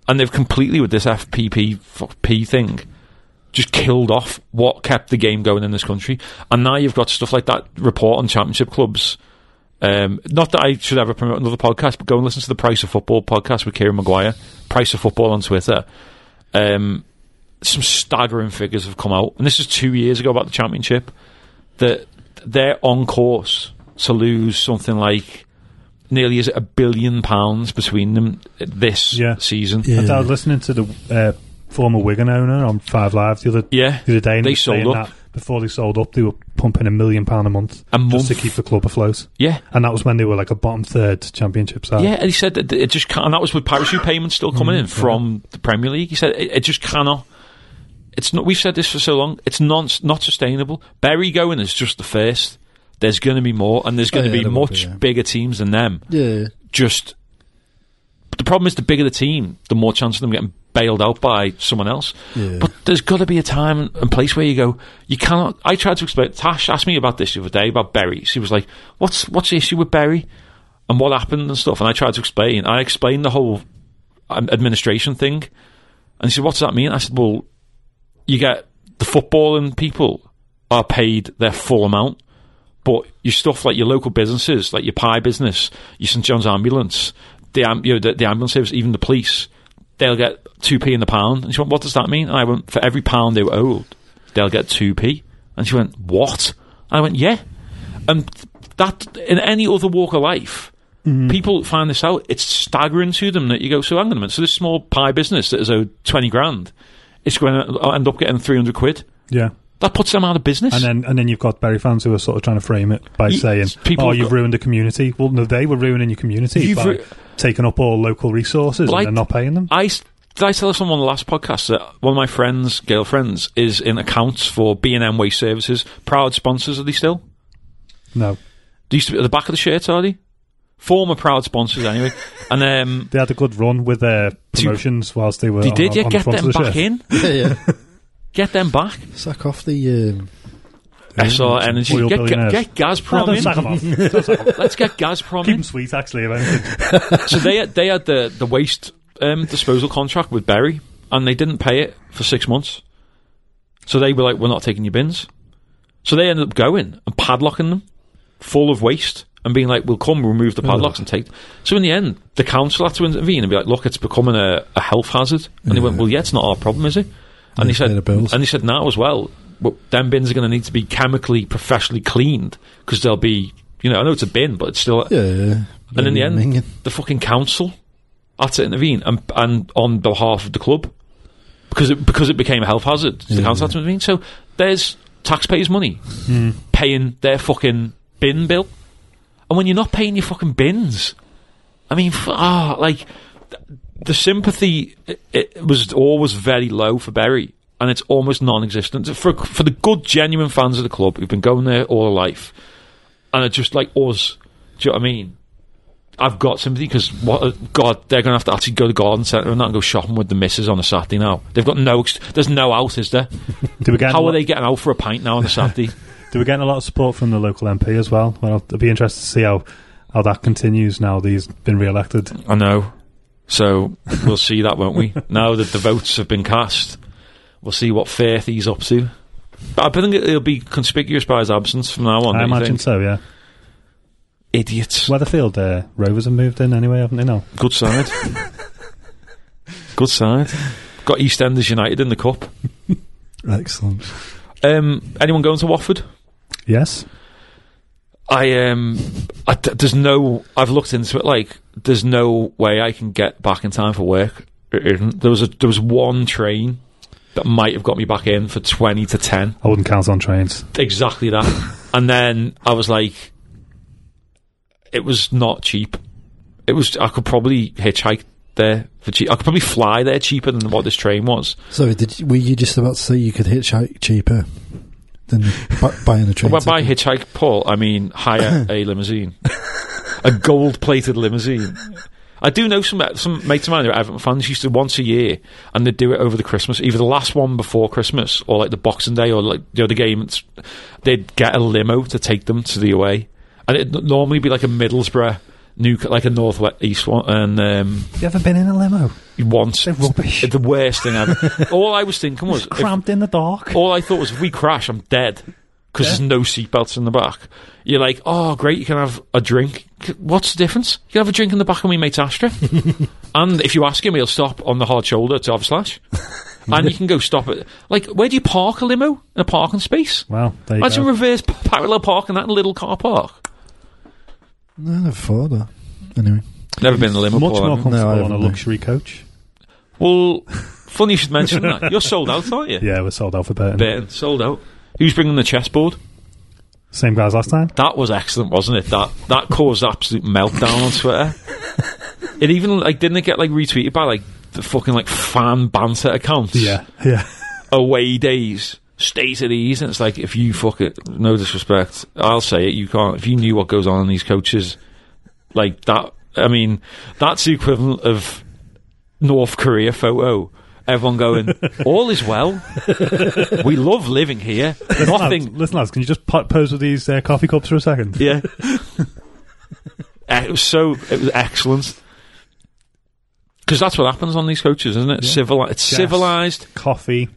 D: And they've completely with this FPP fuck P thing just killed off what kept the game going in this country. And now you've got stuff like that report on championship clubs. Um, not that I should ever promote another podcast, but go and listen to the Price of Football podcast with Kieran Maguire. Price of Football on Twitter. Um, some staggering figures have come out, and this is two years ago about the championship. That they're on course to lose something like nearly is it a billion pounds between them this
F: Yeah.
D: season.
E: Yeah.
F: I was listening to the uh, former Wigan owner on Five Live the other
D: Yeah.
F: the other day. And
D: They
F: he was
D: sold
F: saying
D: up.
F: that before they sold up, they were pumping a million pound a month
D: A month.
F: just to keep the club afloat.
D: Yeah.
F: And that was when they were like a bottom third championship side.
D: Yeah, and he said that it just can't, and that was with parachute payments still coming in
E: Mm-hmm.
D: from the Premier League. He said it, it just cannot. It's not. We've said this for so long. It's non, not sustainable. Barry going is just the first. There's going to be more, and there's going
E: Oh, yeah,
D: to be
E: there will be,
D: much
E: yeah.
D: bigger teams than them.
E: Yeah.
D: Just but the problem is, the bigger the team, the more chance of them getting bailed out by someone else.
E: Yeah.
D: But there's got to be a time and place where you go. You cannot. I tried to explain. Tash asked me about this the other day about Berry. She was like, "What's what's the issue with Berry, and what happened and stuff?" And I tried to explain. I explained the whole um, administration thing, and she said, "What does that mean?" I said, "Well, you get the footballing people are paid their full amount." But your stuff like your local businesses, like your pie business, your St John's ambulance, the, am- you know, the, the ambulance service, even the police, they'll get 2p in the pound. And she went, What does that mean? And I went, For every pound they were owed, they'll get 2p. And she went, What? And I went, Yeah. And that, in any other walk of life, people find this out. It's staggering to them that you go, So hang on a minute. So this small pie business that is owed 20 grand, it's going to end up getting 300 quid.
F: Yeah.
D: That puts them out of business.
F: And then, and then you've got Barry fans who are sort of trying to frame it by
D: Ye-
F: saying,
D: people
F: "Oh,
D: have
F: you've
D: got-
F: ruined the community." Well, no, they were ruining your community
D: You've
F: by
D: ru-
F: taking up all local resources
D: Well, I-
F: and they're not paying them.
D: I s- did I tell someone on the last podcast that one of my friends, girlfriends, is in accounts for B and M Waste Services. Proud sponsors are they still?
F: no,
D: They used to be at the back of the shirts, are they? Former proud sponsors, anyway. and um,
F: they had a good run with their
D: Do you-
F: promotions whilst they were.
D: they
F: on-
D: did, yeah.
F: Oh, on
D: Get
F: the front
D: them
F: of the
D: back
F: shirt.
D: in.
E: Yeah, yeah.
D: Get them back.
E: Sack off the. Um,
D: SR Energy.
F: Oil
D: Get, get,
F: billionaires.
D: get
F: Oh,
D: Gazprom
F: don't sack
D: in.
F: them off. Don't sack them off.
D: Let's get Gazprom
F: Keep
D: in.
F: them sweet, actually. If anything.
D: so they had, they had the the waste um, disposal contract with Berry, and they didn't pay it for six months. So they were like, "We're not taking your bins." So they ended up going and padlocking them, full of waste, and being like, "We'll come, remove
E: Mm.
D: the padlocks, and take." So in the end, the council had to intervene and be like, "Look, it's becoming a, a health hazard." And they went, "Well, yeah, it's not our problem, is it?" And he
E: They
D: said,
E: pay the bills.
D: and he said now as well, well, them bins are going to need to be chemically, professionally cleaned because they'll be, you know, I know it's a bin, but it's still
E: yeah, yeah.
D: and in the end,
E: Minging.
D: the fucking council had to intervene and, and on behalf of the club because it because it became a health hazard. The council had to intervene. So there's taxpayers' money paying their fucking bin bill, and when you're not paying your fucking bins, I mean, f- ah, like th- the sympathy it, it was always very low for Berry. And it's almost non-existent for for the good, genuine fans of the club who've been going there all their life, and are just like us. Do you know what I mean? I've got sympathy because what uh, God, they're going to have to actually go to garden centre and not go shopping with the missus on a Saturday now. They've got no, ex- there's no out, is there?
F: Do we get
D: How
F: a
D: are
F: lot-
D: they getting out for a pint now on a Saturday?
F: They were getting a lot of support from the local MP as well. Well, it'll be interesting to see how, how that continues now that he's been re-elected.
D: I know. So we'll see that, won't we? Now that the votes have been cast, we'll see what faith he's up to. But I think it'll be conspicuous by his absence from now on.
F: I
D: don't you
F: imagine
D: think?
F: so, yeah.
D: idiots.
F: Weatherfield uh, Rovers have moved in anyway, haven't they now?
D: Good side. Good side. Got EastEnders United in the cup.
E: Excellent.
D: Um, anyone going to Watford?
F: Yes.
D: I um, I d there's no. I've looked into it. Like, there's no way I can get back in time for work. It isn't. There was a there was one train that might have got me back in for twenty to ten.
F: I wouldn't count on trains.
D: Exactly that. and then I was like, it was not cheap. It was. I could probably hitchhike there for cheap. I could probably fly there cheaper than what this train was.
E: So, did you, were you just about to say you could hitchhike cheaper than bu- buying a train?
D: Well, by
E: ticket?
D: hitchhike, Paul, I mean hire a limousine, a gold-plated limousine. I do know some some mates of mine who are Everton fans used to once a year, and they'd do it over the Christmas, either the last one before Christmas or like the Boxing Day or like the other game. It's, they'd get a limo to take them to the away, and it'd n- normally be like a Middlesbrough, new like a North West East one, and um,
F: You ever been in a limo?
D: once
F: They're rubbish.
D: the worst thing ever. All I was thinking was if-
F: Cramped in the dark.
D: all I thought was, if we crash, I'm dead because there's no seatbelts in the back. You're like, oh, great, you can have a drink. C- What's the difference? You can have a drink in the back of my mate's Astra. and if you ask him, he'll stop on the hard shoulder to have a slash. and you can go stop it. Like, where do you park a limo in a parking space?
F: Well, there you
D: Imagine
F: go.
D: reverse p- parallel parking that in a little car park.
E: No, I never thought of that. Anyway,
D: Never been in a limo
F: Much
D: before. have
F: more
D: you?
F: comfortable on
E: haven't,
F: a
E: no.
F: luxury coach.
D: Well, funny you should mention that. You're sold out, aren't you?
F: Yeah, we're sold out for Burton.
D: Burton, sold out. Who's bringing the chessboard?
F: Same guys last time.
D: That was excellent, wasn't it? That that caused absolute meltdown on Twitter. It even like didn't it get like retweeted by like the fucking like fan banter accounts?
F: yeah.
D: away days, stays at ease, and it's like if you fuck it, no disrespect, I'll say it. You can't if you knew what goes on in these coaches, like that. I mean, that's the equivalent of North Korea photo. Everyone going, all is well. we love living here.
F: Lads,
D: Nothing.
F: listen, lads, can you just po- pose with these uh, coffee cups for a second?
D: Yeah. Eh, It was so. It was excellent. Because that's what happens on these coaches, isn't it? Civil, it's
F: Yes.
D: civilized.
F: Coffee.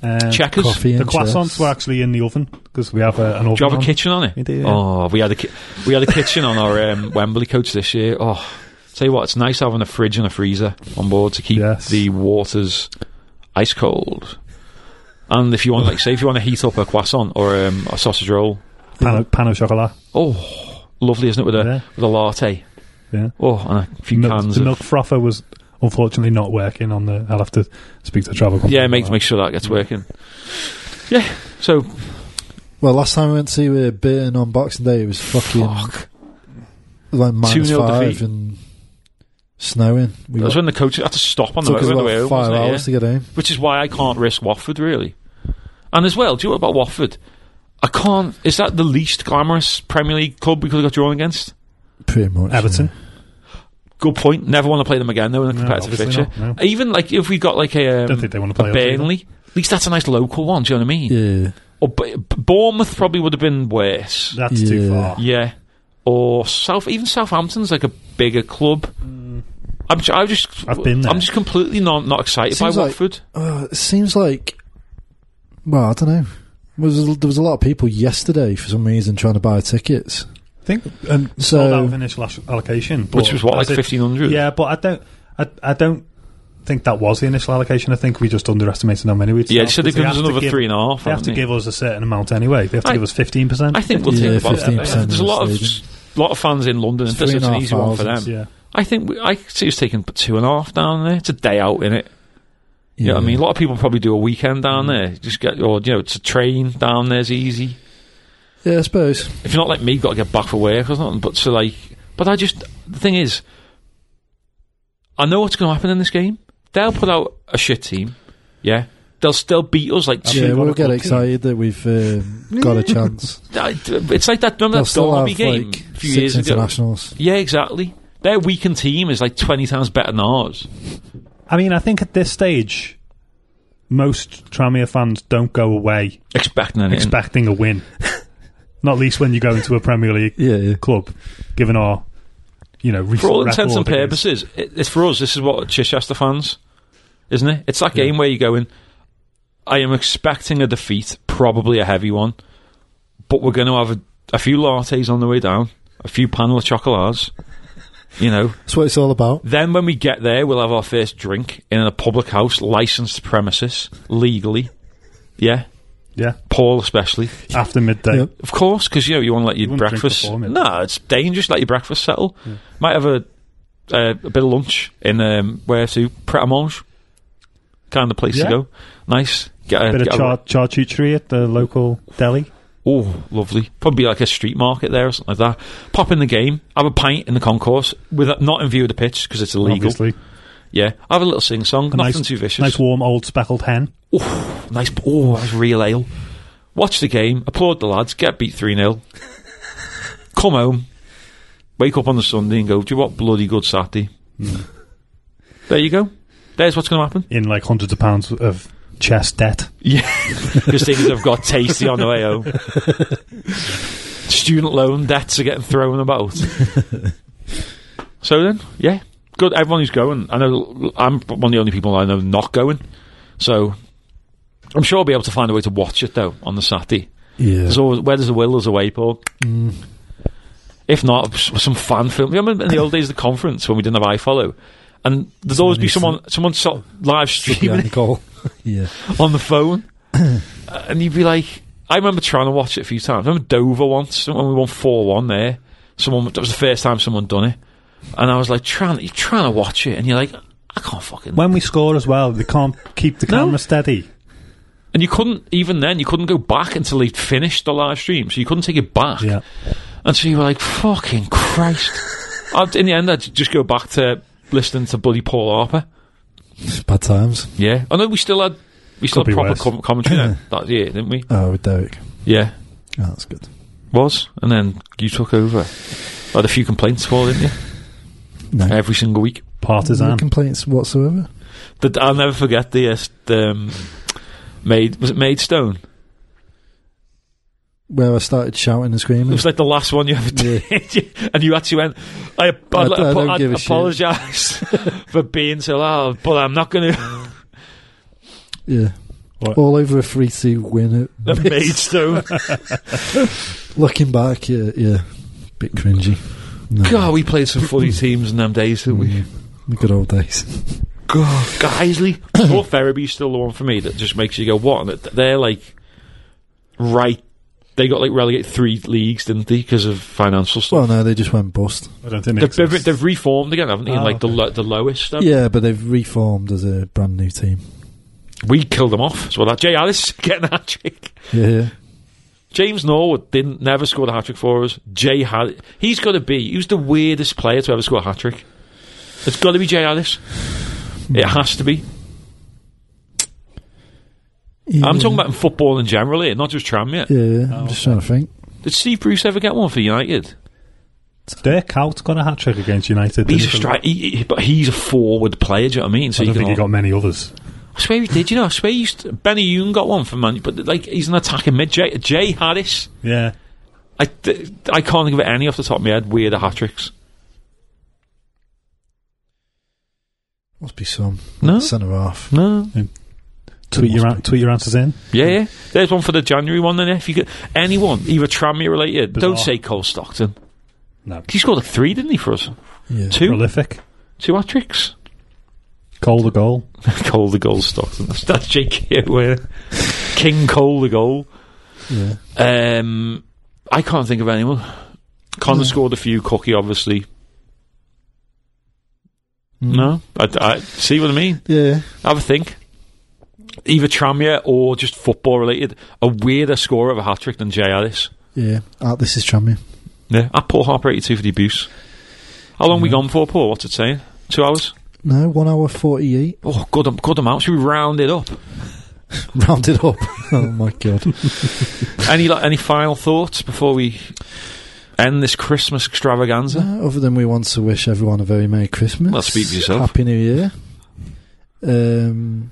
F: Uh,
D: Checkers.
E: coffee
F: The
E: and
F: croissants
E: chess.
F: were actually in the oven because we have uh, an oven.
D: Do you have
F: on.
D: a kitchen on it?
F: We do, yeah.
D: Oh, we had a ki- we had a kitchen on our um, Wembley coach this year. Oh, tell you what, it's nice having a fridge and a freezer on board to keep
F: Yes.
D: the waters ice cold. And if you want, like, say, if you want to heat up a croissant or um, a sausage roll,
F: Pan, of, pan of chocolate.
D: oh, lovely, isn't it? With a
F: Yeah.
D: with a latte.
F: Yeah.
D: Oh, and a few
F: Milk,
D: cans
F: the
D: of
F: milk frother was unfortunately not working on the. I'll have to speak to the travel company.
D: yeah. Make
F: about
D: make sure that gets working. Yeah. So
E: well, last time we went to see uh, Burton on Boxing Day, it was fucking
D: fuck.
E: like minus
D: 2-0
E: five
D: defeat.
E: and snowing. We
D: That's
E: got-
D: when the coaches had to stop on the
E: took us
D: motorway on the way
E: about
D: home,
E: five
D: wasn't it? Yeah.
E: hours to get home.
D: which is why I can't risk Watford really. And as well, do you know about Watford? I can't. Is that the least glamorous Premier League club we could have got drawn against?
E: Pretty much.
D: Mm.
F: Everton.
D: Good point. Never want to play them again though in a
F: No,
D: competitive
F: obviously
D: fixture.
F: not, no.
D: Even like if we got like a, um,
F: Don't think they want to play
D: a
F: us either.
D: Burnley, at least that's a nice local one. Do you know what I mean?
E: Yeah. yeah.
D: Or B- B- Bournemouth probably would have been worse.
F: That's too
E: Yeah.
F: far.
D: yeah. Or South, even Southampton's like a bigger club.
E: Mm.
D: I'm, ju- I'm just,
F: I've been there.
D: I'm just completely not not excited
E: Seems
D: by
E: like-
D: Watford.
E: Uh, it seems like, well, I don't know. Was, there was a lot of people yesterday for some reason trying to buy tickets.
F: I think um, and
E: So-
F: sold out of initial ash- allocation, but
D: Which was what, like
F: as it-
D: 1500?
F: Yeah, but I don't, I, I don't think that was the initial allocation. I think we just underestimated how many we'd.
D: Yeah,
F: sell,
D: they said they
F: 'cause
D: give us
F: have to
D: another
F: give-
D: three and a half,
F: They have
D: haven't
F: to
D: they?
F: give us a certain amount anyway. They have to
D: I-
F: give us fifteen percent.
D: I think we'll
E: Yeah,
D: take about
E: 15%
D: There's a lot of
E: is
D: lot of fans in London. And
E: Three
D: this is
E: and a
D: an
E: half
D: easy one for them.
E: thousand,
F: yeah.
D: I think we, I could see us taking two and a half down there. It's a day out in it. You
E: yeah, Mm.
D: know what I mean? A lot of people probably do a weekend down there. Just get or you know, it's a train down there's easy.
E: Yeah, I suppose.
D: If you're not like me, you've got to get back for work or something. But so like, but I just the thing is, I know what's going to happen in this game. They'll put out a shit team. Yeah, they'll still beat us like two.
E: yeah, we'll get
F: team.
E: excited that we've um, got a chance.
D: I- It's like that. Remember
E: They'll
D: that
E: still have
D: Derby game
E: like
D: a few
E: six
D: years ago.
E: internationals.
D: Yeah, exactly. Their weakened team is like 20 times better than ours.
F: I mean, I think at this stage, most Tramia fans don't go away
D: Expecting anything.
F: expecting a win. Not least when you go into a Premier League
E: Yeah, yeah.
F: club, given our, you know, recent
D: for all
F: record
D: intents and
F: against-
D: purposes, it, it's for us, this is what Chichester fans, isn't it? It's that game where you're going, I am expecting a defeat, probably a heavy one, but we're going to have a, a few lattes on the way down, a few panel of chocolates, you know.
E: That's what it's all about.
D: Then when we get there, we'll have our first drink in a public house, licensed premises, legally. Yeah,
F: Yeah,
D: Paul especially.
F: after midday.
E: Yep.
D: Of course, because you know you want to let your
F: wouldn't drink
D: breakfast.
F: before
D: No,
F: midday.
D: it's dangerous. to Let your breakfast settle. Might have a uh, a bit of lunch in um, where to Pret a Manger, kind of place
F: Yeah.
D: to go. Nice. Get a,
F: Bit of
D: get a-
F: char- charcuterie at the local deli.
D: oh, lovely. Probably like a street market there or something like that. Pop in the game. Have a pint in the concourse with not in view of the pitch because it's illegal.
F: Obviously,
D: Yeah. Have a little sing song.
F: A
D: Nothing
F: nice,
D: too vicious.
F: Nice warm old speckled hen.
D: Nice. Oh, that was real ale. Watch the game, applaud the lads, get beat 3 0. Come home, wake up on the Sunday and go, Do you what bloody good Saturday? there you go. There's what's going to happen.
F: in like hundreds of pounds of chess debt.
D: Yeah. Because things have got tasty on the way home. Student loan debts are getting thrown about. so then, yeah. Good. Everyone who's going. I know I'm one of the only people I know not going. So I'm sure I'll be able to find a way to watch it, though, on the Saturday.
E: Yeah.
D: There's always, where there's a will, there's a way, Paul. If not, s- some fan film. Remember in the old days of the conference when we didn't have iFollow? And there's always be
E: Someone
D: someone someone sort of live
E: Behind
D: streaming
E: the goal. yeah.
D: on the phone. Uh, and you'd be like, I remember trying to watch it a few times. I remember Dover once when we won 4 1 there. Someone That was the first time someone done it. And I was like, trying, you're trying to watch it. And you're like, I can't fucking.
F: When we score as well, they can't keep the
D: No.
F: camera steady.
D: and you couldn't, even then, you couldn't go back until they'd finished the live stream. So you couldn't take it back.
F: Yeah.
D: And so you were like, fucking Christ. I'd, in the end, I'd just go back to listening to bloody Paul Harper.
E: Bad times.
D: Yeah. I know we still had. We still had
F: Could be
D: proper
F: worse.
D: com- commentary then that year, didn't we?
E: Oh, with Derek.
D: Yeah.
E: Oh, that's good.
D: Was, and then you took over. Had a few complaints for, didn't you?
E: No.
D: Every single week.
E: No
F: Partisan.
E: complaints whatsoever.
D: The, I'll never forget the, uh, s- the um, maid was it Maidstone?
E: Where I started shouting and
D: It
E: screaming.
D: was like the last one you ever
E: Yeah.
D: did, and you actually went. I, ap-
E: I
D: I'd,
E: don't- I don't give a shit."
D: apologize for being so loud, but I'm not going to
E: Yeah.
F: What?
E: All over a 3 2 win at
D: Maidstone.
E: Looking back, yeah, yeah. Bit cringy. No.
D: God, we played some funny teams in them days, didn't we?
E: Mm. The good old days.
D: God, Geisley or Ferriby's still the one for me that just makes you go what? And it- They're like right. They got like relegated three leagues, didn't they, because of financial stuff?
E: Well, no, they just went bust.
F: I don't think it
D: they've, they've,
F: exists.
D: they've reformed again, haven't they? in
F: Oh,
D: like the
F: okay.
D: lo- the lowest. um,
E: Ah, Yeah, but they've reformed as a brand new team.
D: We killed them off. So that Jay Alice getting that trick.
E: Yeah, yeah.
D: James Norwood didn't never scored a hat trick for us. Jay had he's got to be. He was the weirdest player to ever score a hat trick. It's got to be Jay Alice. It
F: Hmm.
D: has to be. I'm
E: Yeah.
D: talking about in football in general here, not just Tram yet.
E: Yeah, yeah. I'm just trying to think.
D: Did Steve Bruce ever get one for United?
F: Dirk Hout got a hat trick against United.
D: He's a
F: didn't he?
D: strike, he, he- but he's a forward player. Do you know what I mean? So
F: I
D: you
F: don't
D: can.
F: think he got many others.
D: I swear he did. You know, I swear he used to, Benny Yoon got one for Man, but like he's an attacking mid. Jay, Jay Harris.
F: Yeah.
D: I, th- I can't think of any off the top of my head. Weirder hat tricks.
E: Must be some.
D: No,
E: Centre half.
D: no.
F: Tweet your,
E: must
F: an- tweet your answers in.
D: Yeah, yeah. There's one for the January one. Then if you get anyone, either Trammy related, don't
F: Bizarre.
D: say Cole Stockton.
F: No.
D: He scored like three, didn't he, for us?
E: Yeah.
D: Two,
F: Prolific.
D: two hat tricks.
F: Call the goal.
D: Cole the goal, Stockton. That's, that's JK. Where King Cole the goal.
E: Yeah.
D: Um, I can't think of anyone. Connor scored a few. Cookie, obviously. No, I, I- see what I mean.
E: Yeah.
D: Have a think. Either Tramier or just football related. A weirder score of a hat trick than Jay Ellis.
E: Yeah. Ah, this is Tranmere.
D: Yeah, I Paul Harper eighty two for debut. How long we gone for, Paul? What's it saying? Two hours.
E: No, 1 hour 48.
D: Oh, good, am- good amount. Should we round it up?
E: Rounded up. oh, my God.
D: any like, any final thoughts before we end this Christmas extravaganza?
E: Uh, other than we want to wish everyone a very Merry Christmas.
D: Well, speak for yourself.
E: Happy New Year. Um,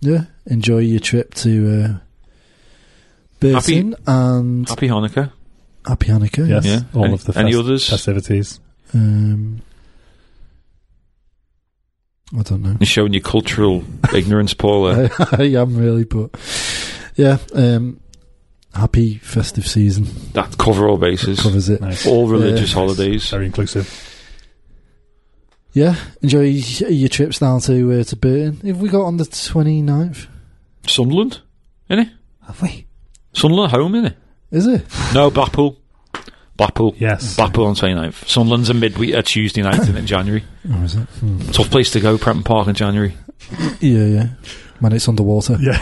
E: yeah, enjoy your trip to uh, Burton and
D: Happy Hanukkah.
E: Happy Hanukkah.
F: Yes.
D: Yeah.
F: All
D: Any-
F: of the
D: any
F: fes-
D: others?
F: festivities.
E: Um, I don't know.
D: You're showing your cultural ignorance, Paul. uh, there.
E: I, I am really, but yeah. Um, happy festive season
D: that cover all bases.
E: covers it.
F: Nice.
D: All religious
F: Nice.
D: holidays.
F: Very inclusive.
E: Yeah, enjoy y- your trips down to uh, to Burton. Have we got on the 29th?
D: Sunderland, innit?
E: Have we?
D: Sunderland at home, innit?
E: Is it?
D: No, Blackpool. Blackpool.
F: Yes.
D: Blackpool on 29th. Sunderland's a midweek, a Tuesday night in January.
E: Or is it?
D: Tough place to go, Prenton Park in January.
E: Yeah, yeah. When it's underwater.
F: Yeah.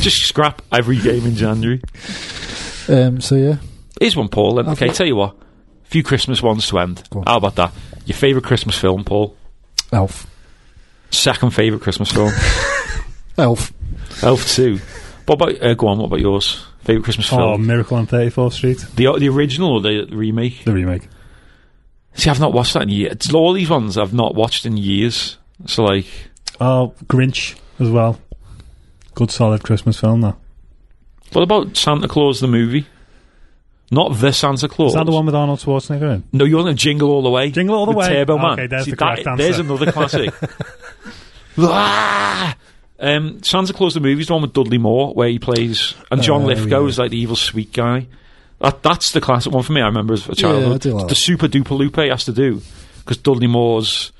D: Just scrap every game in January.
E: Um, so yeah,
D: Here's one, Paul. then.
E: I've
D: Okay,
E: got-
D: tell you what. A few Christmas ones to end.
E: Go on.
D: How about that? Your favourite Christmas film, Paul?
E: Elf.
D: Second favourite Christmas film?
E: Elf.
D: Elf 2. What about, uh, go on, what about yours? Favourite Christmas
F: Oh,
D: film?
F: Miracle on 34th Street.
D: The, the original or the remake?
F: The remake.
D: See, I've not watched that in years. It's all these ones I've not watched in years. So, like,
F: Oh, Grinch as well. Good solid Christmas film, though.
D: what about Santa Claus the movie? Not the Santa Claus.
F: Is that the one with Arnold Schwarzenegger in?
D: No, you want to jingle all the way.
F: Jingle All the
D: with
F: Way.
D: Turbo Man.
F: Okay, there's
D: See,
F: the correct answer.
D: There's another classic. Ah! um, Santa Claus the movie is the one with Dudley Moore where he plays and John
E: Oh,
D: Lithgow
E: yeah.
D: is like the evil sweet guy. That that's the classic one for me. I remember as a child.
E: I do like
D: the
E: that.
D: Super Duper Lupe has to do because Dudley Moore's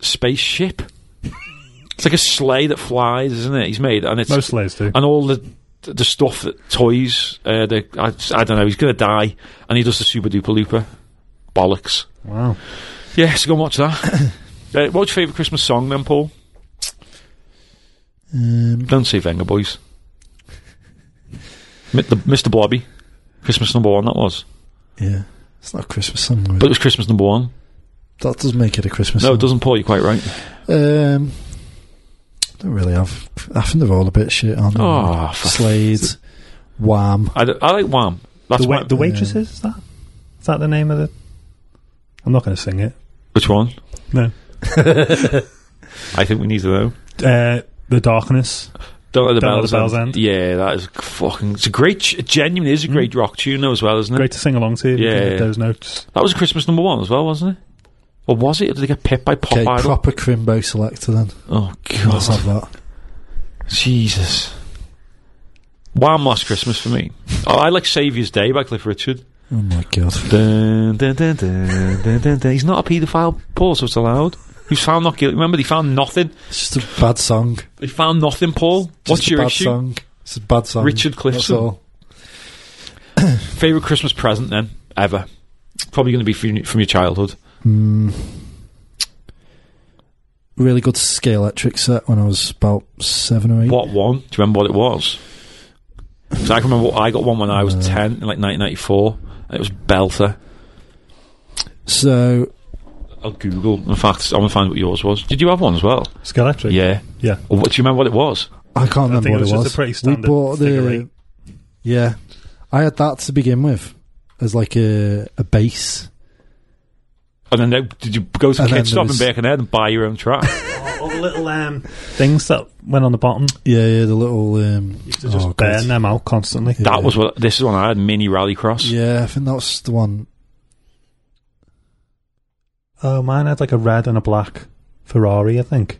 D: spaceship It's like a sleigh that flies, isn't it? He's made, and it's
F: Most slaves do.
D: and all the the stuff that toys. Uh, the I, I don't know. He's gonna die, and he does the super duper looper. Bollocks.
F: Wow.
D: Yeah, so go and watch that. uh, what's your favourite Christmas song then, Paul?
E: Um,
D: Don't say Venga Boys. Mi- the- Mr. Blobby. Christmas number one, that was.
E: yeah, it's not a Christmas song.
D: But it
E: Really.
D: was Christmas number one.
E: that does make it a Christmas.
D: No,
E: song.
D: it doesn't, Paul. You're quite right.
E: Um, don't really have. I think they're all a bit shit on.
D: Oh, for-
E: Slade, Wham.
D: I, d- I like Wham. That's
F: The, wa-
D: my-
F: the waitresses, is that? Is that the name of the. I'm not going to sing it.
D: Which one?
F: No.
D: I think we need to know.
F: Uh, the Darkness.
D: Don't let the,
F: Don't Let
D: bells,
F: the Bells
D: end.
F: End.
D: Yeah, that is fucking. It's a great. ch- It genuinely is a
F: Mm.
D: great rock tune, though, as well, isn't it?
F: Great to sing along to. if you
D: Yeah,
F: can hit
D: yeah.
F: Those notes.
D: That was a Christmas number one as well, wasn't it? Or was it? Or did they get pipped by Pop
E: Okay,
D: Idol?
E: proper crimbo selector then.
D: oh
E: Let's
D: god,
E: have that.
D: Jesus! Wham! Last Christmas for me. Oh, I like Saviour's Day by Cliff Richard.
E: Oh my god.
D: Dun, dun, dun, dun, dun, dun, dun. He's not a paedophile, Paul, so it's allowed. He was found not guilty. Remember, they found nothing.
E: It's just a bad song.
D: They found nothing, Paul.
E: Just
D: What's
E: a
D: your
E: bad
D: issue?
E: Song. It's a bad song.
D: Richard
E: That's
D: Clifton.
E: all.
D: Favorite Christmas present then ever? Probably going to be from, your- from your childhood.
E: Really good scale electric set when I was about seven or eight.
D: What one? Do you remember what it was? 'Cause I can remember what- I got one when I
E: Uh.
D: was ten, in like 1994. And it was Belter.
E: So
D: I'll Google. In fact, I'm gonna find what yours was. Did you have one as well?
F: Skelectric.
D: Yeah.
F: Yeah.
D: Or what, do you remember what it was?
E: I can't remember
F: think
E: what
F: it was
E: it
F: just
E: was.
F: a pretty
E: we
F: standard
E: bought
F: figure
E: the
F: eight.
E: yeah. I had that to begin with as like a a base.
D: And then they, did you go to
E: And
D: the
E: then
D: kid
E: there
D: stop in
E: was-
D: Birkenhead and buy your own track?
F: All the little um, things that went on the bottom.
E: Yeah, yeah. The little um,
F: To just
E: oh, God.
F: burn them out constantly.
E: Yeah.
D: that was what. This is one I had. Mini Rallycross.
E: Yeah, I think that was the one.
F: Oh, mine had like a red and a black Ferrari, I think.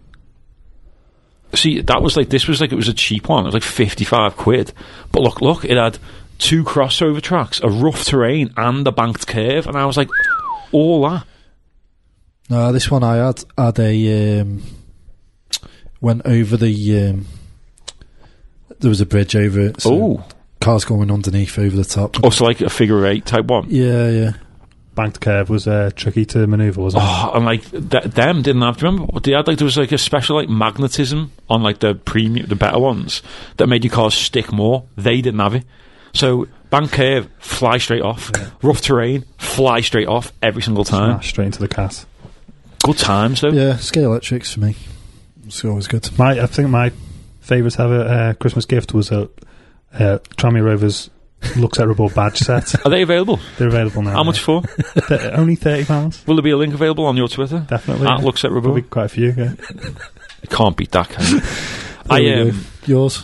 D: See, that was like this was like it was a cheap one. It was like fifty-five quid. But look, look, it had two crossover tracks, a rough terrain, and a banked curve. And I was like, all that.
E: No, this one I had had a um, went over the um, there was a bridge over it. So
D: oh,
E: cars going underneath over the top.
D: also Oh, like a figure eight type one.
E: Yeah, yeah.
F: Banked curve was uh, tricky to manoeuvre, wasn't it?
D: Oh, and like th- them didn't have. Do you remember what they had? Like there was like a special like magnetism on like the premium, the better ones that made your cars stick more. They didn't have it. So bank curve, fly straight off. Rough terrain, fly straight off every single time.
F: Smash straight into the cat.
D: Good times though.
E: Yeah, scale electrics for me. It's always good.
F: My, I think my favourite ever uh, Christmas gift was a uh, Trammy Rovers looks terrible badge set.
D: Are they available?
F: They're available now.
D: How much for?
F: Th- only thirty pounds.
D: Will there be a link available on your Twitter?
F: Definitely.
D: That looks at
F: Probably
D: Rebel.
F: quite a few. Yeah.
D: Can't beat that. Can you?
E: There
D: I
E: we go.
D: um,
E: yours.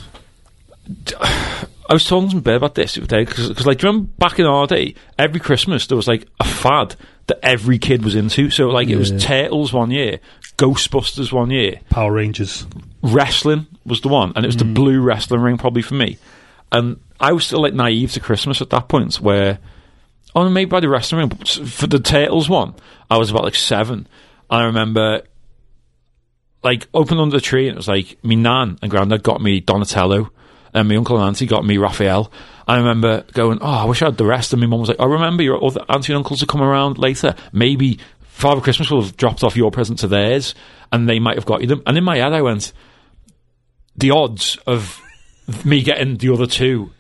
D: I was talking to Bear about this the other day because like do you remember back in our day, every Christmas there was like a fad that every kid was into. So like it was
E: Yeah.
D: Turtles one year, Ghostbusters one year,
F: Power Rangers.
D: wrestling was the one, and it was the blue wrestling ring probably for me. And I was still like naive to Christmas at that point, where oh maybe by the wrestling ring but s- for the Turtles one, I was about like seven. And I remember like opened under the tree and it was like me nan and granddad got me Donatello and my uncle and auntie got me Raphael. I remember going, oh, I wish I had the rest. And my mum was like, I remember your other auntie and uncles will come around later. Maybe Father Christmas will have dropped off your present to theirs and they might have got you them. And in my head I went, the odds of me getting the other two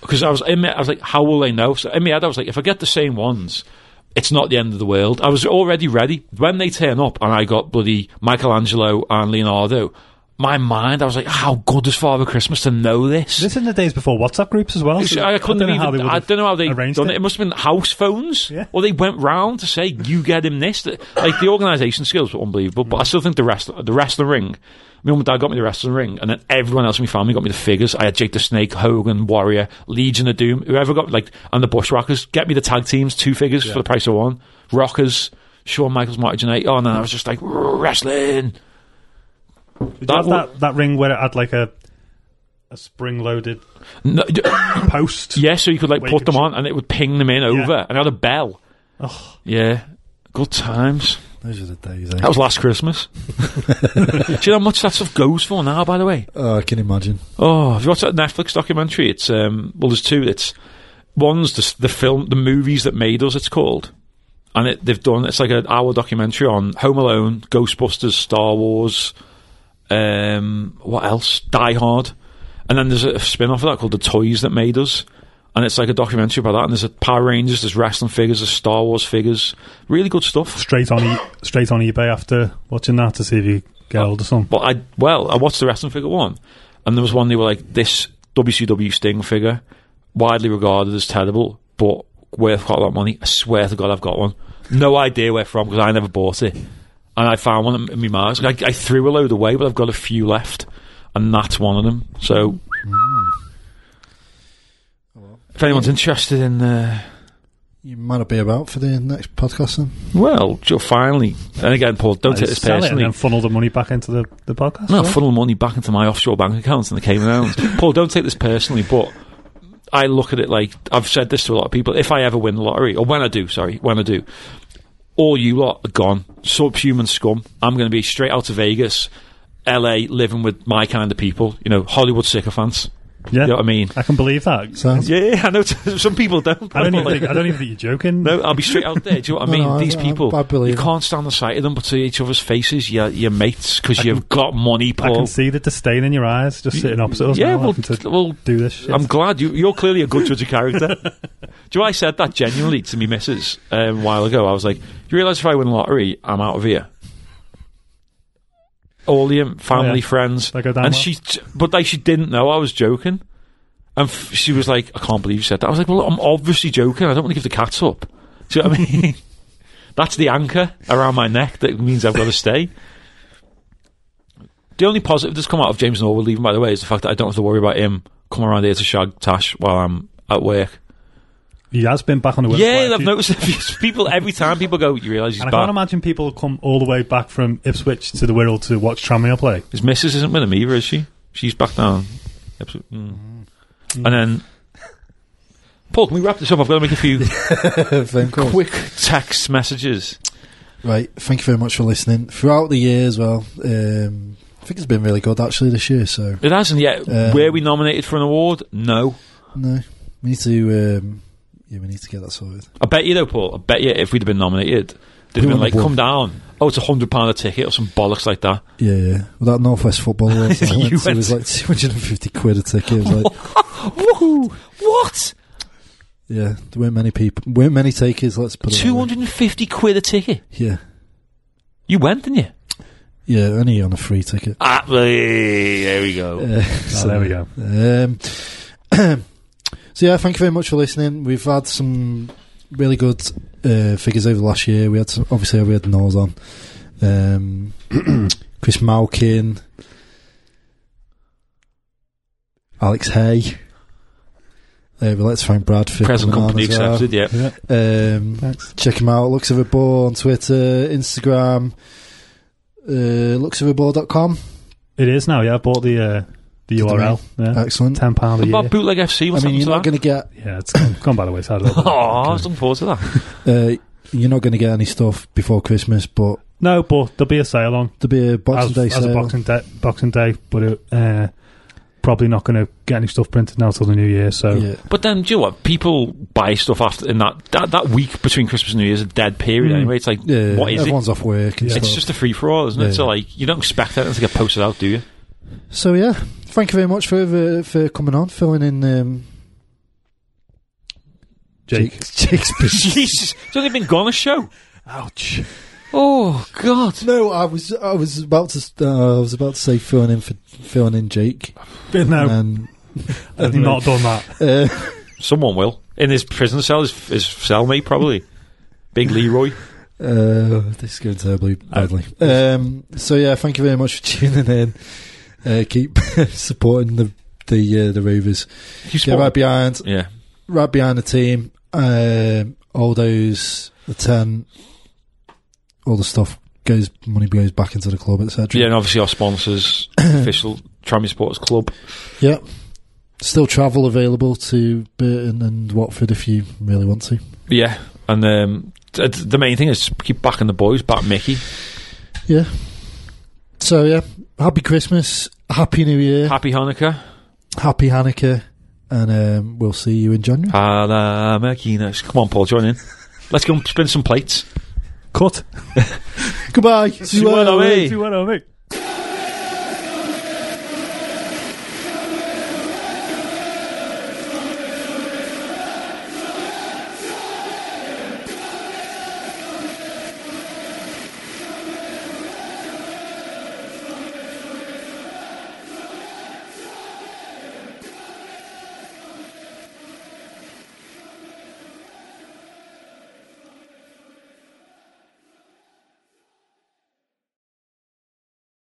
D: because I was in my, I was like, how will they know? So in my head, I was like, if I get the same ones, it's not the end of the world. I was already ready when they turn up, and I got bloody Michelangelo and Leonardo. My mind, I was like, how good is Father Christmas to know this?
F: This in the days before WhatsApp groups as well. so
D: I couldn't
F: don't know
D: even.
F: how they would
D: I
F: have
D: don't know how they
F: arranged
D: done it. It must have been house phones,
F: Yeah.
D: or they went round to say you get him this. Th- Like the organisation skills were unbelievable, but I still think the rest, the wrestling ring. My mum and dad got me the wrestling ring, and then everyone else in my family got me the figures. I had Jake the Snake, Hogan, Warrior, Legion of Doom, whoever got like, and the Bushwhackers. Get me the tag teams, two figures for the price of one. Rockers, Shawn Michaels, Marty Jannetty. Oh, and then I was just like wrestling.
F: Did
D: That
F: you have
D: w-
F: that, that ring where it had like a a spring loaded
D: No,
F: post.
D: Yeah, so you could like
F: Where you
D: put
F: could
D: them
F: ch-
D: on and it would ping them in over, and I had a bell. Yeah, good times.
E: Those are the days. Eh?
D: That was last Christmas. Do you know how much that stuff goes for now, by the way?
E: Oh, I can imagine.
D: Oh, have you watched that Netflix documentary? It's, um, well, there's two. It's, one's the, s- the film, the movies that made us, it's called. And it, they've done, it's like an hour documentary on Home Alone, Ghostbusters, Star Wars, um, what else? Die Hard. And then there's a spin off of that called The Toys That Made Us. And it's like a documentary about that. And there's a Power Rangers, there's wrestling figures, there's Star Wars figures. Really good stuff.
F: Straight on, e- straight on eBay after watching that to see if you get
D: Oh.
F: hold of some.
D: But I well, I watched the wrestling figure one, and there was one they were like this WCW Sting figure, widely regarded as terrible, but worth quite a lot of money. I swear to God, I've got one. No idea where from because I never bought it, and I found one in my mars. I, I threw a load away, but I've got a few left, and that's one of them. So,
F: Mm.
D: if anyone's interested in. Uh,
E: You might not be about for the next podcast then.
D: well, Joe, finally, and again, Paul, don't take this
F: Sell it and
D: personally.
F: then funnel the money back into the, the podcast.
D: No,
F: right?
D: funnel money back into my offshore bank accounts in the Cayman Islands. Paul, don't take this personally, but I look at it like I've said this to a lot of people. If I ever win the lottery, or when I do, sorry, when I do, all you lot are gone. Subhuman scum. I'm going to be straight out of Vegas, LA, living with my kind of people, you know, Hollywood sycophants.
F: yeah.
D: You know what I mean?
F: I can believe that.
E: Sounds
D: Yeah, yeah, I know some people don't.
F: I don't even
D: Like-
F: think I don't even think you're joking.
D: no, I'll be straight out there. Do you know what I
E: No,
D: mean?
E: no, I-
D: These
E: I-
D: people,
E: I believe
D: you
E: it.
D: can't stand the sight of them, but to each other's faces, you're, you're mates because you've got money,
F: I
D: Paul.
F: can see the disdain in your eyes, just sitting opposite us.
D: Yeah,
F: now,
D: well,
F: having to
D: well,
F: do this. Shit.
D: I'm glad you, you're clearly a good judge of character. Do you know I said that genuinely to me missus um, a while ago? I was like, you realise if I win the lottery, I'm out of here. All the um, family,
F: Oh, yeah.
D: friends,
F: They go down
D: and
F: well.
D: she, but like she didn't know I was joking, and f- she was like, "I can't believe you said that." I was like, "Well, I'm obviously joking. I don't want to give the cats up." Do you know what I mean? That's the anchor around my neck that means I've got to stay. The only positive that's come out of James Norwood leaving, by the way, is the fact that I don't have to worry about him coming around here to shag Tash while I'm at work.
F: he has been back on the website.
D: yeah, I've
F: He-
D: noticed a few people every time people go, you realise he's
F: And I can't
D: back.
F: imagine people come all the way back from Ipswich to the Wirral to watch Tranmere play. Oh,
D: His missus isn't with him either, is she? She's back down. Absolute- mm. And then, Paul, can we wrap this up? I've got to make a few
E: phone calls.
D: quick text messages.
E: um, Right, thank you very much for listening. Throughout the year as well, um, I think it's been really good actually this year, so
D: It hasn't yet.
E: Um,
D: Were we nominated for an award? No.
E: no. We need to um, yeah, we need to get that sorted.
D: I bet you though, Paul. I bet you if we'd have been nominated, they'd have
E: We
D: been
E: wouldn't
D: like,
E: have
D: "Come down." Oh, it's a hundred pound a ticket or some bollocks like that.
E: Yeah, yeah. Well, that Northwest football was, I
D: You
E: went to, it was
D: went-
E: like two hundred and fifty quid a ticket. It was like
D: Woohoo! What?
E: yeah, there weren't many people weren't many takers, let's put it. that way.
D: Two hundred and fifty quid a ticket.
E: Yeah.
D: You went, didn't you?
E: Yeah, only on a free ticket.
D: Ah, there we go.
E: Uh,
F: Oh,
E: so-
F: there we go.
E: Um, so yeah, thank you very much for listening. We've had some really good uh, figures over the last year. We had some, obviously we had Nose on, um, Chris Malkin, Alex Hay. Uh, but let's thank Brad for
D: Present
E: coming on
D: company
E: as well.
D: accepted. Yeah.
E: Um,
F: Thanks.
E: check him out. Looks of a ball on Twitter, Instagram, uh, looksofaball.com.
F: It is now. Yeah, I bought the uh, the
E: the
F: URL. Yeah,
E: Excellent.
F: ten pound a
D: What
F: year.
D: about bootleg FC?
E: I
D: What's
E: mean, you're not
D: happened to
E: going to get
F: yeah, it's gone, gone by the wayside. a little
D: that?
F: bit.
D: Oh, I was looking forward to that.
E: Uh, you're not going to get any stuff before Christmas, but
F: No, but there'll be a sale on
E: there'll be a Boxing
F: as,
E: Day
F: as a
E: sale.
F: Boxing Day. Boxing Day, but it, uh, probably not going to get any stuff printed now till the new year. So
E: yeah,
D: But then, do you know what? People buy stuff after in that that, that week between Christmas and New Year's a dead period.
F: Mm.
D: Anyway, it's like
E: yeah.
D: what is it?
E: everyone's off work and
F: Yeah.
E: stuff.
D: It's just a free for all, isn't
E: Yeah.
D: it? So like, you don't expect anything to get posted out, do you?
E: so yeah, thank you very much for uh, for coming on, filling in um,
F: Jake,
E: Jake's business.
D: Jesus, it's only been gone a show.
F: ouch.
D: Oh God!
E: No, I was I was about to uh, I was about to say filling in for filling in Jake.
F: No,
E: And,
F: I've not done that.
E: uh,
D: Someone will in his prison cell. His, his cellmate probably. Big Leroy.
E: Uh, this is going terribly badly.
F: Uh,
E: Um, so yeah, thank you very much for tuning in. Uh, keep supporting the the uh, the Rovers.
D: He's
E: Get right behind.
D: yeah.
E: right behind the team. Um, all those the ten, all the stuff goes money goes back into the club, etc.
D: Yeah, and obviously our sponsors, official Trammy Sports Club.
E: Yeah. Still travel available to Burton and Watford if you really want to.
D: Yeah, and um, t- t- the main thing is keep backing the boys, back Mickey.
E: Yeah. So yeah, happy Christmas, happy New Year,
D: Happy Hanukkah.
E: happy Hanukkah, and um, we'll see you in January.
D: Hala Makinas. Come on, Paul, join in. Let's go and spin some plates.
F: Cut.
E: Goodbye.
D: See you on the way.
F: See what I think.